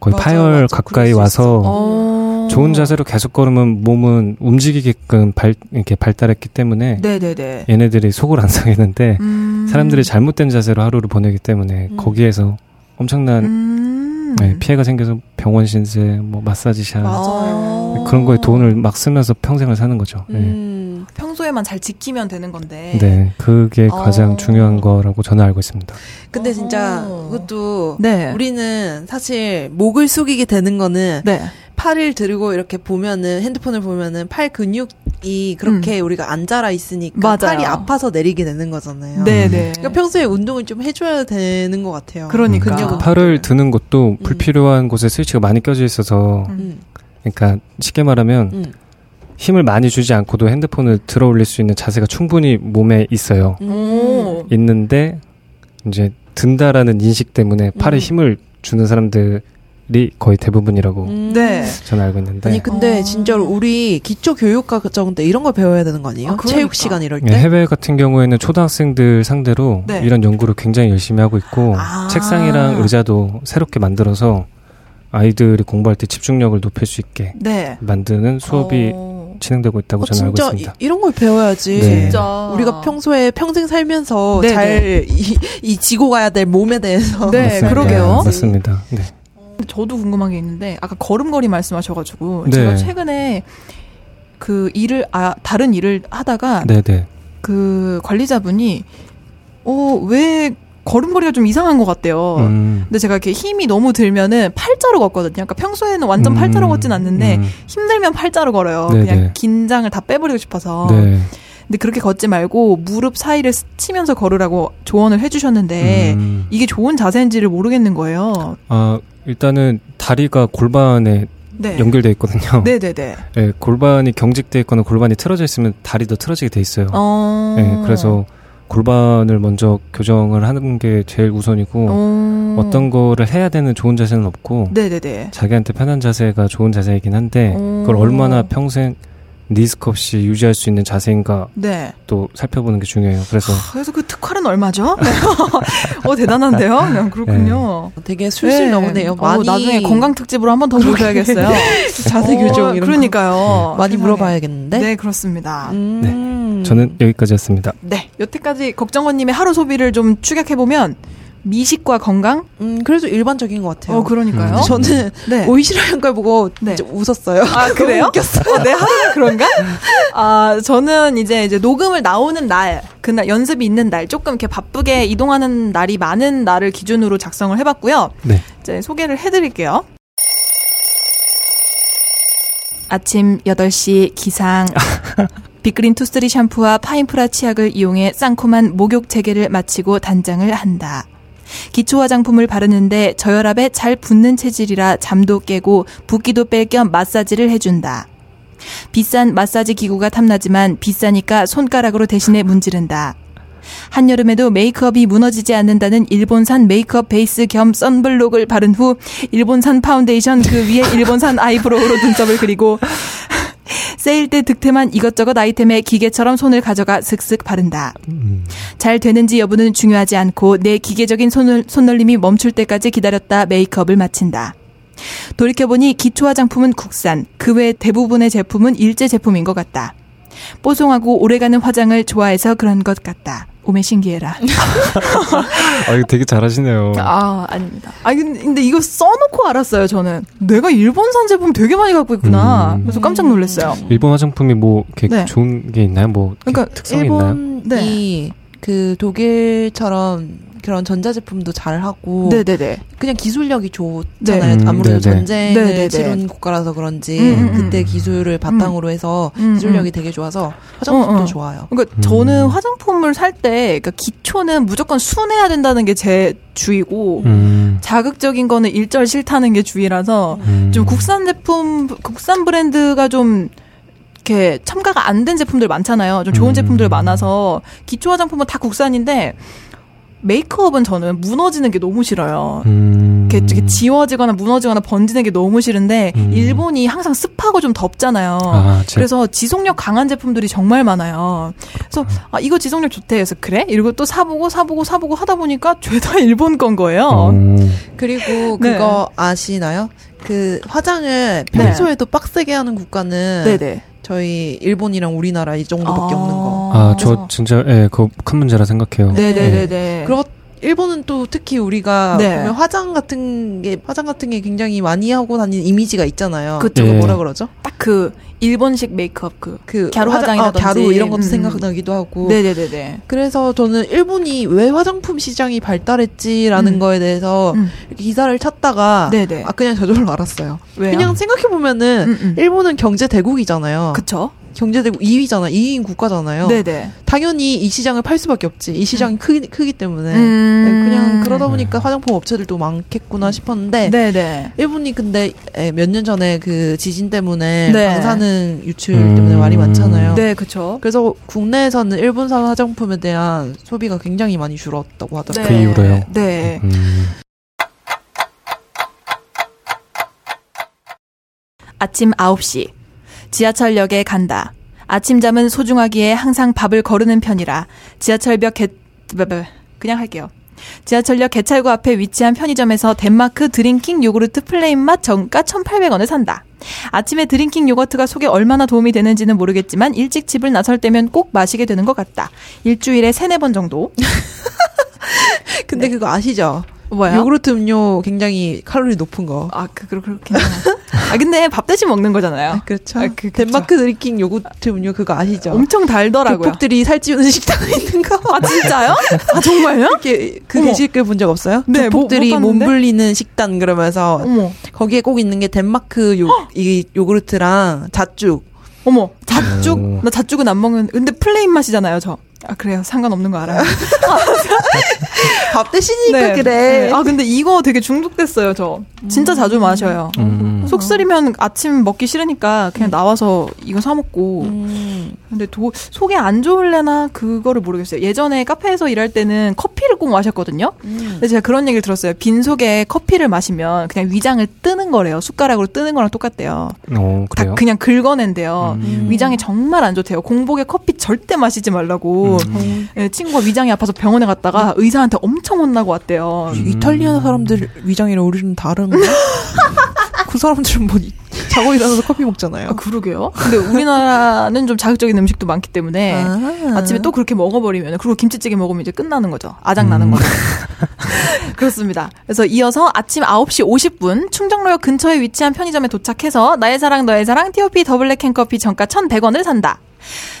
Speaker 4: 거의
Speaker 5: 맞아,
Speaker 4: 파열
Speaker 5: 맞아.
Speaker 4: 가까이
Speaker 5: 그럴 수
Speaker 4: 와서
Speaker 6: 어.
Speaker 4: 좋은 자세로 계속 걸으면 몸은 움직이게끔 발, 이렇게 발달했기 때문에
Speaker 6: 네네네.
Speaker 4: 얘네들이 속을 안 상했는데
Speaker 6: 음.
Speaker 4: 사람들이 잘못된 자세로 하루를 보내기 때문에
Speaker 5: 음.
Speaker 4: 거기에서 엄청난
Speaker 6: 음.
Speaker 4: 네, 피해가 생겨서 병원 신세, 뭐 마사지샵
Speaker 5: 맞아요.
Speaker 6: 어.
Speaker 4: 그런 거에 돈을 막 쓰면서 평생을 사는 거죠. 네.
Speaker 5: 음.
Speaker 6: 평소에만 잘 지키면 되는 건데.
Speaker 4: 네, 그게
Speaker 6: 어.
Speaker 4: 가장 중요한 거라고 저는 알고 있습니다.
Speaker 5: 근데 진짜
Speaker 6: 어허.
Speaker 5: 그것도
Speaker 6: 네.
Speaker 5: 우리는 사실 목을 숙이게 되는 거는
Speaker 6: 네.
Speaker 5: 팔을 들고 이렇게 보면은 핸드폰을 보면은 팔 근육이 그렇게 우리가 안 자라 있으니까
Speaker 6: 음. 맞아요.
Speaker 5: 팔이 아파서 내리게 되는 거잖아요.
Speaker 6: 네, 네.
Speaker 5: 그러니까 평소에 운동을 좀 해줘야 되는 것 같아요.
Speaker 6: 그러니까.
Speaker 5: 근육은
Speaker 4: 팔을 드는 것도 불필요한 곳에 스위치가 많이 껴져 있어서,
Speaker 6: 음.
Speaker 5: 음.
Speaker 4: 그러니까 쉽게 말하면
Speaker 5: 음.
Speaker 4: 힘을 많이 주지 않고도 핸드폰을 들어 올릴 수 있는 자세가 충분히 몸에 있어요.
Speaker 5: 음.
Speaker 6: 오.
Speaker 4: 예. 있는데 이제 든다라는 인식 때문에
Speaker 5: 음.
Speaker 4: 팔에 힘을 주는 사람들이 거의 대부분이라고
Speaker 5: 네.
Speaker 4: 저는 알고 있는데
Speaker 5: 아니 근데
Speaker 6: 어.
Speaker 5: 진짜로 우리 기초 교육 과정 때 이런 걸 배워야 되는 거 아니에요?
Speaker 6: 아, 그러니까.
Speaker 5: 체육 시간 이럴
Speaker 4: 예,
Speaker 5: 때.
Speaker 4: 해외 같은 경우에는 초등학생들 상대로
Speaker 5: 네.
Speaker 4: 이런 연구를 굉장히 열심히 하고 있고
Speaker 5: 아.
Speaker 4: 책상이랑 의자도 새롭게 만들어서 아이들이 공부할 때 집중력을 높일 수 있게
Speaker 5: 네.
Speaker 4: 만드는 수업이
Speaker 5: 어.
Speaker 4: 진행되고 있다고
Speaker 5: 어,
Speaker 4: 저는 알고
Speaker 5: 진짜
Speaker 4: 있습니다.
Speaker 5: 이, 이런 걸 배워야지.
Speaker 4: 네.
Speaker 6: 진짜.
Speaker 5: 우리가 평소에 평생 살면서
Speaker 6: 네,
Speaker 5: 잘 이, 이 지고 가야 될 몸에 대해서
Speaker 6: 네,
Speaker 4: 맞습니다.
Speaker 6: 그러게요.
Speaker 4: 맞습니다. 네.
Speaker 6: 저도 궁금한 게 있는데 아까 걸음걸이 말씀하셔가지고
Speaker 4: 네.
Speaker 6: 제가 최근에 그 일을 아 다른 일을
Speaker 5: 아.
Speaker 6: 하다가
Speaker 4: 네, 네.
Speaker 6: 그 관리자분이 어 왜 걸음걸이가 좀 이상한 것 같대요.
Speaker 5: 어.
Speaker 4: 음.
Speaker 6: 근데 제가 이렇게 힘이 너무 들면은 팔자로 걷거든요. 그러니까 평소에는 완전
Speaker 4: 음,
Speaker 6: 팔자로 걷진 않는데
Speaker 5: 네.
Speaker 4: 음.
Speaker 6: 힘들면 팔자로 걸어요.
Speaker 4: 네네.
Speaker 6: 그냥 긴장을 다 빼버리고 싶어서.
Speaker 4: 네.
Speaker 6: 근데 그렇게 걷지 말고 무릎 사이를 스치면서 걸으라고 조언을
Speaker 5: 네.
Speaker 6: 해주셨는데
Speaker 4: 음.
Speaker 6: 이게 좋은 자세인지를 모르겠는 거예요.
Speaker 4: 아, 일단은 다리가 골반에
Speaker 6: 네.
Speaker 4: 연결돼 있거든요.
Speaker 6: 네네네.
Speaker 4: 예, 골반이 경직돼 있거나 골반이 틀어져 있으면 다리도 틀어지게 돼 있어요.
Speaker 6: 어.
Speaker 4: 예, 그래서 골반을 먼저 교정을 하는 게 제일 우선이고
Speaker 6: 어.
Speaker 4: 어떤 거를 해야 되는 좋은 자세는 없고
Speaker 6: 네네네.
Speaker 4: 자기한테 편한 자세가 좋은 자세이긴 한데
Speaker 6: 어.
Speaker 4: 그걸 얼마나 평생 리스크 없이 유지할 수 있는 자세인가
Speaker 6: 네.
Speaker 4: 또 살펴보는 게 중요해요. 그래서
Speaker 6: 그래서 그 특활은 얼마죠? 어 대단한데요. 그냥 그렇군요.
Speaker 5: 되게 술술
Speaker 6: 네.
Speaker 5: 나오네요.
Speaker 6: 어,
Speaker 5: 많이
Speaker 6: 나중에 건강 특집으로 한 번 더 모셔야겠어요.
Speaker 5: 자세 교정 이런
Speaker 6: 그러니까요.
Speaker 5: 거 네. 많이
Speaker 6: 세상에.
Speaker 5: 물어봐야겠는데.
Speaker 6: 네, 그렇습니다.
Speaker 5: 음.
Speaker 4: 저는 여기까지였습니다.
Speaker 6: 네, 여태까지 걱정원님의 하루 소비를 좀 축약해 보면 미식과 건강.
Speaker 5: 음, 그래도 일반적인 것 같아요.
Speaker 6: 어, 그러니까요.
Speaker 4: 음.
Speaker 5: 저는
Speaker 6: 네.
Speaker 5: 오이시라는 걸 보고
Speaker 6: 네.
Speaker 5: 이제 웃었어요.
Speaker 6: 아 그래요? 어, 내 하루는 그런가? 아 저는 이제 이제 녹음을 나오는 날 그날 연습이 있는 날 조금 이렇게 바쁘게 이동하는 날이 많은 날을 기준으로 작성을 해봤고요.
Speaker 4: 네.
Speaker 6: 이제 소개를 해드릴게요. 아침 8시 기상. 빅그린 투쓰리 샴푸와 파인프라 치약을 이용해 쌍콤한 목욕 재개를 마치고 단장을 한다. 기초 화장품을 바르는데 저혈압에 잘 붙는 체질이라 잠도 깨고 붓기도 뺄 겸 마사지를 해준다. 비싼 마사지 기구가 탐나지만 비싸니까 손가락으로 대신에 문지른다. 한여름에도 메이크업이 무너지지 않는다는 일본산 메이크업 베이스 겸 선블록을 바른 후 일본산 파운데이션 그 위에 일본산 아이브로우로 눈썹을 그리고 세일 때 득템한 이것저것 아이템에 기계처럼 손을 가져가 슥슥 바른다. 잘 되는지 여부는 중요하지 않고 내 기계적인 손을, 손놀림이 멈출 때까지 기다렸다 메이크업을 마친다. 돌이켜보니 기초 화장품은 국산, 그 외 대부분의 제품은 일제 제품인 것 같다. 뽀송하고 오래가는 화장을 좋아해서 그런 것 같다. 오메 신기해라.
Speaker 4: 아, 이거 되게 잘하시네요.
Speaker 6: 아, 아닙니다. 아, 근데 근데 이거 써놓고 알았어요, 저는. 내가 일본산 제품 되게 많이 갖고 있구나.
Speaker 4: 음.
Speaker 6: 그래서 깜짝 놀랐어요.
Speaker 4: 일본 화장품이 뭐 이렇게
Speaker 6: 네.
Speaker 4: 좋은 게 있나요? 뭐 이렇게
Speaker 6: 그러니까
Speaker 4: 특성이 있나요?
Speaker 5: 일본이
Speaker 6: 네.
Speaker 5: 그 독일처럼 그런 전자제품도 잘하고
Speaker 6: 네네네.
Speaker 5: 그냥 기술력이 좋잖아요.
Speaker 4: 네. 음,
Speaker 5: 아무래도
Speaker 4: 네네.
Speaker 5: 전쟁을
Speaker 6: 네네네.
Speaker 5: 치른 국가라서 그런지
Speaker 6: 음,
Speaker 4: 음,
Speaker 5: 그때
Speaker 4: 음.
Speaker 5: 기술을 바탕으로 해서
Speaker 6: 음,
Speaker 5: 기술력이
Speaker 6: 음.
Speaker 5: 되게 좋아서 화장품도
Speaker 6: 어, 어.
Speaker 5: 좋아요.
Speaker 6: 그러니까
Speaker 4: 음.
Speaker 6: 저는 화장품을 살 때, 그러니까 기초는 무조건 순해야 된다는 게 제 주의고,
Speaker 4: 음,
Speaker 6: 자극적인 거는 일절 싫다는 게 주의라서,
Speaker 4: 음.
Speaker 6: 좀 국산 제품, 국산 브랜드가 좀, 이렇게 첨가가 안 된 제품들 많잖아요. 좀 좋은
Speaker 4: 음.
Speaker 6: 제품들 많아서, 기초 화장품은 다 국산인데, 메이크업은 저는 무너지는 게 너무 싫어요.
Speaker 4: 음.
Speaker 6: 이렇게, 이렇게 지워지거나 무너지거나 번지는 게 너무 싫은데,
Speaker 4: 음.
Speaker 6: 일본이 항상 습하고 좀 덥잖아요.
Speaker 4: 아,
Speaker 6: 어,
Speaker 4: 제-
Speaker 6: 그래서 지속력 강한 제품들이 정말 많아요. 그래서 아 이거 지속력 좋대 해서 그래? 이러고 또 사보고 사보고 사보고 하다 보니까 죄다 일본 건 거예요.
Speaker 4: 음.
Speaker 5: 그리고
Speaker 6: 네.
Speaker 5: 그거 아시나요? 그 화장을 평소에도 빡세게 하는 국가는
Speaker 6: 네. 네네.
Speaker 5: 저희 일본이랑 우리나라 이 정도밖에 없는 거.
Speaker 4: 아, 저 진짜 예, 그거 큰 문제라 생각해요.
Speaker 6: 네네네네.
Speaker 5: 그리고 일본은 또 특히 우리가
Speaker 6: 네.
Speaker 5: 보면 화장 같은 게 화장 같은 게 굉장히 많이 하고 다니는 이미지가 있잖아요.
Speaker 6: 그쵸.
Speaker 5: 그거
Speaker 4: 예.
Speaker 5: 뭐라 그러죠?
Speaker 6: 딱그 일본식 메이크업 그.
Speaker 5: 그
Speaker 6: 갸루
Speaker 5: 화장-
Speaker 6: 화장이라든지.
Speaker 5: 아, 갸루 이런 것도
Speaker 6: 음.
Speaker 5: 생각나기도 하고.
Speaker 6: 네네네네.
Speaker 5: 그래서 저는 일본이 왜 화장품 시장이 발달했지라는
Speaker 6: 음.
Speaker 5: 거에 대해서
Speaker 6: 음.
Speaker 5: 이렇게 기사를 찾다가
Speaker 6: 네네.
Speaker 5: 아 그냥 저절로 알았어요.
Speaker 6: 왜요?
Speaker 5: 그냥 생각해 보면은
Speaker 6: 음, 음.
Speaker 5: 일본은 경제 대국이잖아요.
Speaker 6: 그쵸?
Speaker 5: 경제대국 2위잖아. 2위인 국가잖아요.
Speaker 6: 네네.
Speaker 5: 당연히 이 시장을 팔 수밖에 없지. 이 시장이 크기, 크기 때문에.
Speaker 6: 음.
Speaker 5: 네, 그냥 그러다 보니까 화장품 업체들도 많겠구나 싶었는데
Speaker 6: 네네.
Speaker 5: 일본이 근데 예, 몇 년 전에 그 지진 때문에
Speaker 6: 네.
Speaker 5: 방사능 유출
Speaker 4: 음.
Speaker 5: 때문에 말이 많잖아요.
Speaker 6: 네, 그쵸.
Speaker 5: 그래서 국내에서는 일본산 화장품에 대한 소비가 굉장히 많이 줄었다고 하더라고요.
Speaker 4: 그 이후로요?
Speaker 6: 네.
Speaker 4: 음,
Speaker 6: 아침 9시. 지하철역에 간다. 아침잠은 소중하기에 항상 밥을 거르는 편이라 지하철역 개 뭐뭐, 그냥 할게요. 지하철역 개찰구 앞에 위치한 편의점에서 덴마크 드링킹 요구르트 플레인 맛 정가 1,800원을 산다. 아침에 드링킹 요거트가 속에 얼마나 도움이 되는지는 모르겠지만 일찍 집을 나설 때면 꼭 마시게 되는 것 같다. 일주일에 세네 번 정도.
Speaker 5: 근데 그거 아시죠?
Speaker 6: 네. 뭐야?
Speaker 5: 요구르트 음료 굉장히 칼로리 높은 거.
Speaker 6: 아, 그, 그, 그렇긴 하네. 아, 근데 밥 대신 먹는 거잖아요.
Speaker 5: 그렇죠.
Speaker 6: 아, 그- 그렇죠.
Speaker 5: 덴마크 드링킹 요구르트 음료 그거 아시죠?
Speaker 6: 엄청 달더라고요.
Speaker 5: 극복들이 살찌우는 식당에 있는 거.
Speaker 6: 아, 진짜요? 아, 정말요?
Speaker 5: 이렇게 그
Speaker 6: 어머.
Speaker 5: 게시글 본 적 없어요?
Speaker 6: 네, 뭐-
Speaker 5: 극복들이
Speaker 6: 못
Speaker 5: 몸
Speaker 6: 봤는데?
Speaker 5: 불리는 식단 그러면서
Speaker 6: 어머,
Speaker 5: 거기에 꼭 있는 게 덴마크 요, 이 요구르트랑 잣죽.
Speaker 6: 어머, 잣죽?
Speaker 4: 오.
Speaker 6: 나 잣죽은 안 먹는, 근데 플레인 맛이잖아요, 저. 아, 그래요. 상관없는 거 알아요.
Speaker 5: 밥 대신이니까
Speaker 6: 네.
Speaker 5: 그래.
Speaker 6: 아, 근데 이거 되게 중독됐어요, 저. 진짜 자주 마셔요.
Speaker 4: 음.
Speaker 6: 속 쓰리면 아침 먹기 싫으니까 그냥 나와서 이거 사먹고.
Speaker 5: 음.
Speaker 6: 근데 도, 속에 안 좋을래나 그거를 모르겠어요. 예전에 카페에서 일할 때는 커피를 꼭 마셨거든요.
Speaker 5: 음.
Speaker 6: 근데 제가 그런 얘기를 들었어요. 빈 속에 커피를 마시면 그냥 위장을 뜨는 거래요. 숟가락으로 뜨는 거랑 똑같대요.
Speaker 4: 어,
Speaker 6: 다
Speaker 4: 그래요?
Speaker 6: 그냥 긁어낸대요.
Speaker 4: 음.
Speaker 6: 위장에 정말 안 좋대요. 공복에 커피 절대 마시지 말라고.
Speaker 4: 음.
Speaker 6: 예, 친구가 위장이 아파서 병원에 갔다가 의사한테 엄청 혼나고
Speaker 4: 음.
Speaker 6: 왔대요.
Speaker 5: 이탈리아 사람들 위장이랑 우리는 다른가? 그 사람들은 뭐 이- 자고 일어나서 커피 먹잖아요.
Speaker 6: 아, 그러게요. 근데 우리나라는 좀 자극적인 음식도 많기 때문에 아. 침에또 그렇게 먹어버리면 그리고 김치찌개 먹으면 이제 끝나는 거죠. 아장 나는
Speaker 4: 음.
Speaker 6: 거죠. 그렇습니다. 그래서 이어서 아침 9시 50분 충정로역 근처에 위치한 편의점에 도착해서 나의 사랑 너의 사랑 TOP 더블랙 캔커피 정가 1,100원을 산다.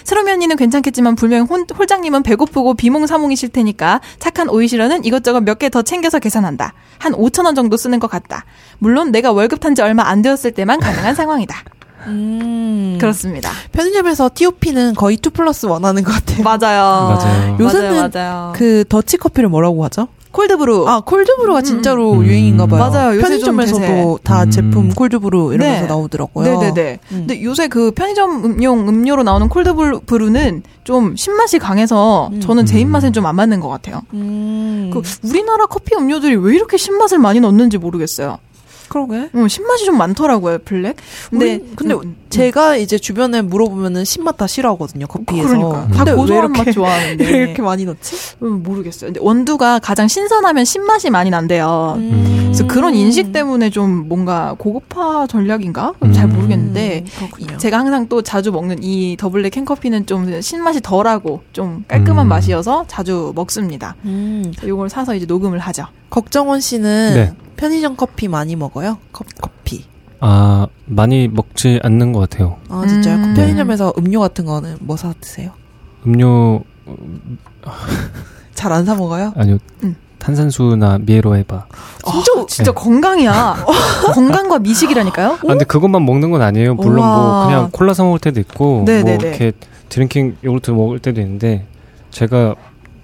Speaker 6: 새롬이 언니는 괜찮겠지만 분명 혼, 홀장님은 배고프고 비몽사몽이실 테니까 착한 오이시러는 이것저것 몇 개 더 챙겨서 계산한다. 한 5천 원 정도 쓰는 것 같다. 물론 내가 월급 탄 지 얼마 안 되었을 때만 가능한 상황이다.
Speaker 5: 그, 음.
Speaker 6: 그렇습니다.
Speaker 5: 편의점에서 TOP는 거의 2 플러스 1 하는 것 같아요.
Speaker 6: 맞아요.
Speaker 4: 맞아요.
Speaker 5: 요새는
Speaker 6: 맞아요.
Speaker 5: 그 더치 커피를 뭐라고 하죠?
Speaker 6: 콜드브루.
Speaker 5: 아 콜드브루가 진짜로
Speaker 4: 음.
Speaker 5: 유행인가 봐요.
Speaker 6: 맞아요. 요새 좀 대세.
Speaker 5: 편의점에서도 다
Speaker 4: 음.
Speaker 5: 제품 콜드브루 이러면서
Speaker 6: 네.
Speaker 5: 나오더라고요.
Speaker 6: 네네네.
Speaker 5: 음.
Speaker 6: 근데 요새 그 편의점 음용 음료로 나오는 콜드브루는 좀 신맛이 강해서 저는 제 입맛엔 좀 안 맞는 것 같아요.
Speaker 5: 음.
Speaker 6: 그 우리나라 커피 음료들이 왜 이렇게 신맛을 많이 넣는지 모르겠어요.
Speaker 5: 그러게.
Speaker 6: 음, 신맛이 좀 많더라고요, 블랙. 근데
Speaker 5: 우리- 근데
Speaker 6: 음,
Speaker 5: 제가 이제 주변에 물어보면은 신맛 다 싫어하거든요 커피에서.
Speaker 6: 그러니까
Speaker 5: 근데
Speaker 6: 다
Speaker 5: 왜
Speaker 6: 고소한
Speaker 5: 이렇게-
Speaker 6: 맛 좋아하는데 네.
Speaker 5: 왜 이렇게 많이 넣지?
Speaker 6: 음, 모르겠어요. 근데 원두가 가장 신선하면 신맛이 많이 난대요.
Speaker 5: 음.
Speaker 6: 그래서 그런 인식 때문에 좀 뭔가 고급화 전략인가? 잘
Speaker 4: 음.
Speaker 6: 모르겠는데
Speaker 5: 그렇군요.
Speaker 6: 제가 항상 또 자주 먹는 이 더블랙 캔커피는 좀 신맛이 덜하고 좀 깔끔한
Speaker 4: 음.
Speaker 6: 맛이어서 자주 먹습니다.
Speaker 5: 음.
Speaker 6: 요걸 사서 이제 녹음을 하죠.
Speaker 5: 걱정원 씨는
Speaker 4: 네.
Speaker 5: 편의점 커피 많이 먹어요? 컵, 커피.
Speaker 4: 아, 많이 먹지 않는 것 같아요.
Speaker 5: 아 진짜요?
Speaker 6: 음.
Speaker 5: 그럼 편의점에서 음료 같은 거는 뭐 사 드세요?
Speaker 4: 음료,
Speaker 5: 잘 안 사 먹어요?
Speaker 4: 아니요.
Speaker 6: 음.
Speaker 4: 탄산수나 미에로에바. 아,
Speaker 6: 아, 진짜
Speaker 5: 어.
Speaker 6: 진짜 건강이야. 어, 건강과 미식이라니까요.
Speaker 4: 네. 아, 근데 그것만 먹는 건 아니에요. 물론
Speaker 6: 우와.
Speaker 4: 뭐 그냥 콜라 사 먹을 때도 있고
Speaker 6: 네,
Speaker 4: 뭐
Speaker 6: 네, 네.
Speaker 4: 이렇게 드링킹 요구르트 먹을 때도 있는데 제가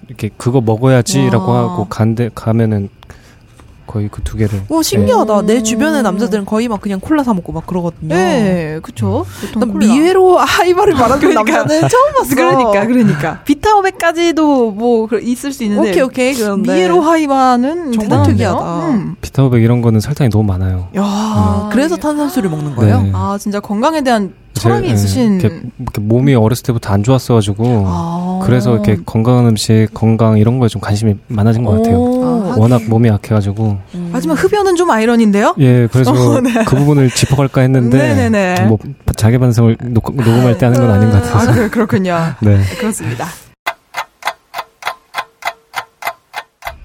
Speaker 4: 이렇게 그거 먹어야지라고
Speaker 6: 와.
Speaker 4: 하고 간데 가면은 거의 그 두 개를
Speaker 5: 와 신기하다.
Speaker 6: 음.
Speaker 5: 내 주변의 남자들은 거의 막 그냥 콜라 사 먹고 막 그러거든요.
Speaker 6: 네, 그쵸.
Speaker 4: 음.
Speaker 5: 난
Speaker 6: 보통 콜라.
Speaker 5: 미외로 하이바를 말하는
Speaker 6: 그러니까.
Speaker 5: 남자는 처음 봤어.
Speaker 6: 그러니까, 그러니까. 비타오백까지도 뭐, 그- 있을 수 있는데.
Speaker 5: 오케이 오케이 네. 그런데
Speaker 6: 미에로 하이바는
Speaker 5: 정말
Speaker 6: 대단하네요.
Speaker 5: 특이하다.
Speaker 6: 음.
Speaker 4: 비타오백 이런 거는 설탕이 너무 많아요.
Speaker 6: 야,
Speaker 5: 아,
Speaker 6: 네.
Speaker 5: 그래서 탄산수를 먹는 거예요?
Speaker 4: 네.
Speaker 6: 아 진짜 건강에 대한 철학이
Speaker 4: 제- 예,
Speaker 6: 있으신
Speaker 4: 이렇게, 이렇게 몸이 어렸을 때부터 안 좋았어가지고
Speaker 6: 아.
Speaker 4: 그래서 이렇게 건강한 음식, 건강 이런 거에 좀 관심이 많아진 것 같아요.
Speaker 5: 아,
Speaker 6: 오.
Speaker 4: 워낙 몸이 약해가지고
Speaker 6: 하지만 흡연은 좀 아이러니인데요.
Speaker 4: 예, 그래서
Speaker 6: 어, 네.
Speaker 4: 그 부분을 짚어갈까 했는데
Speaker 6: 네네네.
Speaker 4: 뭐 자기 반성을 녹, 녹음할 때 하는 건 아닌 것
Speaker 6: 아
Speaker 4: 같아서
Speaker 6: 그- 그렇군요.
Speaker 4: 네.
Speaker 6: 그렇습니다.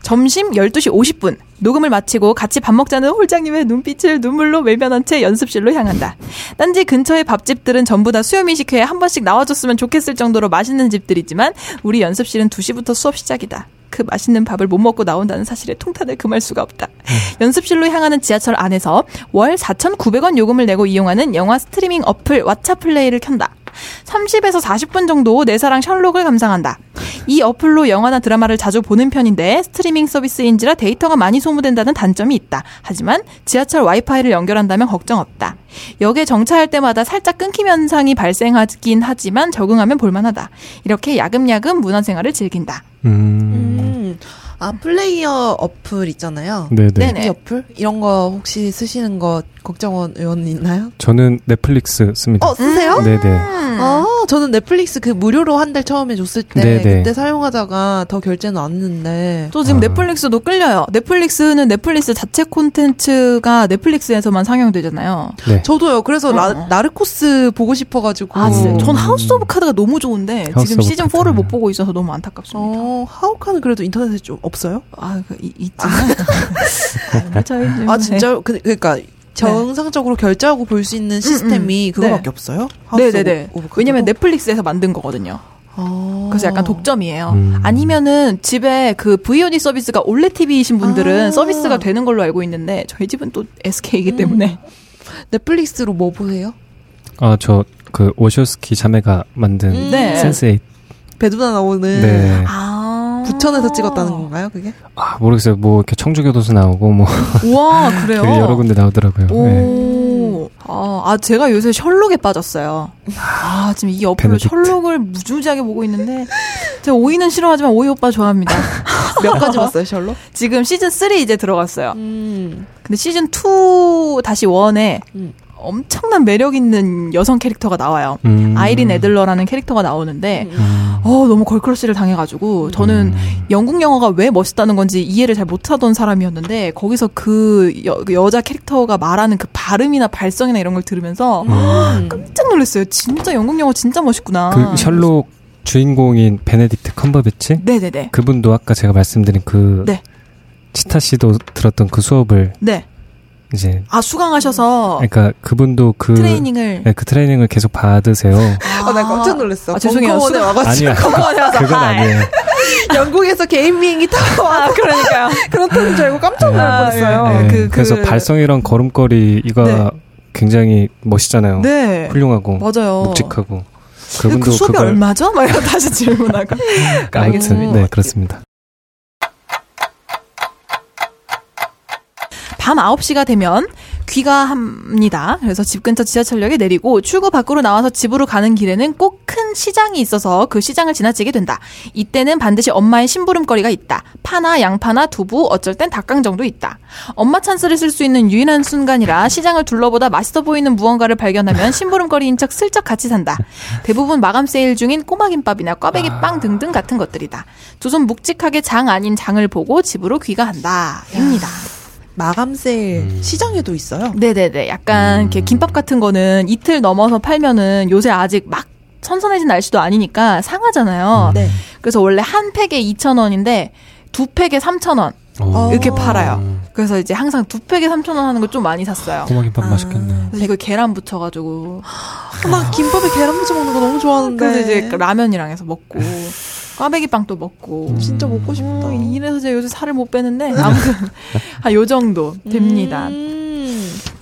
Speaker 6: 점심 12시 50분 녹음을 마치고 같이 밥 먹자는 홀장님의 눈빛을 눈물로 외면한 채 연습실로 향한다. 딴지 근처의 밥집들은 전부 다 수요미식회에 한 번씩 나와줬으면 좋겠을 정도로 맛있는 집들이지만 우리 연습실은 2시부터 수업 시작이다. 그 맛있는 밥을 못 먹고 나온다는 사실에 통탄을 금할 수가 없다.
Speaker 4: 음.
Speaker 6: 연습실로 향하는 지하철 안에서 월 4,900원 요금을 내고 이용하는 영화 스트리밍 어플 왓챠플레이를 켠다. 30에서 40분 정도 내 사랑 셜록을 감상한다. 이 어플로 영화나 드라마를 자주 보는 편인데 스트리밍 서비스인지라 데이터가 많이 소모된다는 단점이 있다. 하지만 지하철 와이파이를 연결한다면 걱정 없다. 역에 정차할 때마다 살짝 끊김 현상이 발생하긴 하지만 적응하면 볼만하다. 이렇게 야금야금 문화생활을 즐긴다.
Speaker 4: 음.
Speaker 5: 음. 아, 플레이어 어플 있잖아요.
Speaker 4: 네네.
Speaker 6: 네네.
Speaker 5: 이 어플? 이런 거 혹시 쓰시는 거 걱정원 의원 있나요?
Speaker 4: 저는 넷플릭스 씁니다.
Speaker 5: 어, 쓰세요?
Speaker 4: 네네.
Speaker 6: 음.
Speaker 5: 아, 저는 넷플릭스 그 무료로 한 달 처음에 줬을 때
Speaker 4: 네네.
Speaker 5: 그때 사용하다가 더 결제는 안 했는데
Speaker 6: 또 지금
Speaker 4: 아.
Speaker 6: 넷플릭스도 끌려요. 넷플릭스는 넷플릭스 자체 콘텐츠가 넷플릭스에서만 상영되잖아요.
Speaker 4: 네.
Speaker 5: 저도요. 그래서 라- 나르코스 보고 싶어가지고
Speaker 6: 어. 아, 진짜.
Speaker 4: 오.
Speaker 6: 전 하우스 오브 카드가 너무 좋은데
Speaker 4: 음. 하우스
Speaker 6: 지금
Speaker 4: 오브
Speaker 6: 시즌
Speaker 4: 카드.
Speaker 6: 4를 못 보고 있어서 너무 안타깝습니다.
Speaker 5: 어, 하우카는 그래도 인터넷에 좀 없어요?
Speaker 6: 아, 그, 이, 있잖아요. 음,
Speaker 5: 아
Speaker 6: 네.
Speaker 5: 진짜 그, 그러니까 정상적으로 결제하고 볼 수 있는 시스템이
Speaker 6: 음,
Speaker 5: 그거밖에
Speaker 6: 네.
Speaker 5: 없어요? 하우스
Speaker 6: 네네네.
Speaker 5: 오브- 오브 카드?
Speaker 6: 왜냐면 넷플릭스에서 만든 거거든요.
Speaker 5: 아.
Speaker 6: 그래서 약간 독점이에요.
Speaker 4: 음.
Speaker 6: 아니면은 집에 그 VOD 서비스가 올레 TV이신 분들은
Speaker 5: 아. 음.
Speaker 6: 서비스가 되는 걸로 알고 있는데 저희 집은 또 SK이기 때문에
Speaker 5: 넷플릭스로 뭐 보세요?
Speaker 4: 아, 저 그 오쇼스키 자매가 만든
Speaker 6: 네. 음.
Speaker 4: 센스에잇.
Speaker 5: 배두나 나오는
Speaker 4: 네.
Speaker 6: 아.
Speaker 5: 부천에서 찍었다는 건가요? 그게?
Speaker 4: 아, 모르겠어요. 뭐 이렇게 청주교도소 나오고 뭐
Speaker 6: 우와, 그래요?
Speaker 4: 되게 여러 군데 나오더라고요. 네.
Speaker 6: 오. 아, 아, 제가 요새 셜록에 빠졌어요. 아, 지금 이 옆으로
Speaker 4: 베네딕트.
Speaker 6: 셜록을 무지무지하게 보고 있는데, 제가 오이는 싫어하지만 오이 오빠 좋아합니다. 음.
Speaker 5: 몇 가지 봤어요, 셜록?
Speaker 6: 지금 시즌 3 이제 들어갔어요.
Speaker 5: 음.
Speaker 6: 근데 시즌 2 다시 1에
Speaker 5: 음.
Speaker 6: 엄청난 매력 있는 여성 캐릭터가 나와요.
Speaker 4: 음.
Speaker 6: 아이린 애들러라는 캐릭터가 나오는데,
Speaker 4: 음.
Speaker 6: 어, 너무 걸크러쉬를 당해가지고, 저는 영국 영화가 왜 멋있다는 건지 이해를 잘 못하던 사람이었는데, 거기서 그 여, 그 여자 캐릭터가 말하는 그 발음이나 발성이나 이런 걸 들으면서,
Speaker 4: 음.
Speaker 5: 음.
Speaker 6: 깜짝 놀랐어요. 진짜 영국 영화 진짜 멋있구나.
Speaker 4: 그 셜록 주인공인 베네딕트 컴버배치
Speaker 6: 아. 네네네.
Speaker 4: 그분도 아까 제가 말씀드린 그
Speaker 6: 네.
Speaker 4: 치타 씨도 들었던 그 수업을
Speaker 6: 네.
Speaker 4: 이제
Speaker 6: 아, 수강하셔서
Speaker 4: 그러니까 그분도 그
Speaker 6: 트레이닝을.
Speaker 4: 네, 그 트레이닝을 계속 받으세요.
Speaker 5: 아, 나 깜짝 놀랐어.
Speaker 6: 아, 죄송해요.
Speaker 5: 벙커원에
Speaker 6: 수강- 네.
Speaker 5: 와가지고
Speaker 4: 아니야. 그건 아니에요.
Speaker 5: 영국에서 개인 비행기 타고 와.
Speaker 6: 아, 그러니까요.
Speaker 5: 그렇다는 줄 알고 깜짝 놀랐어요.
Speaker 4: 네,
Speaker 6: 그, 그,
Speaker 4: 그래서 발성이랑 걸음걸이가
Speaker 6: 네.
Speaker 4: 굉장히 멋있잖아요.
Speaker 6: 네.
Speaker 4: 훌륭하고
Speaker 6: 맞아요.
Speaker 4: 어, 묵직하고
Speaker 6: 근데
Speaker 4: 그분도
Speaker 6: 그 수업이
Speaker 4: 걸
Speaker 6: 얼마죠? 막 이러고 다시 질문하고.
Speaker 4: 아무튼 네 그렇습니다.
Speaker 6: 밤 9시가 되면 귀가합니다. 그래서 집 근처 지하철역에 내리고 출구 밖으로 나와서 집으로 가는 길에는 꼭 큰 시장이 있어서 그 시장을 지나치게 된다. 이때는 반드시 엄마의 심부름거리가 있다. 파나 양파나 두부 어쩔 땐 닭강정도 있다. 엄마 찬스를 쓸 수 있는 유일한 순간이라 시장을 둘러보다 맛있어 보이는 무언가를 발견하면 심부름거리인 척 슬쩍 같이 산다. 대부분 마감 세일 중인 꼬마김밥이나 꽈배기 빵 등등 같은 것들이다. 조선 묵직하게 장 아닌 장을 보고 집으로 귀가한다. 입니다. 네.
Speaker 5: 마감 세일
Speaker 4: 음.
Speaker 5: 시장에도 있어요.
Speaker 6: 네네네. 약간
Speaker 5: 음.
Speaker 6: 이렇게 김밥 같은 거는 이틀 넘어서 팔면은 요새 아직 막 선선해진 날씨도 아니니까 상하잖아요.
Speaker 5: 네.
Speaker 6: 그래서 원래 한 팩에 2,000원인데 두 팩에 3,000원
Speaker 5: 어.
Speaker 6: 이렇게 팔아요. 그래서 이제 항상 두 팩에 3,000원 하는 걸 좀 많이 샀어요.
Speaker 4: 꼬마김밥 맛있겠네.
Speaker 6: 그래서 이거 계란 붙여가지고
Speaker 5: 아, 나 김밥에 계란 무쳐 먹는 거 너무 좋아하는데.
Speaker 6: 그래서 이제 라면이랑 해서 먹고 꽈배기 빵도 먹고
Speaker 5: 음. 진짜 먹고 싶다.
Speaker 6: 또 이래서 제가 요새 살을 못 빼는데 아무튼 한요 정도 됩니다.
Speaker 5: 음.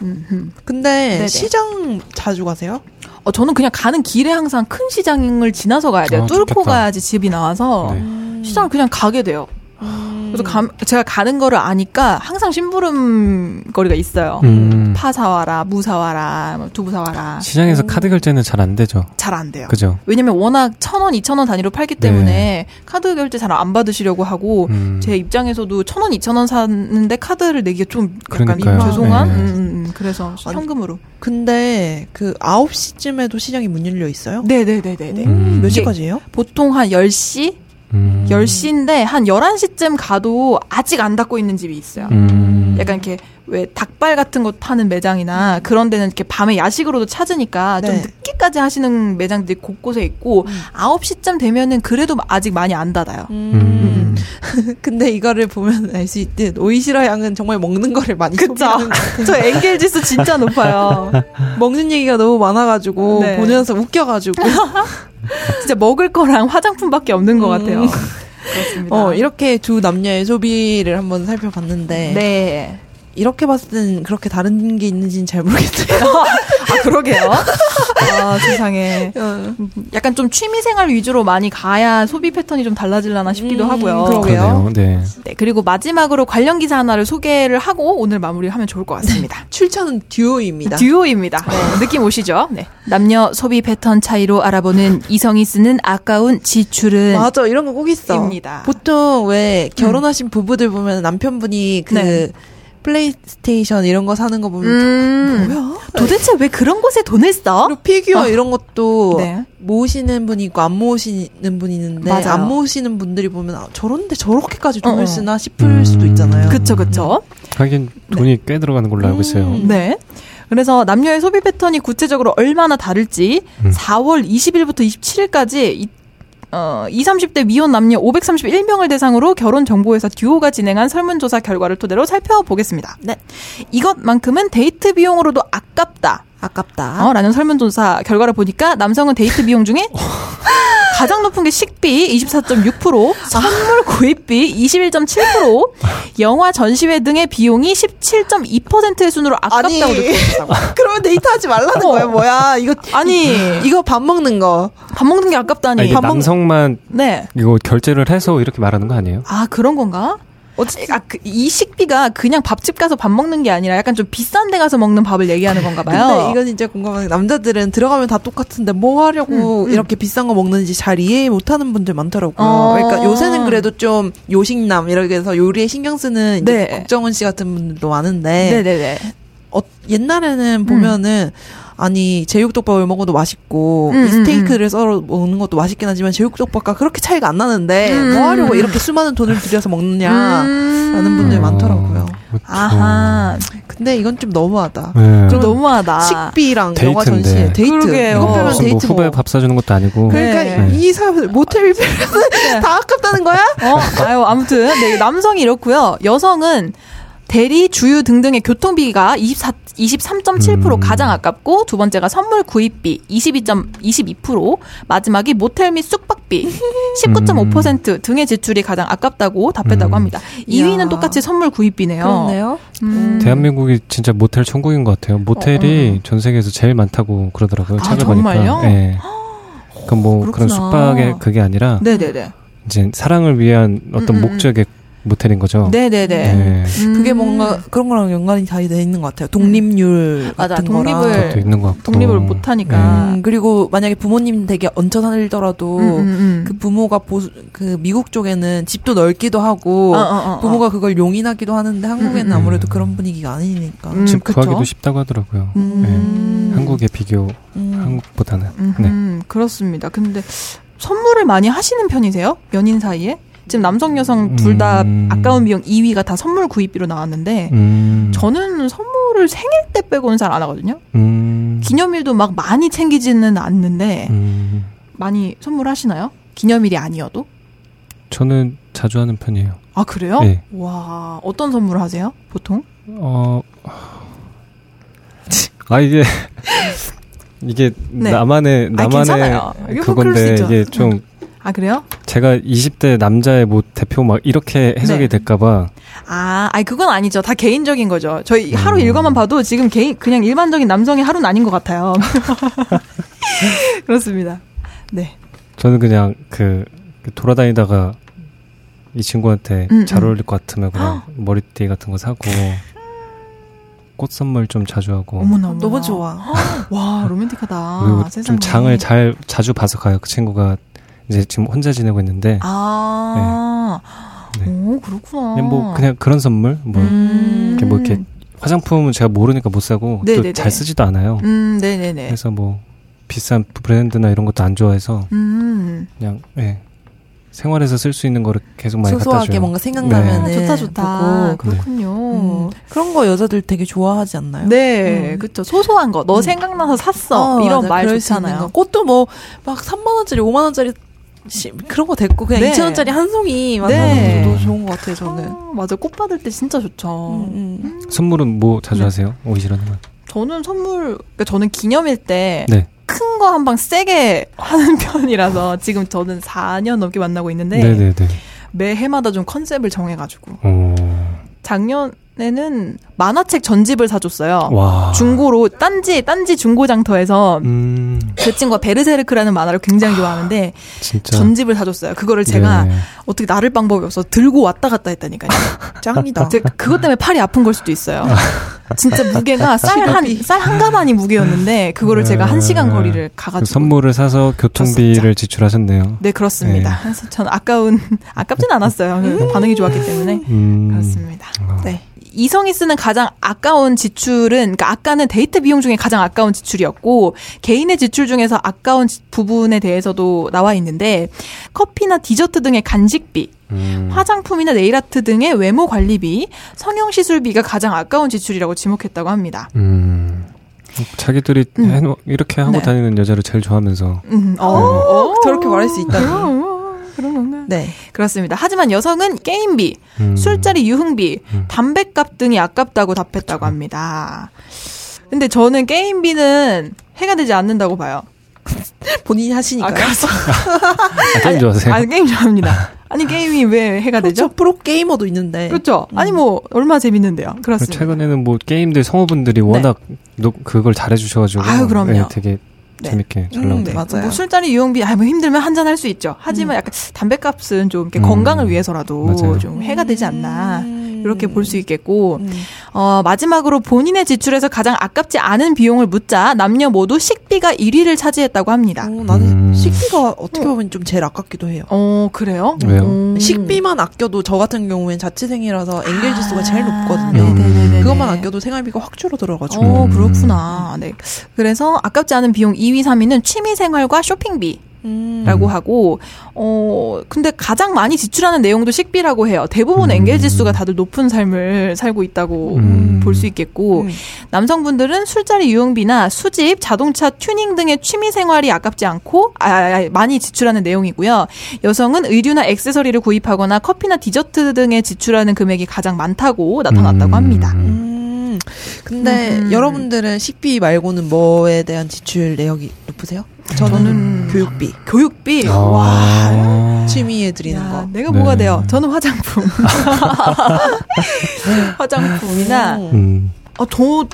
Speaker 6: 음, 음.
Speaker 5: 근데
Speaker 6: 네네.
Speaker 5: 시장 자주 가세요?
Speaker 6: 어, 저는 그냥 가는 길에 항상 큰 시장을 지나서 가야 돼요.
Speaker 4: 아,
Speaker 6: 뚫고
Speaker 4: 좋겠다.
Speaker 6: 가야지 집이 나와서
Speaker 4: 네.
Speaker 6: 시장을 그냥 가게 돼요.
Speaker 5: 음.
Speaker 6: 그래서 감- 제가 가는 거를 아니까 항상 심부름 거리가 있어요.
Speaker 4: 음.
Speaker 6: 파 사와라, 무 사와라, 뭐 두부 사와라.
Speaker 4: 시장에서 카드 결제는 잘 안 되죠.
Speaker 6: 잘 안 돼요.
Speaker 4: 그죠?
Speaker 6: 왜냐면 워낙 천 원, 이천 원 단위로 팔기 때문에 카드 결제 잘 안 받으시려고 하고
Speaker 4: 네. 음.
Speaker 6: 어, 제 입장에서도 천 원, 이천 원 샀는데 카드를 내기가 좀 약간
Speaker 4: 그러니까요.
Speaker 6: 죄송한.
Speaker 4: 네.
Speaker 6: 음, 음, 음. 그래서 현금으로.
Speaker 5: 근데 그 9시쯤에도 시장이 문 열려 있어요?
Speaker 6: 네, 네, 네, 네, 네.
Speaker 5: 음, 몇
Speaker 6: 이게-
Speaker 5: 시까지예요?
Speaker 6: 보통 한 10시?
Speaker 4: 음.
Speaker 6: 10시인데 한 11시쯤 가도 아직 안 닫고 있는 집이 있어요.
Speaker 4: 음.
Speaker 6: 약간 이렇게 왜 닭발 같은 거 파는 매장이나 그런 데는 이렇게 밤에 야식으로도 찾으니까 좀
Speaker 5: 네.
Speaker 6: 늦게까지 하시는 매장들이 곳곳에 있고 9시쯤 되면은 그래도 아직 많이 안 닫아요.
Speaker 4: 음.
Speaker 5: 근데 이거를 보면 알 수 있듯 오이시라 양은 정말 먹는 거를 많이 소비하는 것 같아요.
Speaker 6: 저 엔겔 지수 진짜 높아요.
Speaker 5: 먹는 얘기가 너무 많아가지고
Speaker 6: 네.
Speaker 5: 보면서 웃겨가지고
Speaker 6: 진짜 먹을 거랑 화장품밖에 없는 것 같아요. 음. 그렇습니다.
Speaker 5: 어 이렇게 두 남녀의 소비를 한번 살펴봤는데
Speaker 6: 네.
Speaker 5: 이렇게 봤을 땐 그렇게 다른 게 있는지는 잘 모르겠어요.
Speaker 6: 아, 그러게요. 아, 세상에. 약간 좀 취미생활 위주로 많이 가야 소비 패턴이 좀 달라질라나 싶기도
Speaker 5: 음,
Speaker 6: 하고요.
Speaker 5: 그러게요.
Speaker 4: 그러네요. 네.
Speaker 6: 네, 그리고 마지막으로 관련 기사 하나를 소개를 하고 오늘 마무리하면 좋을 것 같습니다.
Speaker 5: 출처는 듀오입니다.
Speaker 6: 듀오입니다. 네, 느낌 오시죠? 네. 남녀 소비 패턴 차이로 알아보는 이성이 쓰는 아까운 지출은
Speaker 5: 네. 맞아 이런 거 꼭 있어.
Speaker 6: 입니다. 음.
Speaker 5: 보통 왜 결혼하신 부부들 보면 남편분이 그
Speaker 6: 네.
Speaker 5: 플레이스테이션 이런 거 사는 거 보면
Speaker 6: 음.
Speaker 5: 뭐야?
Speaker 6: 도대체 왜 그런 곳에 돈을 써?
Speaker 5: 그리고 피규어
Speaker 6: 어.
Speaker 5: 이런 것도
Speaker 6: 네.
Speaker 5: 모으시는 분이 있고 안 모으시는 분이 있는데
Speaker 6: 맞아요.
Speaker 5: 안 모으시는 분들이 보면 아, 저런데 저렇게까지 돈을
Speaker 6: 어, 어.
Speaker 5: 쓰나 싶을 수도 있잖아요.
Speaker 6: 그쵸, 그쵸.
Speaker 4: 하긴 돈이 꽤 들어가는 걸로 알고 있어요.
Speaker 5: 음.
Speaker 6: 네. 그래서 남녀의 소비 패턴이 구체적으로 얼마나 다를지 4월 20일부터 27일까지 이, 어, 20, 30대 미혼 남녀 531명을 대상으로 결혼정보회사 듀오가 진행한 설문조사 결과를 토대로 살펴보겠습니다. 네. 이것만큼은 데이트 비용으로도 아깝다.
Speaker 5: 아깝다.
Speaker 6: 어, 라는 설문조사 결과를 보니까 남성은 데이트 비용 중에 가장 높은 게 식비 24.6%, 선물 구입비 21.7%, 영화 전시회 등의 비용이 17.2%의 순으로 아깝다고
Speaker 5: 아니.
Speaker 6: 느꼈다고. 어.
Speaker 5: 그러면 데이트하지 말라는 거야 뭐야 이거
Speaker 6: 아니,
Speaker 5: 이거 밥 먹는 거.
Speaker 6: 밥 먹는 게 아깝다니.
Speaker 4: 아, 이게
Speaker 6: 음. 밥 먹-
Speaker 4: 남성만
Speaker 6: 네.
Speaker 4: 이거 결제를 해서 이렇게 말하는 거 아니에요?
Speaker 6: 아, 그런 건가? 어쨌든 아, 그- 이 식비가 그냥 밥집 가서 밥 먹는 게 아니라 약간 좀 비싼 데 가서 먹는 밥을 얘기하는 건가
Speaker 5: 근데
Speaker 6: 봐요.
Speaker 5: 이건 진짜 궁금한 게 남자들은 들어가면 다 똑같은데 뭐 하려고 이렇게 비싼 거 먹는지 잘 이해 못하는 분들
Speaker 6: 음,
Speaker 5: 많더라고요.
Speaker 6: 어.
Speaker 5: 그러니까 요새는 그래도 좀 요식남 이렇게 해서 요리에 신경 쓰는 이제
Speaker 6: 네.
Speaker 5: 국정원 씨 같은 분들도 많은데
Speaker 6: 네네네.
Speaker 5: 어,
Speaker 6: 음.
Speaker 5: 옛날에는 보면은 아니 제육덮밥을 먹어도 맛있고
Speaker 6: 음,
Speaker 5: 이 스테이크를 썰어 먹는 것도 맛있긴 하지만 제육덮밥과 그렇게 차이가 안 나는데
Speaker 6: 음,
Speaker 5: 뭐 하려고
Speaker 6: 음.
Speaker 5: 이렇게 수많은 돈을 들여서 먹느냐라는
Speaker 6: 음.
Speaker 5: 분들 네, 많더라고요.
Speaker 4: 아, 그렇죠.
Speaker 6: 아하.
Speaker 5: 근데 이건 좀 너무하다.
Speaker 4: 네.
Speaker 6: 좀 너무하다.
Speaker 5: 식비랑 영화
Speaker 4: 데이트인데.
Speaker 5: 전시회 데이트
Speaker 6: 아. 그러게요.
Speaker 5: 이것 빼면
Speaker 4: 무슨
Speaker 5: 데이트
Speaker 4: 뭐 후배
Speaker 5: 뭐.
Speaker 4: 밥 사주는 것도 아니고
Speaker 5: 그러니까
Speaker 6: 네.
Speaker 5: 이 사람들 모텔
Speaker 6: 네.
Speaker 5: 비용은 다 아깝다는 거야?
Speaker 6: 어, 아유, 아무튼 네, 남성이 이렇고요. 여성은 대리, 주유 등등의 교통비가 24, 23.7%
Speaker 4: 음.
Speaker 6: 가장 아깝고 두 번째가 선물 구입비 22.22% 마지막이 모텔 및 숙박비 19.5% 등의 지출이 가장 아깝다고 답했다고
Speaker 4: 음.
Speaker 6: 합니다.
Speaker 5: 이야.
Speaker 6: 2위는 똑같이 선물 구입비네요. 음.
Speaker 4: 대한민국이 진짜 모텔 천국인 것 같아요. 모텔이 전 세계에서 제일 많다고 그러더라고요.
Speaker 6: 아,
Speaker 4: 찾아보니까.
Speaker 6: 정말요?
Speaker 4: 예. 그뭐 그런
Speaker 6: 그렇구나.
Speaker 4: 숙박의 그게 아니라
Speaker 6: 네네네.
Speaker 4: 이제 사랑을 위한
Speaker 6: 음, 음,
Speaker 4: 어떤
Speaker 6: 음.
Speaker 4: 목적의 모텔인 거죠.
Speaker 6: 네네네.
Speaker 4: 예.
Speaker 6: 음.
Speaker 5: 그게 뭔가 그런 거랑 연관이 다 돼 있는 것 같아요. 독립률
Speaker 6: 맞아,
Speaker 5: 같은
Speaker 6: 독립을
Speaker 5: 거랑.
Speaker 4: 그것도 있는 것 같고.
Speaker 6: 네.
Speaker 4: 네.
Speaker 6: 독립을 못하니까.
Speaker 5: 음, 그리고 만약에 부모님 댁에 얹혀 살더라도
Speaker 6: 음, 음, 음.
Speaker 5: 그 부모가 보수, 그 미국 쪽에는 집도 넓기도 하고
Speaker 6: 어, 어, 어,
Speaker 5: 부모가 그걸 용인하기도 하는데 한국에는
Speaker 6: 음, 음.
Speaker 5: 아무래도 그런 분위기가 아니니까.
Speaker 6: 음,
Speaker 4: 집
Speaker 6: 그쵸?
Speaker 4: 구하기도 쉽다고 하더라고요. 네.
Speaker 5: 음.
Speaker 4: 한국에 비교
Speaker 5: 음.
Speaker 4: 한국보다는. 네.
Speaker 6: 음, 그렇습니다. 근데 선물을 많이 하시는 편이세요? 연인 사이에? 지금 남성 여성 둘 다
Speaker 4: 음.
Speaker 6: 아까운 비용 2위가 다 선물 구입비로 나왔는데
Speaker 4: 음.
Speaker 6: 저는 선물을 생일 때 빼고는 잘 안 하거든요.
Speaker 4: 음.
Speaker 6: 기념일도 막 많이 챙기지는 않는데
Speaker 4: 음.
Speaker 6: 많이 선물하시나요? 기념일이 아니어도?
Speaker 4: 저는 자주 하는 편이에요.
Speaker 6: 아 그래요?
Speaker 4: 네.
Speaker 6: 와 어떤 선물을 하세요? 보통?
Speaker 4: 어. 아 이게 이게
Speaker 6: 네.
Speaker 4: 나만의 나만의
Speaker 6: 괜찮아요. 이거 뭐 그럴 수
Speaker 4: 그건데
Speaker 6: 있죠.
Speaker 4: 이게 좀
Speaker 6: 아 그래요?
Speaker 4: 제가 20대 남자의 뭐 대표 막 이렇게 해석이
Speaker 6: 네.
Speaker 4: 될까봐
Speaker 6: 아, 아니 그건 아니죠. 다 개인적인 거죠. 저희
Speaker 4: 음.
Speaker 6: 하루 일과만 봐도 지금 개인 그냥 일반적인 남성의 하루는 아닌 것 같아요. 그렇습니다. 네.
Speaker 4: 저는 그냥 그 돌아다니다가 이 친구한테
Speaker 6: 음,
Speaker 4: 잘
Speaker 6: 음.
Speaker 4: 어울릴 것 같으면 그냥 머리띠 같은 거 사고 꽃 선물 좀 자주 하고
Speaker 6: 어머나, 어머나.
Speaker 5: 너무 좋아.
Speaker 6: 와, 로맨틱하다.
Speaker 4: 그리고
Speaker 6: 세상에.
Speaker 4: 좀 장을 잘 자주 봐서 가요. 그 친구가 이제 지금 혼자 지내고 있는데
Speaker 6: 아.
Speaker 4: 네. 네.
Speaker 6: 오, 그렇구나.
Speaker 4: 그냥 뭐 그냥 그런 선물 뭐
Speaker 6: 음.
Speaker 4: 이렇게 뭐 이렇게 화장품은 제가 모르니까 못 사고
Speaker 6: 네네네.
Speaker 4: 또 잘 쓰지도 않아요.
Speaker 6: 음, 네, 네, 네.
Speaker 4: 그래서 뭐 비싼 브랜드나 이런 것도 안 좋아해서
Speaker 6: 음.
Speaker 4: 그냥 예. 생활에서 쓸 수 있는 거를 계속 많이 갖다
Speaker 5: 소소하게
Speaker 4: 줘요.
Speaker 5: 뭔가
Speaker 6: 아,
Speaker 5: 생각나면은
Speaker 6: 좋다,
Speaker 4: 네.
Speaker 6: 좋다.
Speaker 5: 보고.
Speaker 6: 그렇군요.
Speaker 5: 음, 그런 거 여자들 되게 좋아하지 않나요?
Speaker 6: 네,
Speaker 5: 음.
Speaker 6: 그쵸. 소소한 거. 너 생각나서 샀어.
Speaker 5: 어,
Speaker 6: 이런
Speaker 5: 맞아.
Speaker 6: 말
Speaker 5: 그럴 수 있는 거.
Speaker 6: 좋잖아요.
Speaker 5: 꽃도 뭐 막 3만 원짜리, 5만 원짜리 시- 그런 거 됐고 그냥
Speaker 6: 네.
Speaker 5: 2천 원짜리 한 송이 만나는
Speaker 6: 네.
Speaker 5: 것도 좋은 것 같아요. 저는.
Speaker 6: 아, 맞아. 꽃 받을 때 진짜 좋죠.
Speaker 5: 음, 음.
Speaker 4: 선물은 뭐
Speaker 6: 네.
Speaker 4: 자주 하세요? 오이시라는 건.
Speaker 6: 저는 선물, 그러니까 저는 기념일 때
Speaker 4: 네.
Speaker 6: 큰 거 한 방 세게 하는 편이라서 지금 저는 4년 넘게 만나고 있는데
Speaker 4: 네, 네, 네.
Speaker 6: 매 해마다 좀 컨셉을 정해가지고
Speaker 4: 어.
Speaker 6: 작년 예전에는 만화책 전집을 사줬어요.
Speaker 4: 와.
Speaker 6: 중고로 딴지 딴지 중고장터에서
Speaker 4: 음,
Speaker 6: 그 친구가 베르세르크라는 만화를 굉장히 좋아하는데
Speaker 4: 진짜.
Speaker 6: 전집을 사줬어요. 그거를 제가
Speaker 4: 네.
Speaker 6: 어떻게 나를 방법이 없어 들고 왔다 갔다 했다니까요.
Speaker 5: 짱이다.
Speaker 6: 제가 그것 때문에 팔이 아픈 걸 수도 있어요. 진짜 무게가 쌀 한 쌀 한 가마니 무게였는데 그거를 제가 한 시간 거리를
Speaker 4: 그
Speaker 6: 가가지고
Speaker 4: 선물을 사서 교통비를 지출하셨네요.
Speaker 6: 네 그렇습니다.
Speaker 4: 네.
Speaker 6: 그래서 전 아까운 아깝진 않았어요. 반응이 좋았기 때문에
Speaker 4: 음.
Speaker 6: 그렇습니다. 네. 이성이 쓰는 가장 아까운 지출은 그러니까 아까는 데이트 비용 중에 가장 아까운 지출이었고 개인의 지출 중에서 아까운 지- 부분에 대해서도 나와 있는데 커피나 디저트 등의 간식비
Speaker 4: 음.
Speaker 6: 화장품이나 네일아트 등의 외모 관리비, 성형 시술비가 가장 아까운 지출이라고 지목했다고 합니다.
Speaker 4: 음. 자기들이
Speaker 6: 음.
Speaker 4: 해놓- 이렇게 하고
Speaker 6: 네.
Speaker 4: 다니는 여자를 제일 좋아하면서
Speaker 6: 음, 어,
Speaker 5: 어,
Speaker 6: 어,
Speaker 5: 저렇게 말할 수 있다니.
Speaker 6: 그런 건가?
Speaker 5: 네.
Speaker 6: 그렇습니다. 하지만 여성은 게임비,
Speaker 4: 음.
Speaker 6: 술자리 유흥비,
Speaker 4: 음.
Speaker 6: 담배값 등이 아깝다고 답했다고 합니다. 근데 저는 게임비는 해가 되지 않는다고 봐요.
Speaker 5: 본인이
Speaker 6: 아,
Speaker 5: 하시니까요.
Speaker 6: 그렇습니다.
Speaker 4: 아, 게임 좋아하세요?
Speaker 6: 아니, 게임 좋아합니다. 아니, 게임이 왜 해가
Speaker 5: 그렇죠.
Speaker 6: 되죠?
Speaker 5: 프로 게이머도 있는데.
Speaker 6: 그렇죠. 아니, 뭐, 얼마나 재밌는데요. 그렇습니다. 네.
Speaker 4: 최근에는 뭐 게임들 성우분들이 워낙 노- 그걸 잘해주셔가지고
Speaker 6: 아유, 그럼요.
Speaker 4: 네, 되게
Speaker 6: 네.
Speaker 4: 재밌게 잘
Speaker 5: 음,
Speaker 4: 나온다.
Speaker 5: 네, 맞아요.
Speaker 6: 뭐 술자리 이용비 아 뭐 힘들면 한잔 할 수 있죠. 하지만 약간 담배값은 좀 이렇게
Speaker 4: 음.
Speaker 6: 건강을 위해서라도
Speaker 4: 맞아요.
Speaker 6: 좀 해가 되지 않나
Speaker 5: 음.
Speaker 6: 이렇게 볼 수 있겠고
Speaker 5: 음.
Speaker 6: 어 마지막으로 본인의 지출에서 가장 아깝지 않은 비용을 묻자 남녀 모두 식비가 1위를 차지했다고 합니다.
Speaker 5: 어, 나는
Speaker 4: 음.
Speaker 5: 식비가 어떻게 보면 좀 제일 아깝기도 해요.
Speaker 6: 어 그래요?
Speaker 4: 왜요?
Speaker 6: 음.
Speaker 5: 식비만 아껴도 저 같은 경우엔 자취생이라서 엔게이지 수가 제일 높거든요.
Speaker 6: 아, 네네네네.
Speaker 5: 그것만 아껴도 생활비가 확 줄어들어가지고.
Speaker 6: 어
Speaker 4: 음.
Speaker 6: 그렇구나. 네. 그래서 아깝지 않은 비용 2위, 3위는 취미 생활과 쇼핑비.
Speaker 5: 음.
Speaker 6: 라고 하고 어 근데 가장 많이 지출하는 내용도 식비라고 해요. 대부분
Speaker 4: 음.
Speaker 6: 엔겔 지수가 다들 높은 삶을 살고 있다고
Speaker 4: 음.
Speaker 6: 볼 수 있겠고
Speaker 5: 음.
Speaker 6: 남성분들은 술자리 유흥비나 수집, 자동차 튜닝 등의 취미 생활이 아깝지 않고 아, 아, 많이 지출하는 내용이고요. 여성은 의류나 액세서리를 구입하거나 커피나 디저트 등에 지출하는 금액이 가장 많다고 나타났다고
Speaker 4: 음.
Speaker 6: 합니다.
Speaker 5: 음. 근데
Speaker 6: 음.
Speaker 5: 여러분들은 식비 말고는 뭐에 대한 지출 내역이 높으세요? 저는
Speaker 6: 저는
Speaker 5: 교육비.
Speaker 6: 교육비
Speaker 4: 아.
Speaker 6: 와.
Speaker 5: 취미에 드리는
Speaker 6: 야,
Speaker 5: 거.
Speaker 6: 내가
Speaker 4: 네.
Speaker 6: 뭐가 돼요? 저는 화장품. 화장품이나
Speaker 5: 음.
Speaker 4: 음.
Speaker 6: 아, 저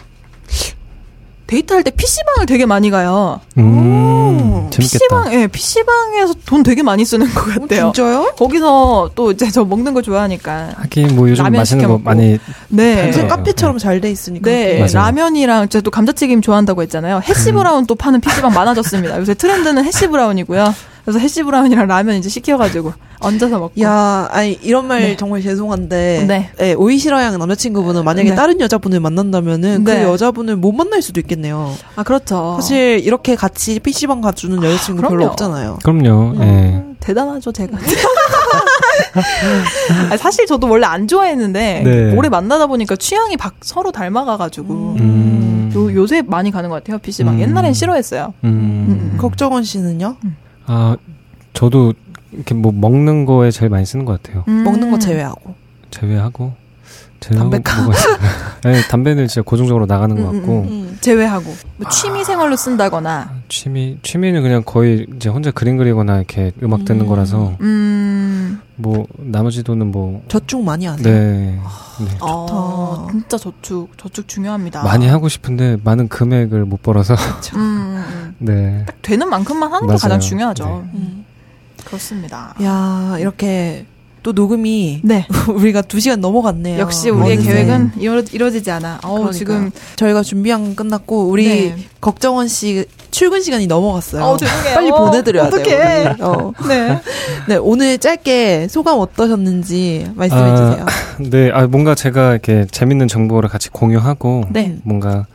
Speaker 6: 데이트할 때 PC방을 되게 많이 가요.
Speaker 4: 음. 재밌겠다.
Speaker 6: PC방, 예, PC방에서 돈 되게 많이 쓰는 것
Speaker 5: 어,
Speaker 6: 같아요.
Speaker 5: 진짜요?
Speaker 6: 거기서 또 이제 저 먹는 거 좋아하니까.
Speaker 4: 하긴 뭐 요즘
Speaker 6: 라면
Speaker 4: 맛있는 거
Speaker 6: 시켜먹고.
Speaker 4: 많이
Speaker 6: 네.
Speaker 5: 요새
Speaker 4: 네.
Speaker 5: 카페처럼 잘 돼 있으니까.
Speaker 6: 네,
Speaker 4: 맞아요. 음.
Speaker 6: 라면이랑 제가 또 감자튀김 좋아한다고 했잖아요. 해시브라운 또 파는 PC방 많아졌습니다. 요새 트렌드는 해시브라운이고요. 그래서 해시브라운이랑 라면 이제 시켜가지고 얹어서 먹고.
Speaker 5: 야, 아니 이런 말
Speaker 6: 네.
Speaker 5: 정말 죄송한데,
Speaker 6: 네.
Speaker 5: 예, 오이시라 양 남자친구분은 만약에
Speaker 6: 네.
Speaker 5: 다른 여자분을 만난다면은
Speaker 6: 네.
Speaker 5: 그 여자분을 못 만날 수도 있겠네요.
Speaker 6: 아 그렇죠.
Speaker 5: 사실 이렇게 같이 PC방 가주는 여자친구 별로
Speaker 6: 아, 그럼요.
Speaker 5: 없잖아요.
Speaker 6: 음.
Speaker 4: 그럼요. 예.
Speaker 6: 대단하죠, 제가. 아, 사실 저도 원래 안 좋아했는데
Speaker 4: 네.
Speaker 6: 오래 만나다 보니까 취향이 박- 서로 닮아가가지고
Speaker 4: 음.
Speaker 6: 요, 요새 많이 가는 것 같아요 PC방.
Speaker 4: 음.
Speaker 6: 옛날엔 싫어했어요.
Speaker 4: 음.
Speaker 5: 걱정원 씨는요?
Speaker 4: 아, 저도 이렇게 뭐 먹는 거에 제일 많이 쓰는 것 같아요.
Speaker 6: 음.
Speaker 5: 먹는 거 제외하고.
Speaker 4: 제외하고 제외하고
Speaker 6: 담배값?
Speaker 4: 뭐가 있어요? 네, 담배는 진짜 고정적으로 나가는 것
Speaker 6: 음, 음,
Speaker 4: 같고
Speaker 5: 음.
Speaker 6: 제외하고
Speaker 4: 아.
Speaker 6: 뭐 취미 생활로 쓴다거나.
Speaker 4: 취미 취미는 그냥 거의 이제 혼자 그림 그리거나 이렇게 음악 듣는 거라서
Speaker 6: 음.
Speaker 4: 뭐 나머지 돈은 뭐
Speaker 5: 저축 많이 하세요?
Speaker 4: 네.
Speaker 6: 아,
Speaker 4: 네.
Speaker 6: 어, 진짜 저축 저축 중요합니다.
Speaker 4: 많이 하고 싶은데 많은 금액을 못 벌어서
Speaker 6: 음, 음.
Speaker 4: 네.
Speaker 6: 되는 만큼만 하는
Speaker 4: 맞아요.
Speaker 6: 게 가장 중요하죠.
Speaker 4: 네.
Speaker 5: 음.
Speaker 6: 그렇습니다.
Speaker 5: 야, 이렇게 또 녹음이
Speaker 6: 네.
Speaker 5: 우리가 두 시간 넘어갔네요.
Speaker 6: 역시 우리의
Speaker 5: 어느새.
Speaker 6: 계획은 이루, 이루어지지 않아. 어우,
Speaker 5: 그러니까요.
Speaker 6: 지금
Speaker 5: 저희가 준비한 건 끝났고 우리
Speaker 6: 네.
Speaker 5: 걱정원 씨 출근 시간이
Speaker 4: 네.
Speaker 5: 넘어갔어요.
Speaker 6: 어우, 죄송해요.
Speaker 5: 빨리 보내드려야
Speaker 6: 어떡해.
Speaker 5: 돼요. 우리. 어.
Speaker 6: 네.
Speaker 5: 네, 오늘 짧게 소감 어떠셨는지 말씀해
Speaker 4: 아,
Speaker 5: 주세요.
Speaker 4: 네. 아 뭔가 제가 이렇게 재밌는 정보를 같이 공유하고
Speaker 6: 네.
Speaker 4: 뭔가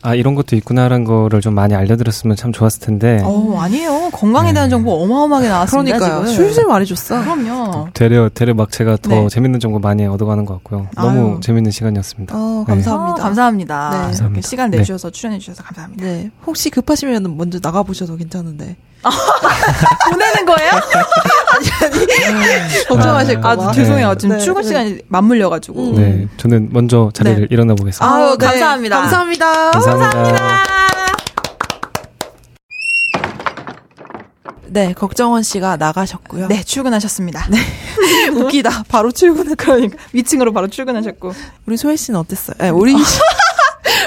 Speaker 4: 아 이런 것도 있구나라는 거를 좀 많이 알려드렸으면 참 좋았을 텐데
Speaker 6: 어, 아니에요. 건강에 대한 정보 어마어마하게 나왔습니다.
Speaker 5: 그러니까요.
Speaker 6: 지금.
Speaker 5: 술술 말해줬어.
Speaker 6: 그럼요.
Speaker 4: 되려 되려 막 제가 더
Speaker 6: 네.
Speaker 4: 재밌는 정보 많이 얻어가는 것 같고요. 너무
Speaker 6: 아유.
Speaker 4: 재밌는 시간이었습니다.
Speaker 5: 어,
Speaker 4: 네.
Speaker 5: 감사합니다.
Speaker 6: 아, 감사합니다.
Speaker 5: 네.
Speaker 6: 이렇게
Speaker 4: 감사합니다.
Speaker 6: 시간
Speaker 4: 네.
Speaker 6: 내주셔서 출연해주셔서 감사합니다.
Speaker 5: 네, 혹시 급하시면 먼저 나가보셔도 괜찮은데.
Speaker 6: 보내는 거예요?
Speaker 5: 아, 걱정하실까
Speaker 6: 아,
Speaker 5: 봐.
Speaker 6: 죄송해요. 지금
Speaker 5: 네.
Speaker 6: 출근
Speaker 5: 네.
Speaker 6: 시간이 맞물려가지고.
Speaker 5: 음.
Speaker 4: 네, 저는 먼저 자리를
Speaker 6: 네.
Speaker 4: 일어나 보겠습니다.
Speaker 6: 아유,
Speaker 5: 네,
Speaker 6: 감사합니다.
Speaker 5: 감사합니다.
Speaker 4: 감사합니다.
Speaker 5: 네, 걱정원 씨가 나가셨고요.
Speaker 6: 네, 출근하셨습니다.
Speaker 5: 네. 웃기다. 바로 출근했
Speaker 6: 그러니까 위층으로 바로 출근하셨고.
Speaker 5: 우리 소혜 씨는 어땠어요? 네, 우리
Speaker 6: 아.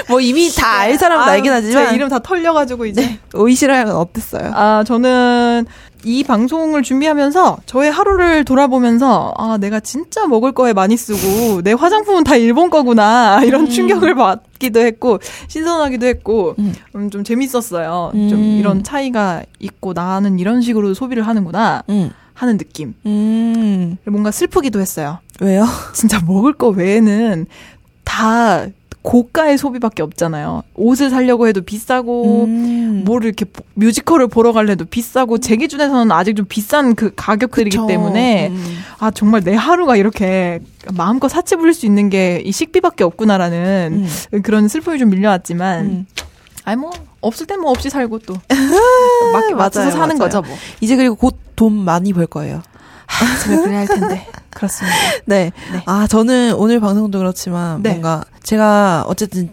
Speaker 5: 뭐 이미 다 알 사람은
Speaker 6: 아유,
Speaker 5: 알긴 하지만
Speaker 6: 제 이름 다 털려가지고 이제.
Speaker 5: 네, 오이시라양은 어땠어요?
Speaker 6: 아, 저는 이 방송을 준비하면서 저의 하루를 돌아보면서 아, 내가 진짜 먹을 거에 많이 쓰고 내 화장품은 다 일본 거구나.
Speaker 5: 음.
Speaker 6: 이런 충격을 받기도 했고 신선하기도 했고 음, 좀 재밌었어요. 좀
Speaker 5: 음.
Speaker 6: 이런 차이가 있고 나는 이런 식으로 소비를 하는구나
Speaker 5: 음.
Speaker 6: 하는 느낌.
Speaker 5: 음.
Speaker 6: 뭔가 슬프기도 했어요.
Speaker 5: 왜요?
Speaker 6: 진짜 먹을 거 외에는 다 고가의 소비밖에 없잖아요. 옷을 사려고 해도 비싸고
Speaker 5: 음.
Speaker 6: 뭐를 이렇게 보- 뮤지컬을 보러 갈래도 비싸고 제 기준에서는 아직 좀 비싼 그 가격들이기
Speaker 5: 그쵸.
Speaker 6: 때문에
Speaker 5: 음.
Speaker 6: 아 정말 내 하루가 이렇게 마음껏 사치 부릴 수 있는 게 이 식비밖에 없구나라는 그런 슬픔이 좀 밀려왔지만
Speaker 5: 음.
Speaker 6: 아니 뭐 없을 땐 뭐 없이 살고 또
Speaker 5: 맞-
Speaker 6: 맞춰서
Speaker 5: 맞아요,
Speaker 6: 사는
Speaker 5: 맞아요.
Speaker 6: 거죠 뭐
Speaker 5: 이제 그리고 곧 돈 많이 벌 거예요.
Speaker 6: 제가 그래야 할 텐데 그렇습니다
Speaker 5: 네.
Speaker 6: 네.
Speaker 5: 아, 저는 오늘 방송도 그렇지만
Speaker 6: 네.
Speaker 5: 뭔가 제가 어쨌든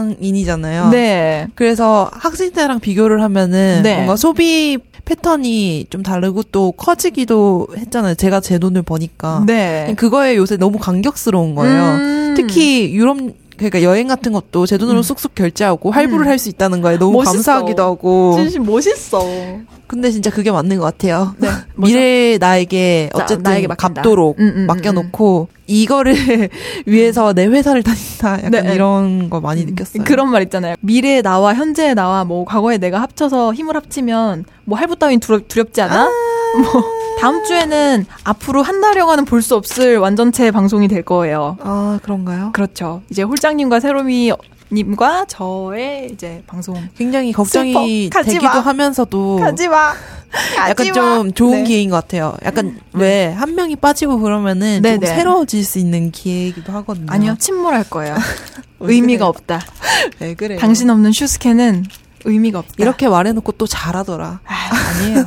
Speaker 5: 직장인이잖아요.
Speaker 6: 네
Speaker 5: 그래서 학생 때랑 비교를 하면은
Speaker 6: 네.
Speaker 5: 뭔가 소비 패턴이 좀 다르고 또 커지기도 했잖아요. 제가 제 돈을 버니까.
Speaker 6: 네.
Speaker 5: 어. 그거에 요새 너무 감격스러운 거예요.
Speaker 6: 음.
Speaker 5: 그러니까 특히 유럽 그러니까 여행 같은 것도 제 돈으로 쑥쑥 결제하고 할부를 할 수 있다는 거에 너무
Speaker 6: 음. 멋있어.
Speaker 5: 감사하기도 하고.
Speaker 6: 진심 멋있어
Speaker 5: 근데 진짜 그게 맞는 것 같아요.
Speaker 6: 네
Speaker 5: 미래 나에게
Speaker 6: 자,
Speaker 5: 어쨌든
Speaker 6: 나에게 맡긴다.
Speaker 5: 갚도록
Speaker 6: 음, 음, 음,
Speaker 5: 맡겨놓고 이거를 위해서 내 회사를 다닌다 약간
Speaker 6: 네.
Speaker 5: 이런 거 많이 느꼈어요.
Speaker 6: 그런 말 있잖아요. 미래의 나와 현재의 나와 뭐 과거에 내가 합쳐서 힘을 합치면 뭐 할부 따윈 두렵, 두렵지 않아? 뭐 다음 주에는 앞으로 한 달여간은 볼 수 없을 완전체 방송이 될 거예요.
Speaker 5: 아 그런가요?
Speaker 6: 그렇죠. 이제 홀장님과 새로미 님과 저의 이제 방송
Speaker 5: 굉장히 걱정이
Speaker 6: 슬퍼. 가지
Speaker 5: 되기도
Speaker 6: 마.
Speaker 5: 하면서도
Speaker 6: 마. 네. 음,
Speaker 5: 약간 좀 좋은 기회인 것 같아요. 약간 왜 한 명이 빠지고 그러면은
Speaker 6: 네,
Speaker 5: 조금
Speaker 6: 네.
Speaker 5: 새로워질 수 있는 기회이기도 하거든요.
Speaker 6: 아니요. 침몰할 거예요. 의미가 없다.
Speaker 5: 네, 그래요.
Speaker 6: 당신 없는 슈스케는 의미가 없다.
Speaker 5: 이렇게 말해놓고 또 잘하더라.
Speaker 6: 아, 아니에요.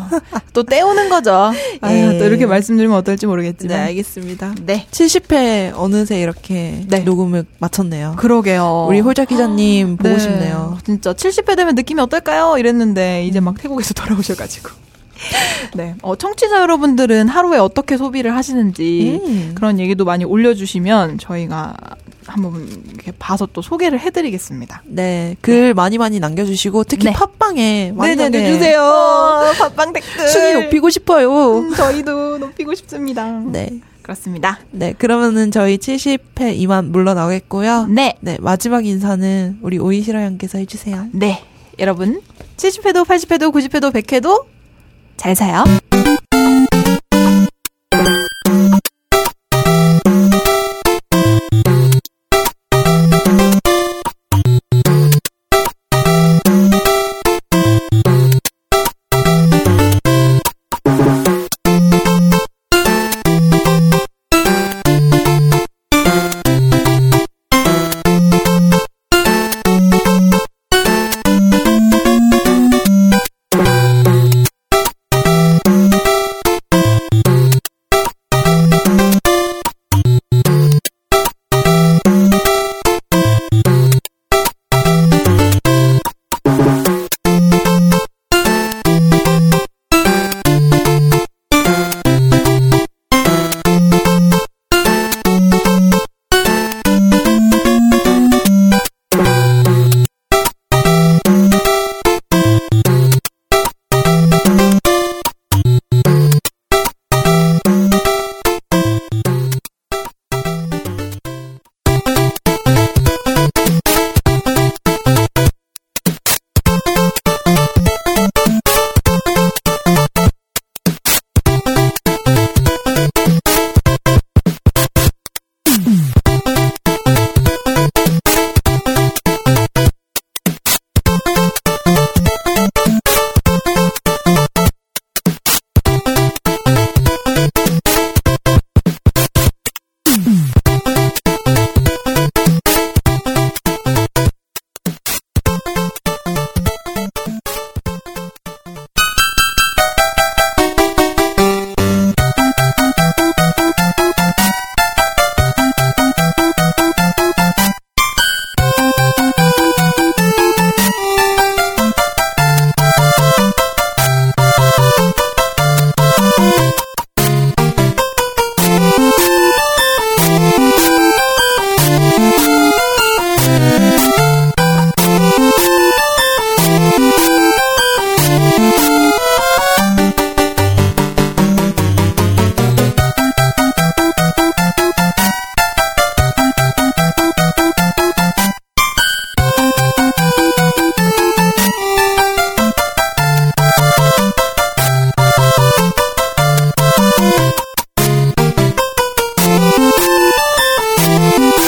Speaker 6: 또 때우는 거죠. 아유,
Speaker 5: 예.
Speaker 6: 또 이렇게 말씀드리면 어떨지 모르겠지만.
Speaker 5: 알겠습니다.
Speaker 6: 네.
Speaker 5: 70회 어느새 이렇게
Speaker 6: 네.
Speaker 5: 녹음을 마쳤네요.
Speaker 6: 그러게요.
Speaker 5: 우리 홀짝 기자님 보고
Speaker 6: 네.
Speaker 5: 싶네요.
Speaker 6: 진짜 70회 되면 느낌이 어떨까요? 이랬는데 이제 막 태국에서 돌아오셔가지고. 네. 어, 청취자 여러분들은 하루에 어떻게 소비를 하시는지
Speaker 5: 음.
Speaker 6: 그런 얘기도 많이 올려주시면 저희가 한번 이렇게 봐서 또 소개를 해드리겠습니다.
Speaker 5: 네, 글 많이 많이 남겨주시고 특히
Speaker 6: 네.
Speaker 5: 팟빵에 많이
Speaker 6: 네네네.
Speaker 5: 남겨주세요.
Speaker 6: 밥방 댓글.
Speaker 5: 순위 높이고 싶어요.
Speaker 6: 음, 저희도 높이고 싶습니다.
Speaker 5: 네,
Speaker 6: 그렇습니다.
Speaker 5: 네 그러면은 저희 70회 이만 물러나겠고요.
Speaker 6: 네.
Speaker 5: 네, 마지막 인사는 우리 오이시라 양께서 해주세요.
Speaker 6: 네. 여러분, 70회도 80회도 90회도 100회도 잘 사요.